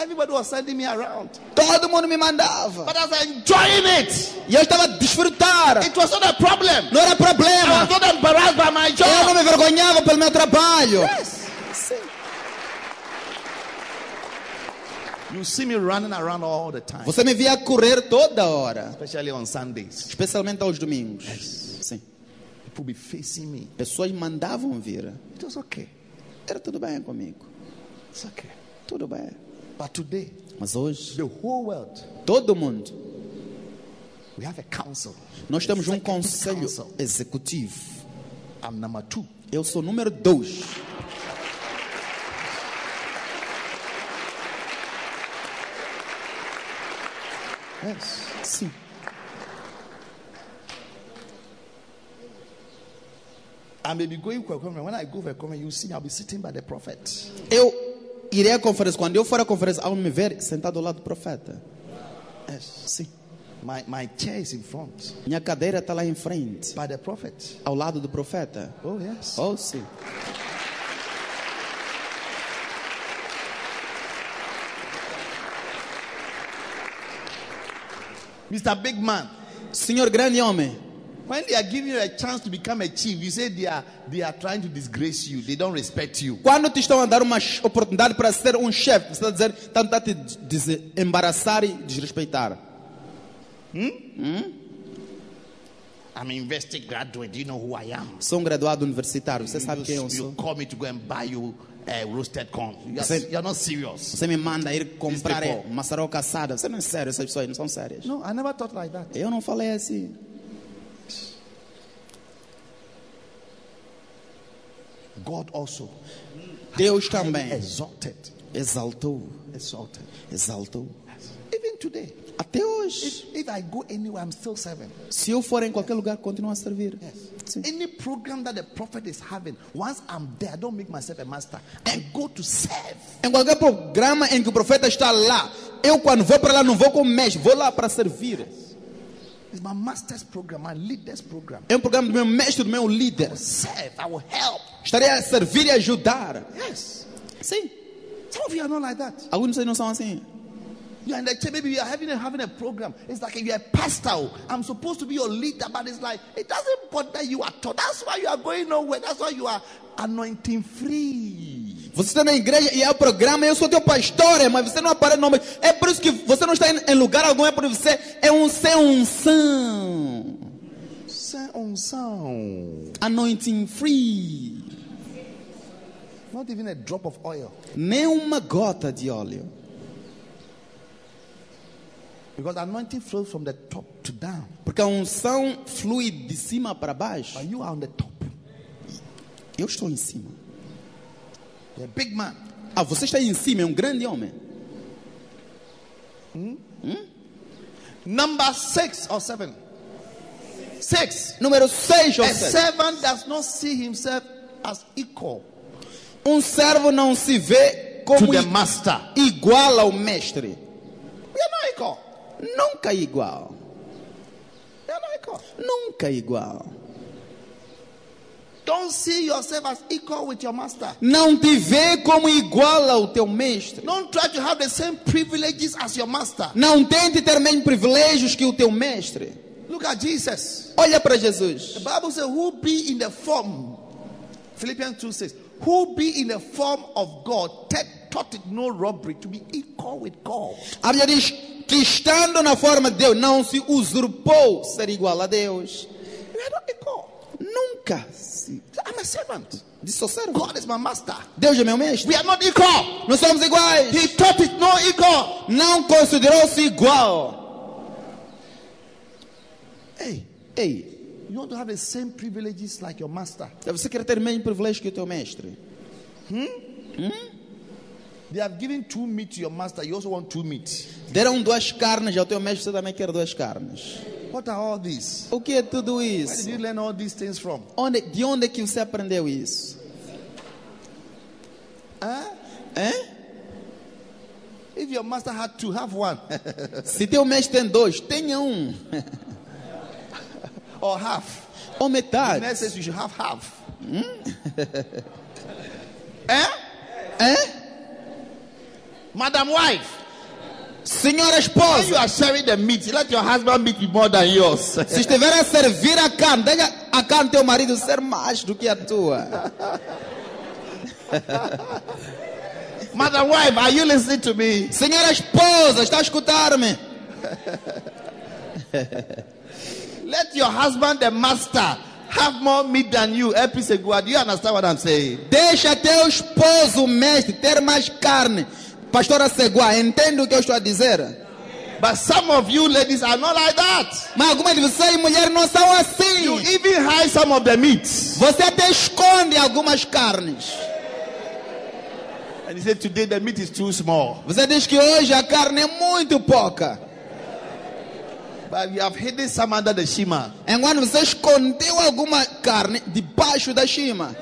[SPEAKER 2] Everybody was sending me around,
[SPEAKER 1] Todo mundo me mandava.
[SPEAKER 2] but I was enjoying it.
[SPEAKER 1] E eu estava a desfrutar.
[SPEAKER 2] It was not a problem.
[SPEAKER 1] Não era
[SPEAKER 2] I
[SPEAKER 1] problema.
[SPEAKER 2] was not embarrassed by my
[SPEAKER 1] Eu não
[SPEAKER 2] job.
[SPEAKER 1] me envergonhava pelo meu trabalho.
[SPEAKER 2] Yes. You see me running around all the time,
[SPEAKER 1] Você me via correr toda hora,
[SPEAKER 2] especially on Sundays.
[SPEAKER 1] especialmente aos domingos. Sim.
[SPEAKER 2] People be facing me.
[SPEAKER 1] Pessoas mandavam vir.
[SPEAKER 2] It was okay.
[SPEAKER 1] Era tudo bem comigo.
[SPEAKER 2] It's okay.
[SPEAKER 1] Tudo bem.
[SPEAKER 2] But today,
[SPEAKER 1] Mas hoje,
[SPEAKER 2] the whole world,
[SPEAKER 1] todo mundo,
[SPEAKER 2] we have a council.
[SPEAKER 1] nós temos um
[SPEAKER 2] Executive
[SPEAKER 1] conselho
[SPEAKER 2] council.
[SPEAKER 1] executivo.
[SPEAKER 2] I'm number two.
[SPEAKER 1] Eu sou número dois.
[SPEAKER 2] Yes.
[SPEAKER 1] Sim.
[SPEAKER 2] I may be going for a conference. When I go for a conference, you see me, I'll be sitting by the prophet.
[SPEAKER 1] Eu irei à conferência. Quando eu for à conferência, ao me ver sentado ao lado do profeta.
[SPEAKER 2] Yes.
[SPEAKER 1] Sim.
[SPEAKER 2] My, my chair is in front.
[SPEAKER 1] Minha cadeira está lá em frente,
[SPEAKER 2] By the prophet.
[SPEAKER 1] ao lado do profeta.
[SPEAKER 2] Oh, yes.
[SPEAKER 1] Oh, sim.
[SPEAKER 2] Mr. Big Man,
[SPEAKER 1] Senhor grande homem,
[SPEAKER 2] when they are giving you a chance to become a chief, you say they are, they are trying to disgrace you. They don't respect you.
[SPEAKER 1] quando te estão a dar uma ch- oportunidade para ser um chefe, você está a dizer, estão a te des- embaraçar e desrespeitar.
[SPEAKER 2] I'm an investing graduate. Do you know who I am?
[SPEAKER 1] Sou um graduado universitário, você
[SPEAKER 2] you,
[SPEAKER 1] sabe quem eu
[SPEAKER 2] you
[SPEAKER 1] sou.
[SPEAKER 2] call me to go and buy you uh, roasted corn. You are,
[SPEAKER 1] Said-
[SPEAKER 2] you're not serious.
[SPEAKER 1] Você me manda ir comprar
[SPEAKER 2] This people.
[SPEAKER 1] maçaroca assada. Você não é sério, essas pessoas não são sérias.
[SPEAKER 2] No, I never thought like that.
[SPEAKER 1] Eu não falei assim.
[SPEAKER 2] God also
[SPEAKER 1] Deus também
[SPEAKER 2] exalted.
[SPEAKER 1] exaltou,
[SPEAKER 2] Exalted.
[SPEAKER 1] exaltou.
[SPEAKER 2] Even today,
[SPEAKER 1] Até hoje.
[SPEAKER 2] if, if I go anywhere, I'm still serving.
[SPEAKER 1] Se eu for em qualquer lugar, continuo a servir. Sim.
[SPEAKER 2] Any program that the prophet is having, once I'm there, I don't make myself a master. I go to serve.
[SPEAKER 1] Em qualquer programa em que o profeta está lá, eu quando vou para lá não vou como mestre, vou lá para servir.
[SPEAKER 2] It's my master's program, my leader's program.
[SPEAKER 1] É um programa do meu mestre, do meu líder.
[SPEAKER 2] Serve, I will help.
[SPEAKER 1] Estarei a servir e ajudar.
[SPEAKER 2] Yes.
[SPEAKER 1] Sim.
[SPEAKER 2] Some of you are not like that.
[SPEAKER 1] Alguns de vocês não são assim.
[SPEAKER 2] You are in the church, maybe you are having a, having a program. It's like if you're a pastor, oh, I'm supposed to be your leader, but it's like it doesn't bother you at all. That's why you are going nowhere. That's why you are anointing free.
[SPEAKER 1] Você está na igreja e é o programa, eu sou teu pastor, é, mas você não aparece. Não, mas é por isso que você não está em, em lugar algum, é por você. É um sem unção.
[SPEAKER 2] Sem unção.
[SPEAKER 1] Anointing free.
[SPEAKER 2] Not even a drop of oil.
[SPEAKER 1] Nem uma gota de óleo.
[SPEAKER 2] Because anointing flows from the top to down.
[SPEAKER 1] Porque a unção flui de cima para baixo.
[SPEAKER 2] But you are on the top.
[SPEAKER 1] Eu estou em cima.
[SPEAKER 2] You're a big man.
[SPEAKER 1] Ah, você está em cima, é um grande homem.
[SPEAKER 2] Number six or seven. Six.
[SPEAKER 1] Número 6,
[SPEAKER 2] A servant does not see himself as equal
[SPEAKER 1] Um servo não se vê
[SPEAKER 2] to
[SPEAKER 1] como
[SPEAKER 2] the
[SPEAKER 1] i-
[SPEAKER 2] master.
[SPEAKER 1] igual ao mestre.
[SPEAKER 2] We are not equal.
[SPEAKER 1] Nunca igual.
[SPEAKER 2] We are not equal.
[SPEAKER 1] Nunca é igual.
[SPEAKER 2] Don't see yourself as equal with your master.
[SPEAKER 1] Não te vê como igual ao teu mestre.
[SPEAKER 2] Don't try to have the same privileges as your master.
[SPEAKER 1] Não tente ter mesmo privilégios que o teu mestre.
[SPEAKER 2] Look at Jesus.
[SPEAKER 1] Olha para Jesus.
[SPEAKER 2] The Bible says, Who be in the form, Philippians 2 says, Who be in the form of God, te- taught it no robbery to be equal with God.
[SPEAKER 1] A Bíblia diz que estando na forma de Deus, não se usurpou ser igual a Deus.
[SPEAKER 2] We are not equal.
[SPEAKER 1] Nunca se
[SPEAKER 2] I'm a servant.
[SPEAKER 1] dissociaram.
[SPEAKER 2] God is my master.
[SPEAKER 1] Deus é meu mestre.
[SPEAKER 2] We are not equal.
[SPEAKER 1] Nós somos iguais.
[SPEAKER 2] He taught it no equal.
[SPEAKER 1] Não considerou-se igual.
[SPEAKER 2] Hey,
[SPEAKER 1] Ei, é
[SPEAKER 2] you want to have the same privileges like your master.
[SPEAKER 1] você quer ter mesmo privilégio que o teu mestre?
[SPEAKER 2] They have given two meat to your master. You also want two meat.
[SPEAKER 1] Deram duas carnes ao teu mestre, você também quer duas carnes.
[SPEAKER 2] What are all these?
[SPEAKER 1] O que é tudo
[SPEAKER 2] Where did
[SPEAKER 1] isso?
[SPEAKER 2] you learn all these things from?
[SPEAKER 1] Onde, de onde é que você aprendeu isso?
[SPEAKER 2] Huh?
[SPEAKER 1] Hã?
[SPEAKER 2] If your master had two, have one
[SPEAKER 1] Se teu mestre tem dois, tenha um.
[SPEAKER 2] or half. Hmm?
[SPEAKER 1] Ou metade.
[SPEAKER 2] Next says you should have half. eh?
[SPEAKER 1] Hã?
[SPEAKER 2] Madam wife,
[SPEAKER 1] Senhora
[SPEAKER 2] when you
[SPEAKER 1] esposa,
[SPEAKER 2] are sharing the meat, let your husband meat be more than yours.
[SPEAKER 1] se estiver a servir a carne, deixa a carne do teu marido ser mais do que a tua.
[SPEAKER 2] Madam wife, are you listening to me?
[SPEAKER 1] Senhora esposa, está a escutar-me?
[SPEAKER 2] Let your husband, the master, have more meat than you. Eh, Episode, do you understand what I'm saying?
[SPEAKER 1] Deixa teu esposo, mestre, ter mais carne. Pastora Seguá, entende o que eu estou a dizer?
[SPEAKER 2] But some of you ladies are not like that.
[SPEAKER 1] Mas algumas de vocês, mulheres, não são
[SPEAKER 2] You
[SPEAKER 1] assim.
[SPEAKER 2] even hide some of the meat.
[SPEAKER 1] Você até esconde algumas carnes.
[SPEAKER 2] And he said, Today the meat is too small.
[SPEAKER 1] Você diz que hoje a carne é muito pouca.
[SPEAKER 2] But you have hidden some under the shima.
[SPEAKER 1] Enquanto você escondeu alguma carne debaixo da chima.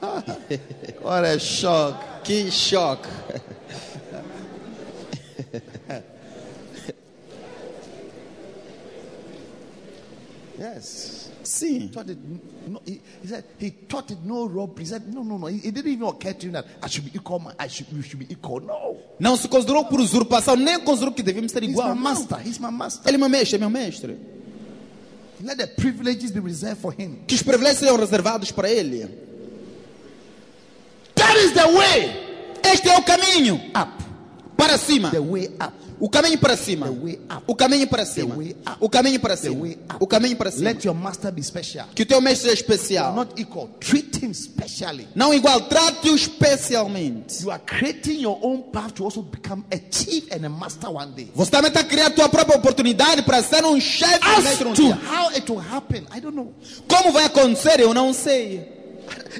[SPEAKER 2] What a shock.
[SPEAKER 1] é Que choque.
[SPEAKER 2] Yes.
[SPEAKER 1] Sim.
[SPEAKER 2] He taught it no, he, he said he taught it no robbery. He said, No, no, no. He, he didn't even occur to him that I should be equal. man. I should, you should be equal. No.
[SPEAKER 1] Não se considerou por usurpação, nem considerou que devíamos ser
[SPEAKER 2] He's
[SPEAKER 1] igual.
[SPEAKER 2] my master. He's my master.
[SPEAKER 1] Ele é meu mestre, é meu mestre.
[SPEAKER 2] Let the privileges be reserved for him.
[SPEAKER 1] Que os privilégios serão reservados para ele.
[SPEAKER 2] That is the way
[SPEAKER 1] Este é o caminho
[SPEAKER 2] up.
[SPEAKER 1] para cima.
[SPEAKER 2] The way up.
[SPEAKER 1] O caminho para cima.
[SPEAKER 2] The way up.
[SPEAKER 1] O caminho para cima.
[SPEAKER 2] The way up.
[SPEAKER 1] O caminho para
[SPEAKER 2] The
[SPEAKER 1] cima.
[SPEAKER 2] way up.
[SPEAKER 1] O caminho para cima.
[SPEAKER 2] Let your master be special.
[SPEAKER 1] Que o teu mestre é especial.
[SPEAKER 2] Not equal. Treat him specially.
[SPEAKER 1] Não igual, trate-o especialmente.
[SPEAKER 2] You are creating your own path to also become a chief and a master one day.
[SPEAKER 1] Você também está a criar a tua própria oportunidade para ser um chefe um
[SPEAKER 2] As
[SPEAKER 1] mestre um
[SPEAKER 2] to
[SPEAKER 1] dia.
[SPEAKER 2] how it will happen, I don't know.
[SPEAKER 1] Como vai acontecer, eu não sei.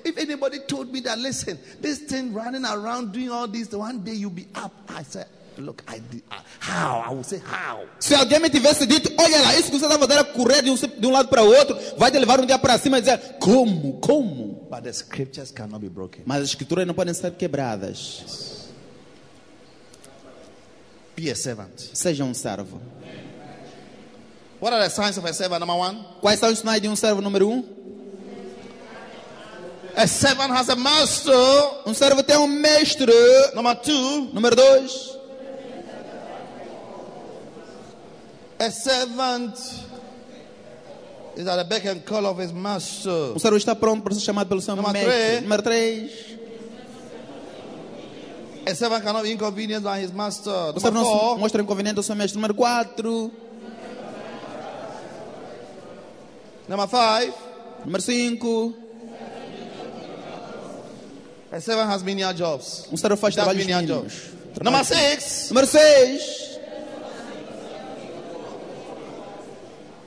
[SPEAKER 2] If anybody told me that, listen, this thing running around doing all this, one day you'll be up. I said, look, I did, I- how? I will say how.
[SPEAKER 1] Se alguém me tivesse dito, olha lá, isso que você está fazendo é correr de um, de um lado para o outro, vai te levar um dia para cima e dizer, como, como?
[SPEAKER 2] But the scriptures cannot be broken.
[SPEAKER 1] Mas as escrituras não podem ser quebradas.
[SPEAKER 2] Be a servant.
[SPEAKER 1] Seja um servo.
[SPEAKER 2] What are the signs of a servant? Number one,
[SPEAKER 1] Quais são os sinais de um servo número um?
[SPEAKER 2] A servant has a master.
[SPEAKER 1] Um servo tem um mestre.
[SPEAKER 2] Number two,
[SPEAKER 1] Número dois.
[SPEAKER 2] a servant is at the beck and call of his master.
[SPEAKER 1] Um servo está pronto para ser chamado pelo seu
[SPEAKER 2] Número
[SPEAKER 1] mestre.
[SPEAKER 2] três.
[SPEAKER 1] Número três.
[SPEAKER 2] A servant cannot be inconvenienced by his master.
[SPEAKER 1] O Um servo
[SPEAKER 2] Number
[SPEAKER 1] não se
[SPEAKER 2] four,
[SPEAKER 1] mostra inconveniente ao seu mestre. Número quatro.
[SPEAKER 2] number five,
[SPEAKER 1] Número cinco.
[SPEAKER 2] a servant has menial jobs.
[SPEAKER 1] Um servo faz
[SPEAKER 2] That's
[SPEAKER 1] trabalhos
[SPEAKER 2] menial
[SPEAKER 1] mínimos.
[SPEAKER 2] jobs. Number six,
[SPEAKER 1] Número seis.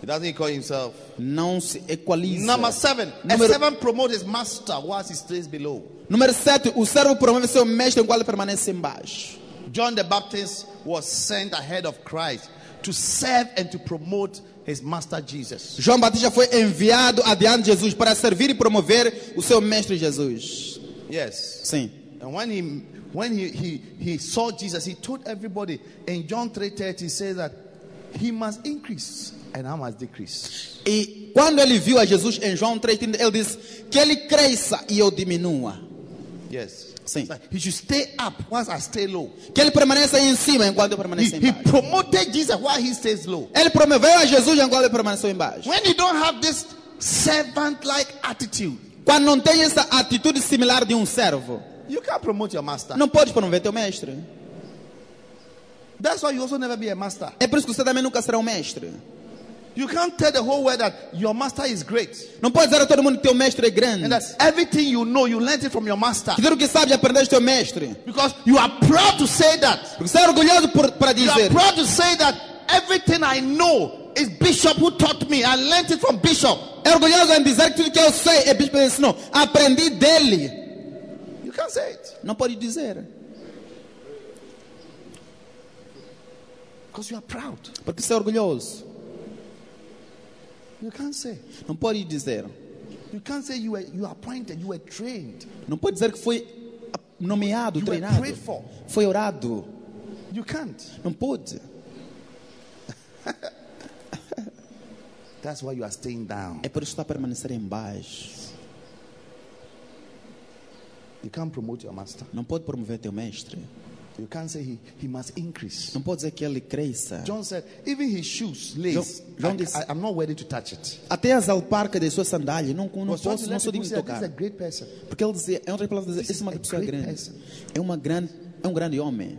[SPEAKER 2] he doesn't call himself.
[SPEAKER 1] Não se equaliza.
[SPEAKER 2] Number seven, a
[SPEAKER 1] Número-
[SPEAKER 2] servant promotes his master whilst he stays below.
[SPEAKER 1] Número 7. O servo promove seu mestre enquanto ele permanece embaixo.
[SPEAKER 2] John the Baptist was sent ahead of Christ to serve and to promote his master Jesus.
[SPEAKER 1] João Batista foi enviado adiante de Jesus para servir e promover o seu mestre Jesus.
[SPEAKER 2] Yes.
[SPEAKER 1] Sim.
[SPEAKER 2] And when he when he he, he saw Jesus, he told everybody in John 3:30 he says that he must increase and I must decrease.
[SPEAKER 1] E quando ele viu a Jesus em João 3,30, ele disse que ele cresça e eu diminua.
[SPEAKER 2] Yes.
[SPEAKER 1] Sim.
[SPEAKER 2] Like, He should stay up once I stay low.
[SPEAKER 1] Que ele permaneça em cima enquanto eu
[SPEAKER 2] He,
[SPEAKER 1] permaneço
[SPEAKER 2] he
[SPEAKER 1] embaixo.
[SPEAKER 2] promoted Jesus while he stays low.
[SPEAKER 1] Ele promoveu a Jesus enquanto ele permaneceu embaixo.
[SPEAKER 2] When you don't have this servant-like attitude,
[SPEAKER 1] Quando não tem essa atitude similar de um servo,
[SPEAKER 2] you can't promote your master.
[SPEAKER 1] não podes promover teu mestre.
[SPEAKER 2] That's why you also never be a master.
[SPEAKER 1] É por isso que você também nunca será um mestre.
[SPEAKER 2] You can't tell the whole world that your master is great
[SPEAKER 1] Não pode dizer a todo mundo que teu mestre é grande.
[SPEAKER 2] and that everything you know you learned it from your master
[SPEAKER 1] Que tudo que sabes aprendeste teu mestre.
[SPEAKER 2] because you are proud to say that.
[SPEAKER 1] Porque você é orgulhoso por, para
[SPEAKER 2] You are
[SPEAKER 1] dizer.
[SPEAKER 2] proud to say that everything I know is Bishop who taught me. I learned it from Bishop.
[SPEAKER 1] É orgulhoso em dizer que tudo que eu sei é bispo me ensinou. Aprendi dele.
[SPEAKER 2] You can't say it
[SPEAKER 1] Não pode dizer.
[SPEAKER 2] because you are proud.
[SPEAKER 1] Porque você é orgulhoso.
[SPEAKER 2] You can't say.
[SPEAKER 1] Não pode dizer.
[SPEAKER 2] You can't say you were you are appointed. You were trained.
[SPEAKER 1] Não pode dizer que foi nomeado,
[SPEAKER 2] You were
[SPEAKER 1] treinado.
[SPEAKER 2] prayed for.
[SPEAKER 1] Foi orado.
[SPEAKER 2] You can't.
[SPEAKER 1] Não pode.
[SPEAKER 2] That's why you are staying down.
[SPEAKER 1] É por isso que está a permanecer embaixo.
[SPEAKER 2] You can't promote your master.
[SPEAKER 1] Não pode promover teu mestre.
[SPEAKER 2] You can't say he, he must increase.
[SPEAKER 1] Não pode dizer que ele cresça.
[SPEAKER 2] John said, even his shoes, lace,
[SPEAKER 1] John- John
[SPEAKER 2] I-
[SPEAKER 1] is-
[SPEAKER 2] I, I'm not ready to touch it.
[SPEAKER 1] Até as alparcas de sua sandália. Não, não
[SPEAKER 2] Because John
[SPEAKER 1] posso, não
[SPEAKER 2] let
[SPEAKER 1] sou
[SPEAKER 2] people
[SPEAKER 1] digno de
[SPEAKER 2] say, this is a
[SPEAKER 1] tocar.
[SPEAKER 2] great person.
[SPEAKER 1] Porque ele dizia, em outras palavras, dizia,
[SPEAKER 2] This
[SPEAKER 1] esse é uma
[SPEAKER 2] is a
[SPEAKER 1] pessoa
[SPEAKER 2] great
[SPEAKER 1] grande.
[SPEAKER 2] person."
[SPEAKER 1] É, uma grande. é um grande homem.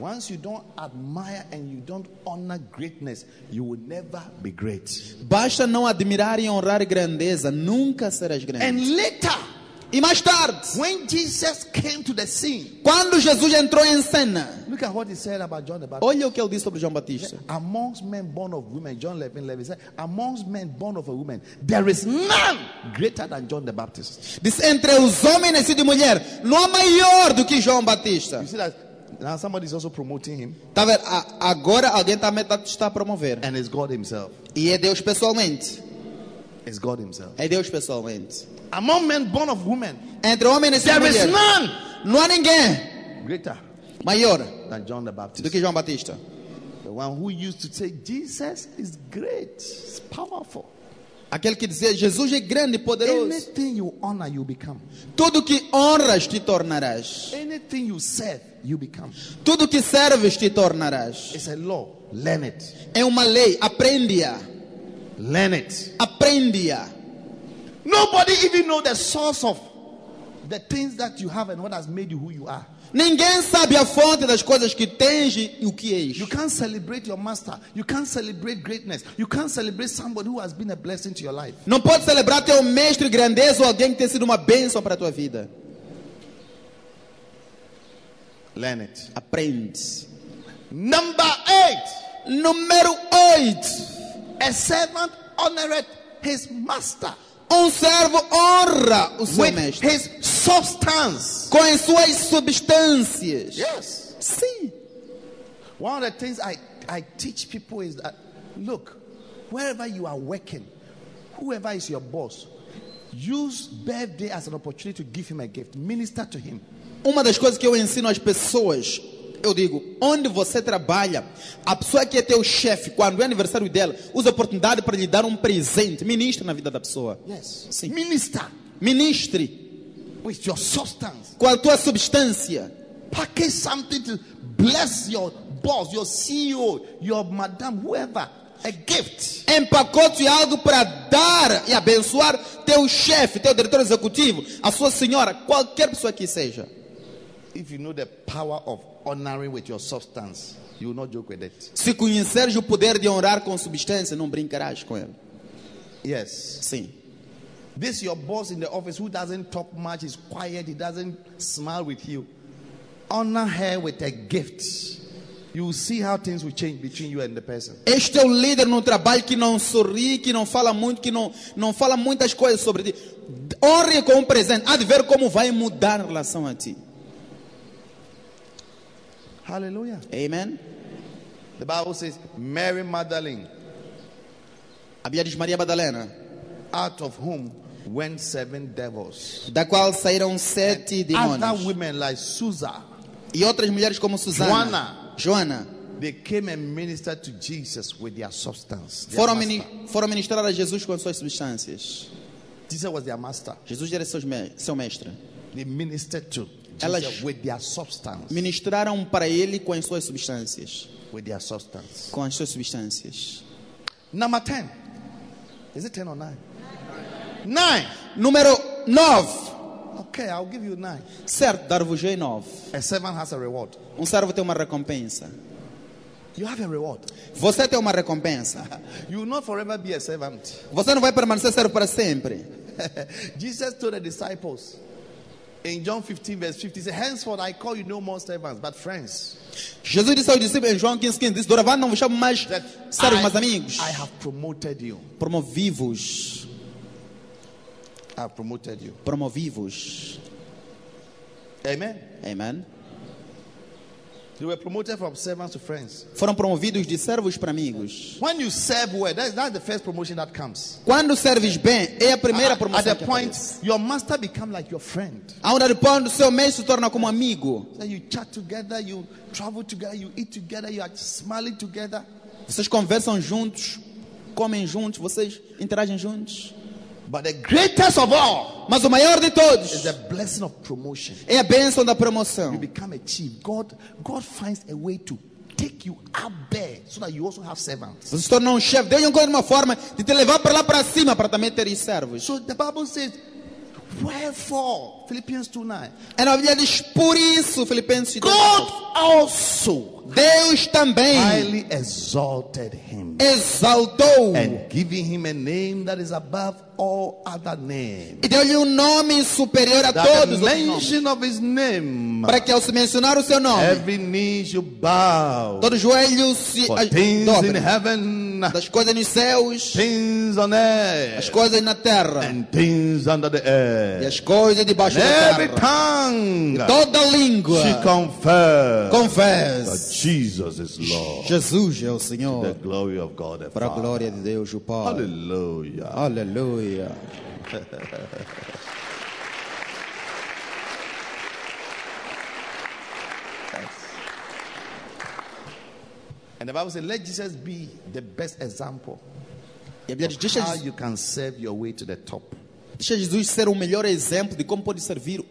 [SPEAKER 2] Once you don't admire and you don't honor greatness, you will never be great.
[SPEAKER 1] Basta não admirar e honrar grandeza, nunca serás grande.
[SPEAKER 2] And later,
[SPEAKER 1] E mais tarde,
[SPEAKER 2] when Jesus came to the scene,
[SPEAKER 1] quando Jesus entrou em cena,
[SPEAKER 2] look at what he said about John the Baptist.
[SPEAKER 1] olha o que ele disse sobre João Batista.
[SPEAKER 2] Oh, Amongst men born of women, John 11, 11 said, Amongst men born of a woman, there is none greater than John the Baptist.
[SPEAKER 1] Disse: entre os homens nascidos de mulher, não há maior do que João Batista.
[SPEAKER 2] You see that now somebody is also promoting him,
[SPEAKER 1] Tá vendo? A- agora alguém também tá- está a promover.
[SPEAKER 2] and it's God Himself.
[SPEAKER 1] E é Deus pessoalmente.
[SPEAKER 2] It's God Himself.
[SPEAKER 1] É Deus pessoalmente.
[SPEAKER 2] Among men born of woman,
[SPEAKER 1] Entre homens nascidos de mulher,
[SPEAKER 2] there is none
[SPEAKER 1] não há ninguém
[SPEAKER 2] greater
[SPEAKER 1] maior
[SPEAKER 2] than John the
[SPEAKER 1] do
[SPEAKER 2] Baptist.
[SPEAKER 1] que João Batista.
[SPEAKER 2] The one who used to say, Jesus is great, it's powerful.
[SPEAKER 1] Aquele que dizia: Jesus é grande e poderoso.
[SPEAKER 2] Anything you honor, you become.
[SPEAKER 1] Tudo que honras te tornarás.
[SPEAKER 2] Anything you serve, you become.
[SPEAKER 1] Tudo que serves te tornarás.
[SPEAKER 2] It's a law. Learn it.
[SPEAKER 1] É uma lei, aprende-a.
[SPEAKER 2] Learn it.
[SPEAKER 1] Aprende-a.
[SPEAKER 2] Nobody even know the source of the things that you have and what has made you who you are.
[SPEAKER 1] Ninguém sabe a fonte das coisas que tens e o que
[SPEAKER 2] You
[SPEAKER 1] és.
[SPEAKER 2] can't celebrate your master. You can't celebrate greatness. You can't celebrate somebody who has been a blessing to your life.
[SPEAKER 1] Não pode celebrar teu mestre grandeza ou alguém que tem sido uma bênção para a tua vida.
[SPEAKER 2] Learn it.
[SPEAKER 1] Aprende.
[SPEAKER 2] Number eight,
[SPEAKER 1] Número 8.
[SPEAKER 2] a servant honored his master
[SPEAKER 1] Um servo honra o seu
[SPEAKER 2] with
[SPEAKER 1] mestre
[SPEAKER 2] his substance.
[SPEAKER 1] com as suas substâncias.
[SPEAKER 2] Yes.
[SPEAKER 1] Sim.
[SPEAKER 2] One of the things I, I teach people is that look, wherever you are working, whoever is your boss, use birthday as an opportunity to give him a gift, minister to him.
[SPEAKER 1] Uma das coisas que eu ensino às pessoas Eu digo, onde você trabalha, a pessoa que é teu chefe, quando é aniversário dela, usa a oportunidade para lhe dar um presente. Ministre na vida da pessoa.
[SPEAKER 2] Yes.
[SPEAKER 1] Sim.
[SPEAKER 2] Minister
[SPEAKER 1] Ministre
[SPEAKER 2] with your substance.
[SPEAKER 1] com a tua substância.
[SPEAKER 2] Package something to bless your boss, your CEO, your madam, whoever. A gift.
[SPEAKER 1] Empacote algo para dar e abençoar teu chefe, teu diretor executivo, a sua senhora, qualquer pessoa que seja.
[SPEAKER 2] If you know the power of honoring with your substance, you will not joke with it.
[SPEAKER 1] Se conheceres o poder de honrar com substância, não brincarás com ele.
[SPEAKER 2] Yes.
[SPEAKER 1] Sim.
[SPEAKER 2] This your boss in the office who doesn't talk much, is quiet, he doesn't smile with you. Honor her with a gift. You will see how things will change between you and the person.
[SPEAKER 1] Este é o líder no trabalho que não sorri, que não fala muito, que não, não fala muitas coisas sobre ti. Honre com um presente. Há de ver como vai mudar em relação a ti.
[SPEAKER 2] Hallelujah.
[SPEAKER 1] Amen?
[SPEAKER 2] The Bible says, Mary Magdalene,
[SPEAKER 1] A Bíblia diz Maria Madalena,
[SPEAKER 2] out of whom went seven devils.
[SPEAKER 1] da qual saíram sete
[SPEAKER 2] Other
[SPEAKER 1] demônios.
[SPEAKER 2] women like Susa,
[SPEAKER 1] E outras mulheres como Susana, Joana,
[SPEAKER 2] they came and ministered to Jesus with their substance. their
[SPEAKER 1] foram,
[SPEAKER 2] master.
[SPEAKER 1] mini, foram ministrar a Jesus com as suas substâncias.
[SPEAKER 2] Jesus was their master.
[SPEAKER 1] Jesus era seus me- seu mestre.
[SPEAKER 2] They ministered to
[SPEAKER 1] Elas-
[SPEAKER 2] Jesus with their substance.
[SPEAKER 1] Ministraram para ele com as suas substâncias.
[SPEAKER 2] With their substance.
[SPEAKER 1] Com as suas substâncias.
[SPEAKER 2] Number 10. Is it 10 or 9? 9.
[SPEAKER 1] Número 9.
[SPEAKER 2] Okay, I'll give you 9.
[SPEAKER 1] Certo, dar-vos-ei 9.
[SPEAKER 2] A servant has a reward.
[SPEAKER 1] Um servo tem uma recompensa.
[SPEAKER 2] You have a reward.
[SPEAKER 1] Você tem uma recompensa.
[SPEAKER 2] You will not forever be a servant.
[SPEAKER 1] Você não vai permanecer servo para sempre.
[SPEAKER 2] Jesus told the disciples in John 15, verse 50, he said, Henceforth I call you no more servants, but friends.
[SPEAKER 1] Jesus disse aos discípulos em João 15, 15 disse: Doravante, não vos chamo mais
[SPEAKER 2] That
[SPEAKER 1] servos,
[SPEAKER 2] I-
[SPEAKER 1] mas amigos.
[SPEAKER 2] I have promoted you.
[SPEAKER 1] Promovivos.
[SPEAKER 2] I have promoted you.
[SPEAKER 1] Promovivos.
[SPEAKER 2] Amen.
[SPEAKER 1] Amen.
[SPEAKER 2] You were promoted from servants to friends.
[SPEAKER 1] Foram promovidos de servos para amigos.
[SPEAKER 2] When you serve well, that's, that's the first promotion that comes.
[SPEAKER 1] Quando serves bem, é a primeira
[SPEAKER 2] Uh, At,
[SPEAKER 1] promoção.
[SPEAKER 2] at
[SPEAKER 1] que
[SPEAKER 2] the point,
[SPEAKER 1] aparece.
[SPEAKER 2] your master become like your friend.
[SPEAKER 1] A um dado ponto, seu mestre se torna como amigo.
[SPEAKER 2] So you chat together, you travel together, you eat together, you are smiling together.
[SPEAKER 1] Vocês conversam juntos, comem juntos, vocês interagem juntos.
[SPEAKER 2] But the greatest of all
[SPEAKER 1] Mas o maior de
[SPEAKER 2] is
[SPEAKER 1] todos
[SPEAKER 2] the blessing of promotion.
[SPEAKER 1] é a bênção da
[SPEAKER 2] You
[SPEAKER 1] promoção.
[SPEAKER 2] become a chief. God, God finds a way to take you up there so that you also have servants.
[SPEAKER 1] Você se tornou um chefe. Deus encontra uma forma de te levar para lá para cima para também ter os servos.
[SPEAKER 2] So the Bible says, Wherefore, Philippians 2 9,
[SPEAKER 1] É na Bíblia diz, por isso, Filipenses 3,
[SPEAKER 2] God also
[SPEAKER 1] Deus também
[SPEAKER 2] highly exalted him
[SPEAKER 1] exaltou
[SPEAKER 2] and giving him a name that is above all other names.
[SPEAKER 1] e deu-lhe um nome superior a
[SPEAKER 2] That
[SPEAKER 1] todos os
[SPEAKER 2] the
[SPEAKER 1] outros nomes,
[SPEAKER 2] mention of his name,
[SPEAKER 1] para que ao se mencionar o seu nome,
[SPEAKER 2] every knee should bow.
[SPEAKER 1] todo joelho se
[SPEAKER 2] For
[SPEAKER 1] a-
[SPEAKER 2] things in
[SPEAKER 1] dobre
[SPEAKER 2] heaven,
[SPEAKER 1] das coisas nos céus,
[SPEAKER 2] things on
[SPEAKER 1] as
[SPEAKER 2] earth,
[SPEAKER 1] coisas na terra
[SPEAKER 2] and things under the
[SPEAKER 1] e
[SPEAKER 2] earth.
[SPEAKER 1] as coisas debaixo da
[SPEAKER 2] Every
[SPEAKER 1] terra.
[SPEAKER 2] tongue
[SPEAKER 1] Toda língua
[SPEAKER 2] should confess that
[SPEAKER 1] confessa
[SPEAKER 2] Jesus is Lord.
[SPEAKER 1] Jesus é o
[SPEAKER 3] The
[SPEAKER 1] Senhor
[SPEAKER 3] glory of God the
[SPEAKER 1] para a
[SPEAKER 3] Father.
[SPEAKER 1] glória de Deus o Pai.
[SPEAKER 3] Hallelujah.
[SPEAKER 1] Aleluia.
[SPEAKER 2] And the Bible says, let Jesus be the best example
[SPEAKER 1] E a Bíblia diz,
[SPEAKER 2] of
[SPEAKER 1] deixa,
[SPEAKER 2] how you can serve your way to the top.
[SPEAKER 1] deixa Jesus ser o melhor exemplo de como pode servir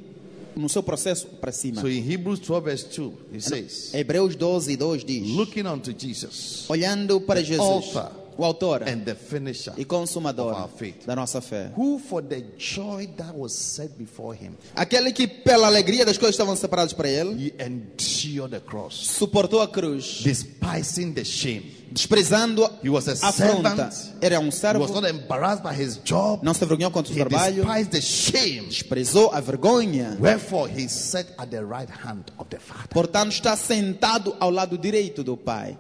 [SPEAKER 1] no seu processo para cima.
[SPEAKER 2] So in Hebrews 12, verse 2, it says,
[SPEAKER 1] Hebreus 12, 2 diz:
[SPEAKER 2] looking unto Jesus,
[SPEAKER 1] Olhando para Jesus,
[SPEAKER 2] author
[SPEAKER 1] o autor
[SPEAKER 2] and the finisher,
[SPEAKER 1] e consumador
[SPEAKER 2] of our faith.
[SPEAKER 1] da nossa fé.
[SPEAKER 2] who for the joy that was set before him,
[SPEAKER 1] Aquele que, pela alegria das coisas que estavam separadas para ele,
[SPEAKER 2] he endured the cross,
[SPEAKER 1] suportou a cruz,
[SPEAKER 2] despising the shame.
[SPEAKER 1] desprezando
[SPEAKER 2] He was a
[SPEAKER 1] a afronta.
[SPEAKER 2] servant.
[SPEAKER 1] Era um
[SPEAKER 2] He was
[SPEAKER 1] servo,
[SPEAKER 2] not embarrassed by his job.
[SPEAKER 1] não se vergonhou contra o
[SPEAKER 2] He
[SPEAKER 1] trabalho,
[SPEAKER 2] despised the shame.
[SPEAKER 1] desprezou a vergonha.
[SPEAKER 2] Wherefore he sat at the right hand of the Father.
[SPEAKER 1] Portanto, está sentado ao lado direito do Pai.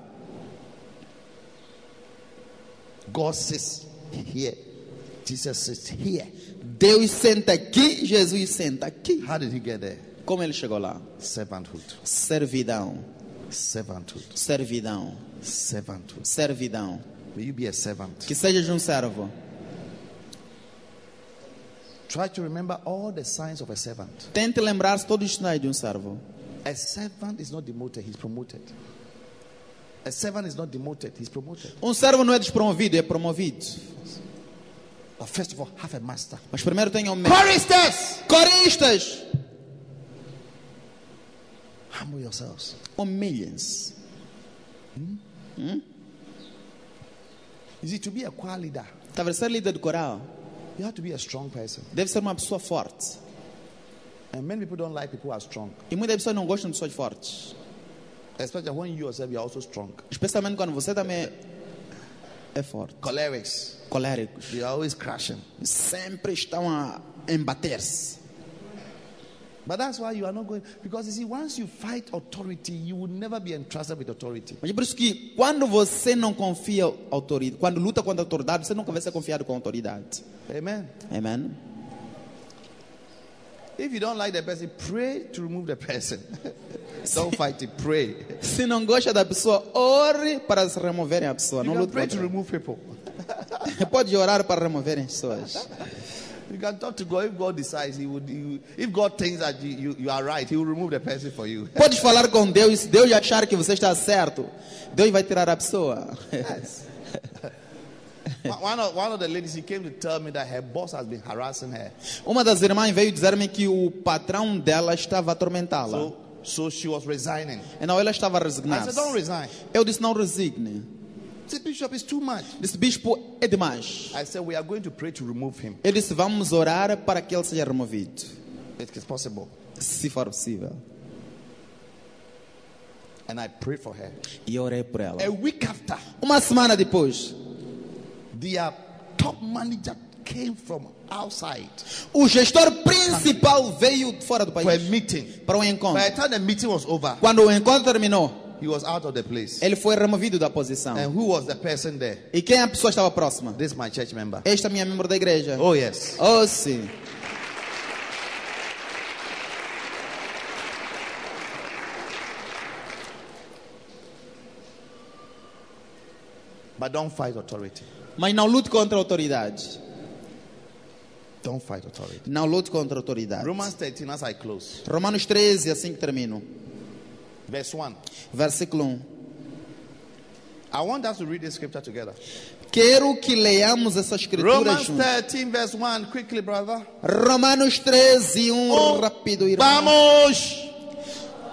[SPEAKER 2] God sits here. Jesus sits here.
[SPEAKER 1] Deus senta aqui, Jesus senta aqui.
[SPEAKER 2] How did he get there?
[SPEAKER 1] Como ele chegou lá?
[SPEAKER 2] Servanthood.
[SPEAKER 1] Servidão,
[SPEAKER 2] Servanthood.
[SPEAKER 1] servidão,
[SPEAKER 2] Servanthood.
[SPEAKER 1] servidão.
[SPEAKER 2] May you be a servant.
[SPEAKER 1] Que sejas um servo.
[SPEAKER 2] Try to remember all the signs of a servant.
[SPEAKER 1] Tente lembrar-se todos os sinais de um servo.
[SPEAKER 2] A servant is not demoted, he's promoted. A servant is not demoted, he's promoted.
[SPEAKER 1] Um servo não é despromovido, é promovido.
[SPEAKER 2] But first of all, have a master.
[SPEAKER 1] Mas primeiro tem um mestre.
[SPEAKER 2] Choristers,
[SPEAKER 1] Coristas,
[SPEAKER 2] humble yourselves.
[SPEAKER 1] humilhem-se.
[SPEAKER 2] You see, to be a choir leader,
[SPEAKER 1] Tá a ser líder do coral
[SPEAKER 2] you have to be a strong person.
[SPEAKER 1] deve ser uma pessoa forte.
[SPEAKER 2] And many people don't like people who are strong,
[SPEAKER 1] E muitas pessoas não gostam de pessoas fortes.
[SPEAKER 2] especially when you yourself you are also strong.
[SPEAKER 1] Especialmente quando você também é forte.
[SPEAKER 2] Cholerics,
[SPEAKER 1] Coléricos.
[SPEAKER 2] you're always crashing.
[SPEAKER 1] Sempre estão a embater-se.
[SPEAKER 2] But that's why you are not going because you see, once you fight authority, you will never be entrusted with authority.
[SPEAKER 1] Mas é por isso que quando você não confia autoridade, quando luta contra a autoridade, você nunca vai ser confiado com a autoridade.
[SPEAKER 2] Amen.
[SPEAKER 1] Amém?
[SPEAKER 2] If you don't like the person, pray to remove the person. don't fight it. Pray.
[SPEAKER 1] Se não gosta da pessoa, ore para se removerem a pessoa.
[SPEAKER 2] You
[SPEAKER 1] Não
[SPEAKER 2] can
[SPEAKER 1] lute
[SPEAKER 2] pray to
[SPEAKER 1] contra ela.
[SPEAKER 2] remove people.
[SPEAKER 1] Pode orar para removerem as pessoas.
[SPEAKER 2] You can talk to God if God decides He would. He would if God thinks that you, you, you are right, He will remove the person for you.
[SPEAKER 1] Podes falar com Deus, e se Deus achar que você está certo, Deus vai tirar a pessoa.
[SPEAKER 2] one, one of, one of the ladies, she came to tell me that her boss has been harassing her.
[SPEAKER 1] Uma das irmãs veio dizer-me que o patrão dela estava a atormentá-la.
[SPEAKER 2] So, so she was resigning.
[SPEAKER 1] Então ela estava a
[SPEAKER 2] I
[SPEAKER 1] resignar.
[SPEAKER 2] said, Don't resign.
[SPEAKER 1] Eu disse: não resigne.
[SPEAKER 2] She said, Bishop, it's too much.
[SPEAKER 1] Disse: bispo, é demais.
[SPEAKER 2] I said, We are going to pray to remove him.
[SPEAKER 1] Eu disse: vamos orar para que ele seja removido,
[SPEAKER 2] It is possible.
[SPEAKER 1] se for possível.
[SPEAKER 2] And I prayed for her.
[SPEAKER 1] E orei por ela.
[SPEAKER 2] A week after,
[SPEAKER 1] Uma semana depois,
[SPEAKER 2] their top manager came from outside
[SPEAKER 1] o gestor principal veio de fora do
[SPEAKER 2] for a
[SPEAKER 1] país
[SPEAKER 2] meeting.
[SPEAKER 1] para o
[SPEAKER 2] By
[SPEAKER 1] encontro.
[SPEAKER 2] the time the meeting was over,
[SPEAKER 1] Quando o encontro terminou,
[SPEAKER 2] he was out of the place.
[SPEAKER 1] ele foi removido da posição.
[SPEAKER 2] And who was the person there?
[SPEAKER 1] E quem é a pessoa estava próxima?
[SPEAKER 2] This my church member.
[SPEAKER 1] Esta minha membro da igreja.
[SPEAKER 2] Oh yes.
[SPEAKER 1] Oh, sim.
[SPEAKER 2] But don't fight authority.
[SPEAKER 1] Mas não lute contra a autoridade.
[SPEAKER 2] Don't fight authority.
[SPEAKER 1] Não lute contra a autoridade.
[SPEAKER 2] Romans 13, as I close.
[SPEAKER 1] Romanos 13, assim que termino.
[SPEAKER 2] Verse 1.
[SPEAKER 1] Versículo 1.
[SPEAKER 2] I want us to read this scripture together.
[SPEAKER 1] Quero que leamos essa escritura
[SPEAKER 2] Romans
[SPEAKER 1] juntos.
[SPEAKER 2] 13, verse 1. Quickly, brother.
[SPEAKER 1] Romanos 13, 1.
[SPEAKER 2] Oh,
[SPEAKER 1] rápido, irmão.
[SPEAKER 2] Vamos!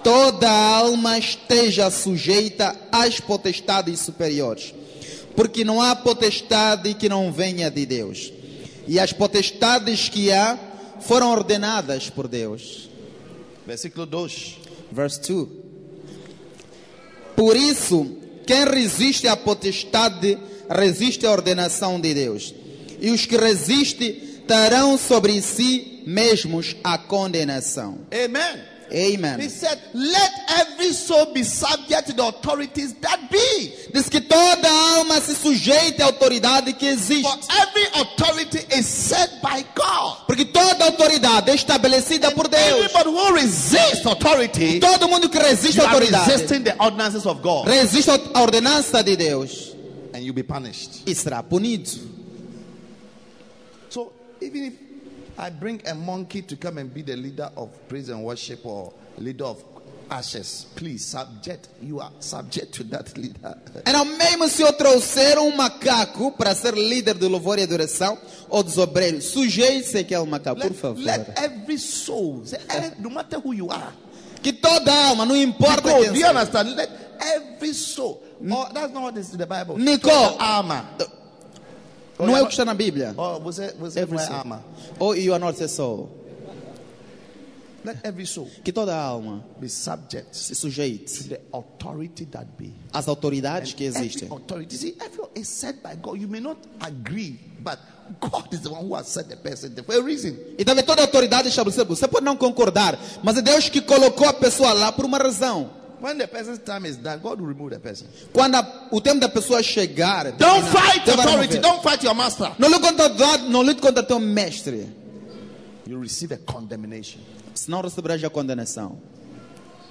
[SPEAKER 1] Toda a alma esteja sujeita às potestades superiores, porque não há potestade que não venha de Deus. E as potestades que há foram ordenadas por Deus.
[SPEAKER 2] Versículo 2.
[SPEAKER 1] Verse 2. Por isso, quem resiste à potestade, resiste à ordenação de Deus. E os que resistem terão sobre si mesmos a condenação.
[SPEAKER 2] Amen. He
[SPEAKER 1] Amen.
[SPEAKER 2] said, Let every soul be subject to the authorities that be.
[SPEAKER 1] Diz que toda alma se sujeita à autoridade que
[SPEAKER 2] For
[SPEAKER 1] existe.
[SPEAKER 2] every authority is set by God.
[SPEAKER 1] Porque toda autoridade é estabelecida por Deus.
[SPEAKER 2] Everybody who resists authority,
[SPEAKER 1] Todo mundo que resiste
[SPEAKER 2] you
[SPEAKER 1] à
[SPEAKER 2] are
[SPEAKER 1] autoridade
[SPEAKER 2] resisting the ordinances of God.
[SPEAKER 1] resiste à ordenança de Deus
[SPEAKER 2] And you'll be punished.
[SPEAKER 1] e será punido.
[SPEAKER 2] So even if I bring a monkey to come and be the leader of praise and worship or leader of ashes, please subject. You are subject to that leader.
[SPEAKER 1] Era mesmo se eu trouxer um macaco para ser líder do louvor e adoração ou dos obreiros. Sujeite-se àquele macaco, por
[SPEAKER 2] Let,
[SPEAKER 1] favor.
[SPEAKER 2] let every soul, say, eh, no matter who you are,
[SPEAKER 1] Que toda alma, não importa
[SPEAKER 2] Nicole,
[SPEAKER 1] quem
[SPEAKER 2] do you
[SPEAKER 1] seja.
[SPEAKER 2] understand? Let every soul. Oh, that's not what is in the Bible.
[SPEAKER 1] Nicole.
[SPEAKER 2] Total armor. Oh,
[SPEAKER 1] Não é
[SPEAKER 2] you're
[SPEAKER 1] o que está na Bíblia.
[SPEAKER 2] not- Oh, was it was it
[SPEAKER 1] Every
[SPEAKER 2] my
[SPEAKER 1] soul.
[SPEAKER 2] armor?
[SPEAKER 1] Oh, you are not a soul.
[SPEAKER 2] Let every soul
[SPEAKER 1] Que toda alma
[SPEAKER 2] be subject
[SPEAKER 1] se sujeite.
[SPEAKER 2] to the authority that be.
[SPEAKER 1] as autoridades que
[SPEAKER 2] Every
[SPEAKER 1] existem.
[SPEAKER 2] authority. See, every is said by God. You may not agree, but God is the one who has set the person there for a reason.
[SPEAKER 1] E também toda autoridade estabelecida. Você pode não concordar, mas é Deus que colocou a pessoa lá por uma razão.
[SPEAKER 2] When the person's time is done, God will remove the person.
[SPEAKER 1] Quando a- o tempo da pessoa chegar,
[SPEAKER 2] Don't
[SPEAKER 1] terminar,
[SPEAKER 2] fight
[SPEAKER 1] Deus vai
[SPEAKER 2] authority.
[SPEAKER 1] remover.
[SPEAKER 2] Don't fight your master.
[SPEAKER 1] Não lute contra a autoridade, não lute contra teu mestre,
[SPEAKER 2] You receive a condemnation.
[SPEAKER 1] senão receberás a condenação.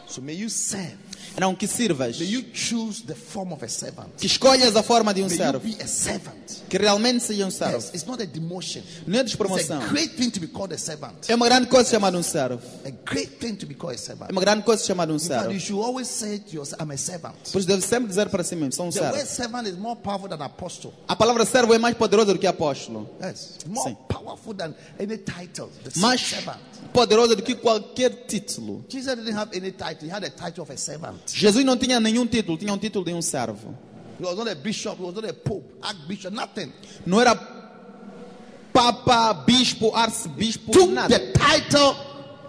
[SPEAKER 2] So may you serve.
[SPEAKER 1] Não que sirvas,
[SPEAKER 2] May you choose the form of a servant.
[SPEAKER 1] que escolhas a forma de um
[SPEAKER 2] May you
[SPEAKER 1] servo,
[SPEAKER 2] be a servant.
[SPEAKER 1] que realmente seja um servo.
[SPEAKER 2] Yes, it's not a demotion.
[SPEAKER 1] Não é
[SPEAKER 2] It's a
[SPEAKER 1] despromoção.
[SPEAKER 2] great thing to be called a servant.
[SPEAKER 1] É uma grande coisa chamar um servo.
[SPEAKER 2] A great thing to be called
[SPEAKER 1] É
[SPEAKER 2] a servant.
[SPEAKER 1] uma grande coisa chamar um
[SPEAKER 2] In fact, you
[SPEAKER 1] servo.
[SPEAKER 2] should always say to yourself, I'm a servant.
[SPEAKER 1] Por isso deve sempre dizer para si mesmo, sou um
[SPEAKER 2] The word
[SPEAKER 1] servo.
[SPEAKER 2] servant is more powerful than apostle.
[SPEAKER 1] A palavra servo é mais poderosa do que apóstolo.
[SPEAKER 2] Yes. More
[SPEAKER 1] Sim.
[SPEAKER 2] powerful than any title. The
[SPEAKER 1] Mais
[SPEAKER 2] servant.
[SPEAKER 1] poderosa do que qualquer título.
[SPEAKER 2] Jesus didn't have any title. He had a title of a servant.
[SPEAKER 1] Jesus não tinha nenhum título, tinha um título de um servo.
[SPEAKER 2] He was not a bishop. He was not a pope, archbishop, nothing.
[SPEAKER 1] Não era papa, bispo, arcebispo,
[SPEAKER 2] Took
[SPEAKER 1] nada.
[SPEAKER 2] the title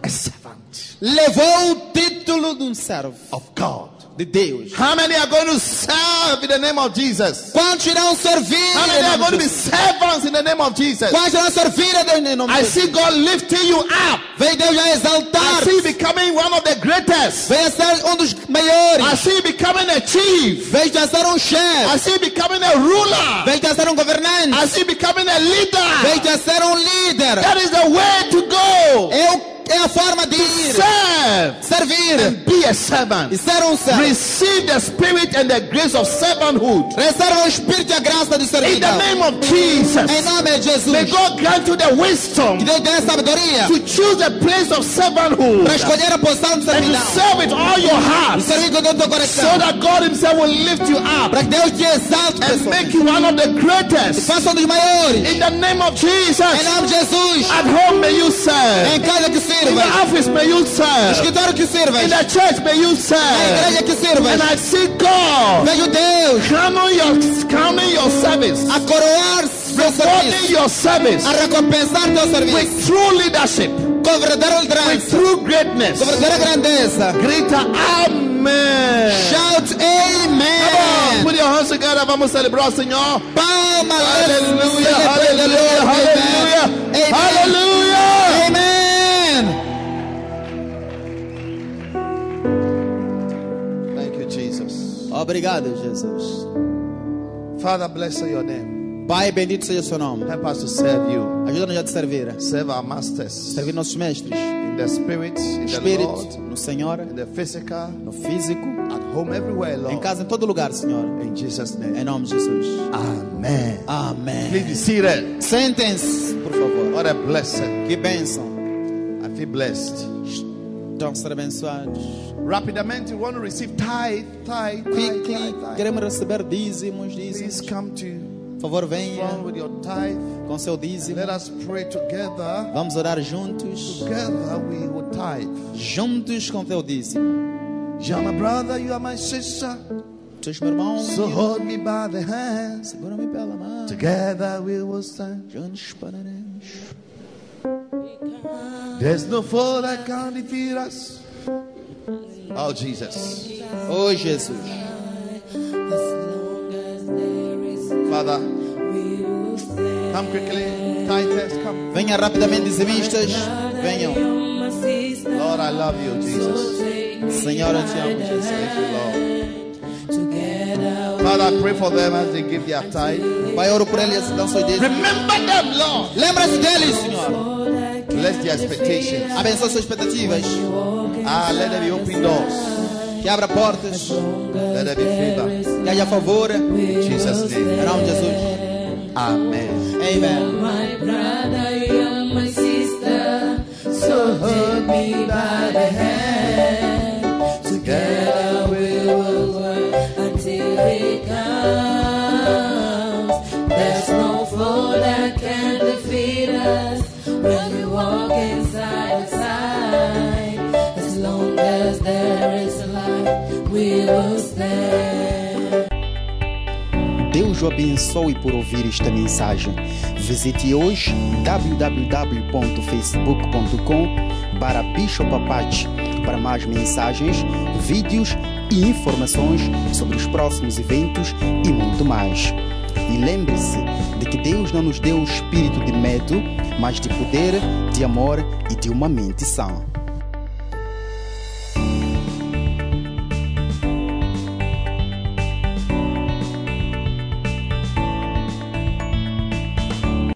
[SPEAKER 2] a servant
[SPEAKER 1] Levou o título de um servo
[SPEAKER 2] of God.
[SPEAKER 1] de Deus.
[SPEAKER 2] How many are going to serve in the name of Jesus?
[SPEAKER 1] Quantos irão servir?
[SPEAKER 2] How
[SPEAKER 1] em
[SPEAKER 2] many are
[SPEAKER 1] nome
[SPEAKER 2] going
[SPEAKER 1] de
[SPEAKER 2] to be
[SPEAKER 1] Jesus?
[SPEAKER 2] servants in the name of Jesus?
[SPEAKER 1] Quantos irão servir a um Deus em nome
[SPEAKER 2] I
[SPEAKER 1] de Jesus?
[SPEAKER 2] see God lifting you up.
[SPEAKER 1] Vem Deus a
[SPEAKER 2] I
[SPEAKER 1] exaltar.
[SPEAKER 2] see you becoming one of the greatest.
[SPEAKER 1] Venha ser um dos
[SPEAKER 2] I
[SPEAKER 1] maiores.
[SPEAKER 2] see you becoming a chief.
[SPEAKER 1] Venha ser um
[SPEAKER 2] I
[SPEAKER 1] chefe.
[SPEAKER 2] see you becoming a ruler.
[SPEAKER 1] Venha ser um governante.
[SPEAKER 2] I see you becoming a leader.
[SPEAKER 1] Venha ser um líder.
[SPEAKER 2] That is the way to go.
[SPEAKER 1] É, o- é a forma de ir.
[SPEAKER 2] Assim. Serve
[SPEAKER 1] Servir.
[SPEAKER 2] and be a
[SPEAKER 1] E
[SPEAKER 2] servant.
[SPEAKER 1] ser um
[SPEAKER 2] Assim.
[SPEAKER 1] servo.
[SPEAKER 2] Receive the spirit and the grace of servanthood.
[SPEAKER 1] Receba o espírito e a graça de
[SPEAKER 2] In the
[SPEAKER 1] servidão.
[SPEAKER 2] name of
[SPEAKER 1] Em
[SPEAKER 2] Jesus.
[SPEAKER 1] nome de
[SPEAKER 2] May
[SPEAKER 1] Jesus.
[SPEAKER 2] God grant you the wisdom.
[SPEAKER 1] Que Deus dê sabedoria.
[SPEAKER 2] to choose a place of servanthood
[SPEAKER 1] Para escolher a posição de
[SPEAKER 2] and to
[SPEAKER 1] servidão.
[SPEAKER 2] serve with all your
[SPEAKER 1] E
[SPEAKER 2] heart so
[SPEAKER 1] servir com todo o teu coração.
[SPEAKER 2] that God Himself will lift you up
[SPEAKER 1] Para que Deus te exalte.
[SPEAKER 2] and make
[SPEAKER 1] pessoalmente.
[SPEAKER 2] you one of the greatest.
[SPEAKER 1] Faça um dos maiores.
[SPEAKER 2] In the name of Jesus,
[SPEAKER 1] Em
[SPEAKER 2] at
[SPEAKER 1] nome de Jesus.
[SPEAKER 2] home may you
[SPEAKER 1] Em
[SPEAKER 2] serve,
[SPEAKER 1] casa que
[SPEAKER 2] in the
[SPEAKER 1] sirva.
[SPEAKER 2] office may you
[SPEAKER 1] No
[SPEAKER 2] serve,
[SPEAKER 1] escritório que sirva.
[SPEAKER 2] in the church may you
[SPEAKER 1] Na igreja
[SPEAKER 2] serve.
[SPEAKER 1] que sirva.
[SPEAKER 2] And I see God
[SPEAKER 1] Vejo Deus
[SPEAKER 2] crowning your, crowning your service,
[SPEAKER 1] a coroar seu serviço.
[SPEAKER 2] rewarding your service
[SPEAKER 1] A recompensar teu serviço.
[SPEAKER 2] with true leadership,
[SPEAKER 1] Com verdadeira
[SPEAKER 2] with
[SPEAKER 1] liderança.
[SPEAKER 2] true
[SPEAKER 1] Com
[SPEAKER 2] greatness.
[SPEAKER 1] verdadeira grandeza.
[SPEAKER 2] Greater Amen.
[SPEAKER 1] Shout
[SPEAKER 2] Vamos,
[SPEAKER 1] Amen.
[SPEAKER 2] Put your hands together, vamos celebrar o Senhor.
[SPEAKER 1] Palma,
[SPEAKER 2] Aleluia, aleluia,
[SPEAKER 1] aleluia,
[SPEAKER 2] aleluia,
[SPEAKER 1] Amen.
[SPEAKER 2] aleluia.
[SPEAKER 1] Amen.
[SPEAKER 2] Thank you, Jesus.
[SPEAKER 1] Obrigado, Jesus.
[SPEAKER 2] Father, bless your name.
[SPEAKER 1] Pai, bendito seja o seu nome.
[SPEAKER 2] Help us to serve you.
[SPEAKER 1] Ajuda-nos a te servir.
[SPEAKER 2] Serve our masters
[SPEAKER 1] Servir nossos mestres.
[SPEAKER 2] in the spirit, in the
[SPEAKER 1] Espírito,
[SPEAKER 2] Lord,
[SPEAKER 1] no Senhor,
[SPEAKER 2] in the physical,
[SPEAKER 1] no físico,
[SPEAKER 2] at home, everywhere,
[SPEAKER 1] em
[SPEAKER 2] Lord.
[SPEAKER 1] casa, em todo lugar, Senhor.
[SPEAKER 2] In Jesus'
[SPEAKER 1] Em
[SPEAKER 2] name.
[SPEAKER 1] nome de Jesus.
[SPEAKER 2] Amen. Please be
[SPEAKER 1] Amém.
[SPEAKER 2] seated.
[SPEAKER 1] Sentem-se, por favor.
[SPEAKER 2] What a blessing.
[SPEAKER 1] Que bênção.
[SPEAKER 2] I feel blessed.
[SPEAKER 1] Estão a ser abençoados.
[SPEAKER 2] Rapidamente, you want to receive tithe, tithe, tithe,
[SPEAKER 1] Quickly,
[SPEAKER 2] tithe, tithe.
[SPEAKER 1] queremos receber dízimos, dízimos.
[SPEAKER 2] Please come to
[SPEAKER 1] Por favor, venha
[SPEAKER 2] front with your tithe.
[SPEAKER 1] com seu dízimo.
[SPEAKER 2] Let us pray together.
[SPEAKER 1] Vamos orar juntos.
[SPEAKER 2] Together we will tithe.
[SPEAKER 1] Juntos com teu dízimo.
[SPEAKER 2] You are my brother, you are my sister.
[SPEAKER 1] Tu és meu irmão.
[SPEAKER 2] So hold me by the hands.
[SPEAKER 1] Segura-me pela mão.
[SPEAKER 2] Together we will stand.
[SPEAKER 1] Juntos pararemos.
[SPEAKER 2] There's no foe that can defeat us. Oh, Jesus.
[SPEAKER 1] Oh, Jesus.
[SPEAKER 2] Father, come quickly. Tithes, come.
[SPEAKER 1] Venha rapidamente, dizimistas. Venham.
[SPEAKER 2] Lord, I love you, Jesus.
[SPEAKER 1] Senhor, eu te amo, Jesus.
[SPEAKER 2] Thank you, Lord. Father, I pray for them as they give their tithe.
[SPEAKER 1] Pai, eu oro por eles e dão seus dízimos.
[SPEAKER 2] Remember them, Lord.
[SPEAKER 1] Lembra-se deles, Senhor.
[SPEAKER 2] Bless their expectations.
[SPEAKER 1] Abençoa suas expectativas.
[SPEAKER 2] Ah, let there be open doors.
[SPEAKER 1] Que abra portas.
[SPEAKER 2] Let there be favor.
[SPEAKER 1] Que haja favor. Em
[SPEAKER 2] In Jesus' name.
[SPEAKER 1] nome de Jesus.
[SPEAKER 2] Amen.
[SPEAKER 1] Amém.
[SPEAKER 4] My brother, you're my sister, so hold me by the hand. Together we will work until it comes. There's no foe that can defeat us when we walk inside the side. As long as there is life, we will stand.
[SPEAKER 1] Deus o abençoe por ouvir esta mensagem. Visite hoje www.facebook.com para Bishop Apache para mais mensagens, vídeos e informações sobre os próximos eventos e muito mais. E lembre-se de que Deus não nos deu o espírito de medo, mas de poder, de amor e de uma mente sã.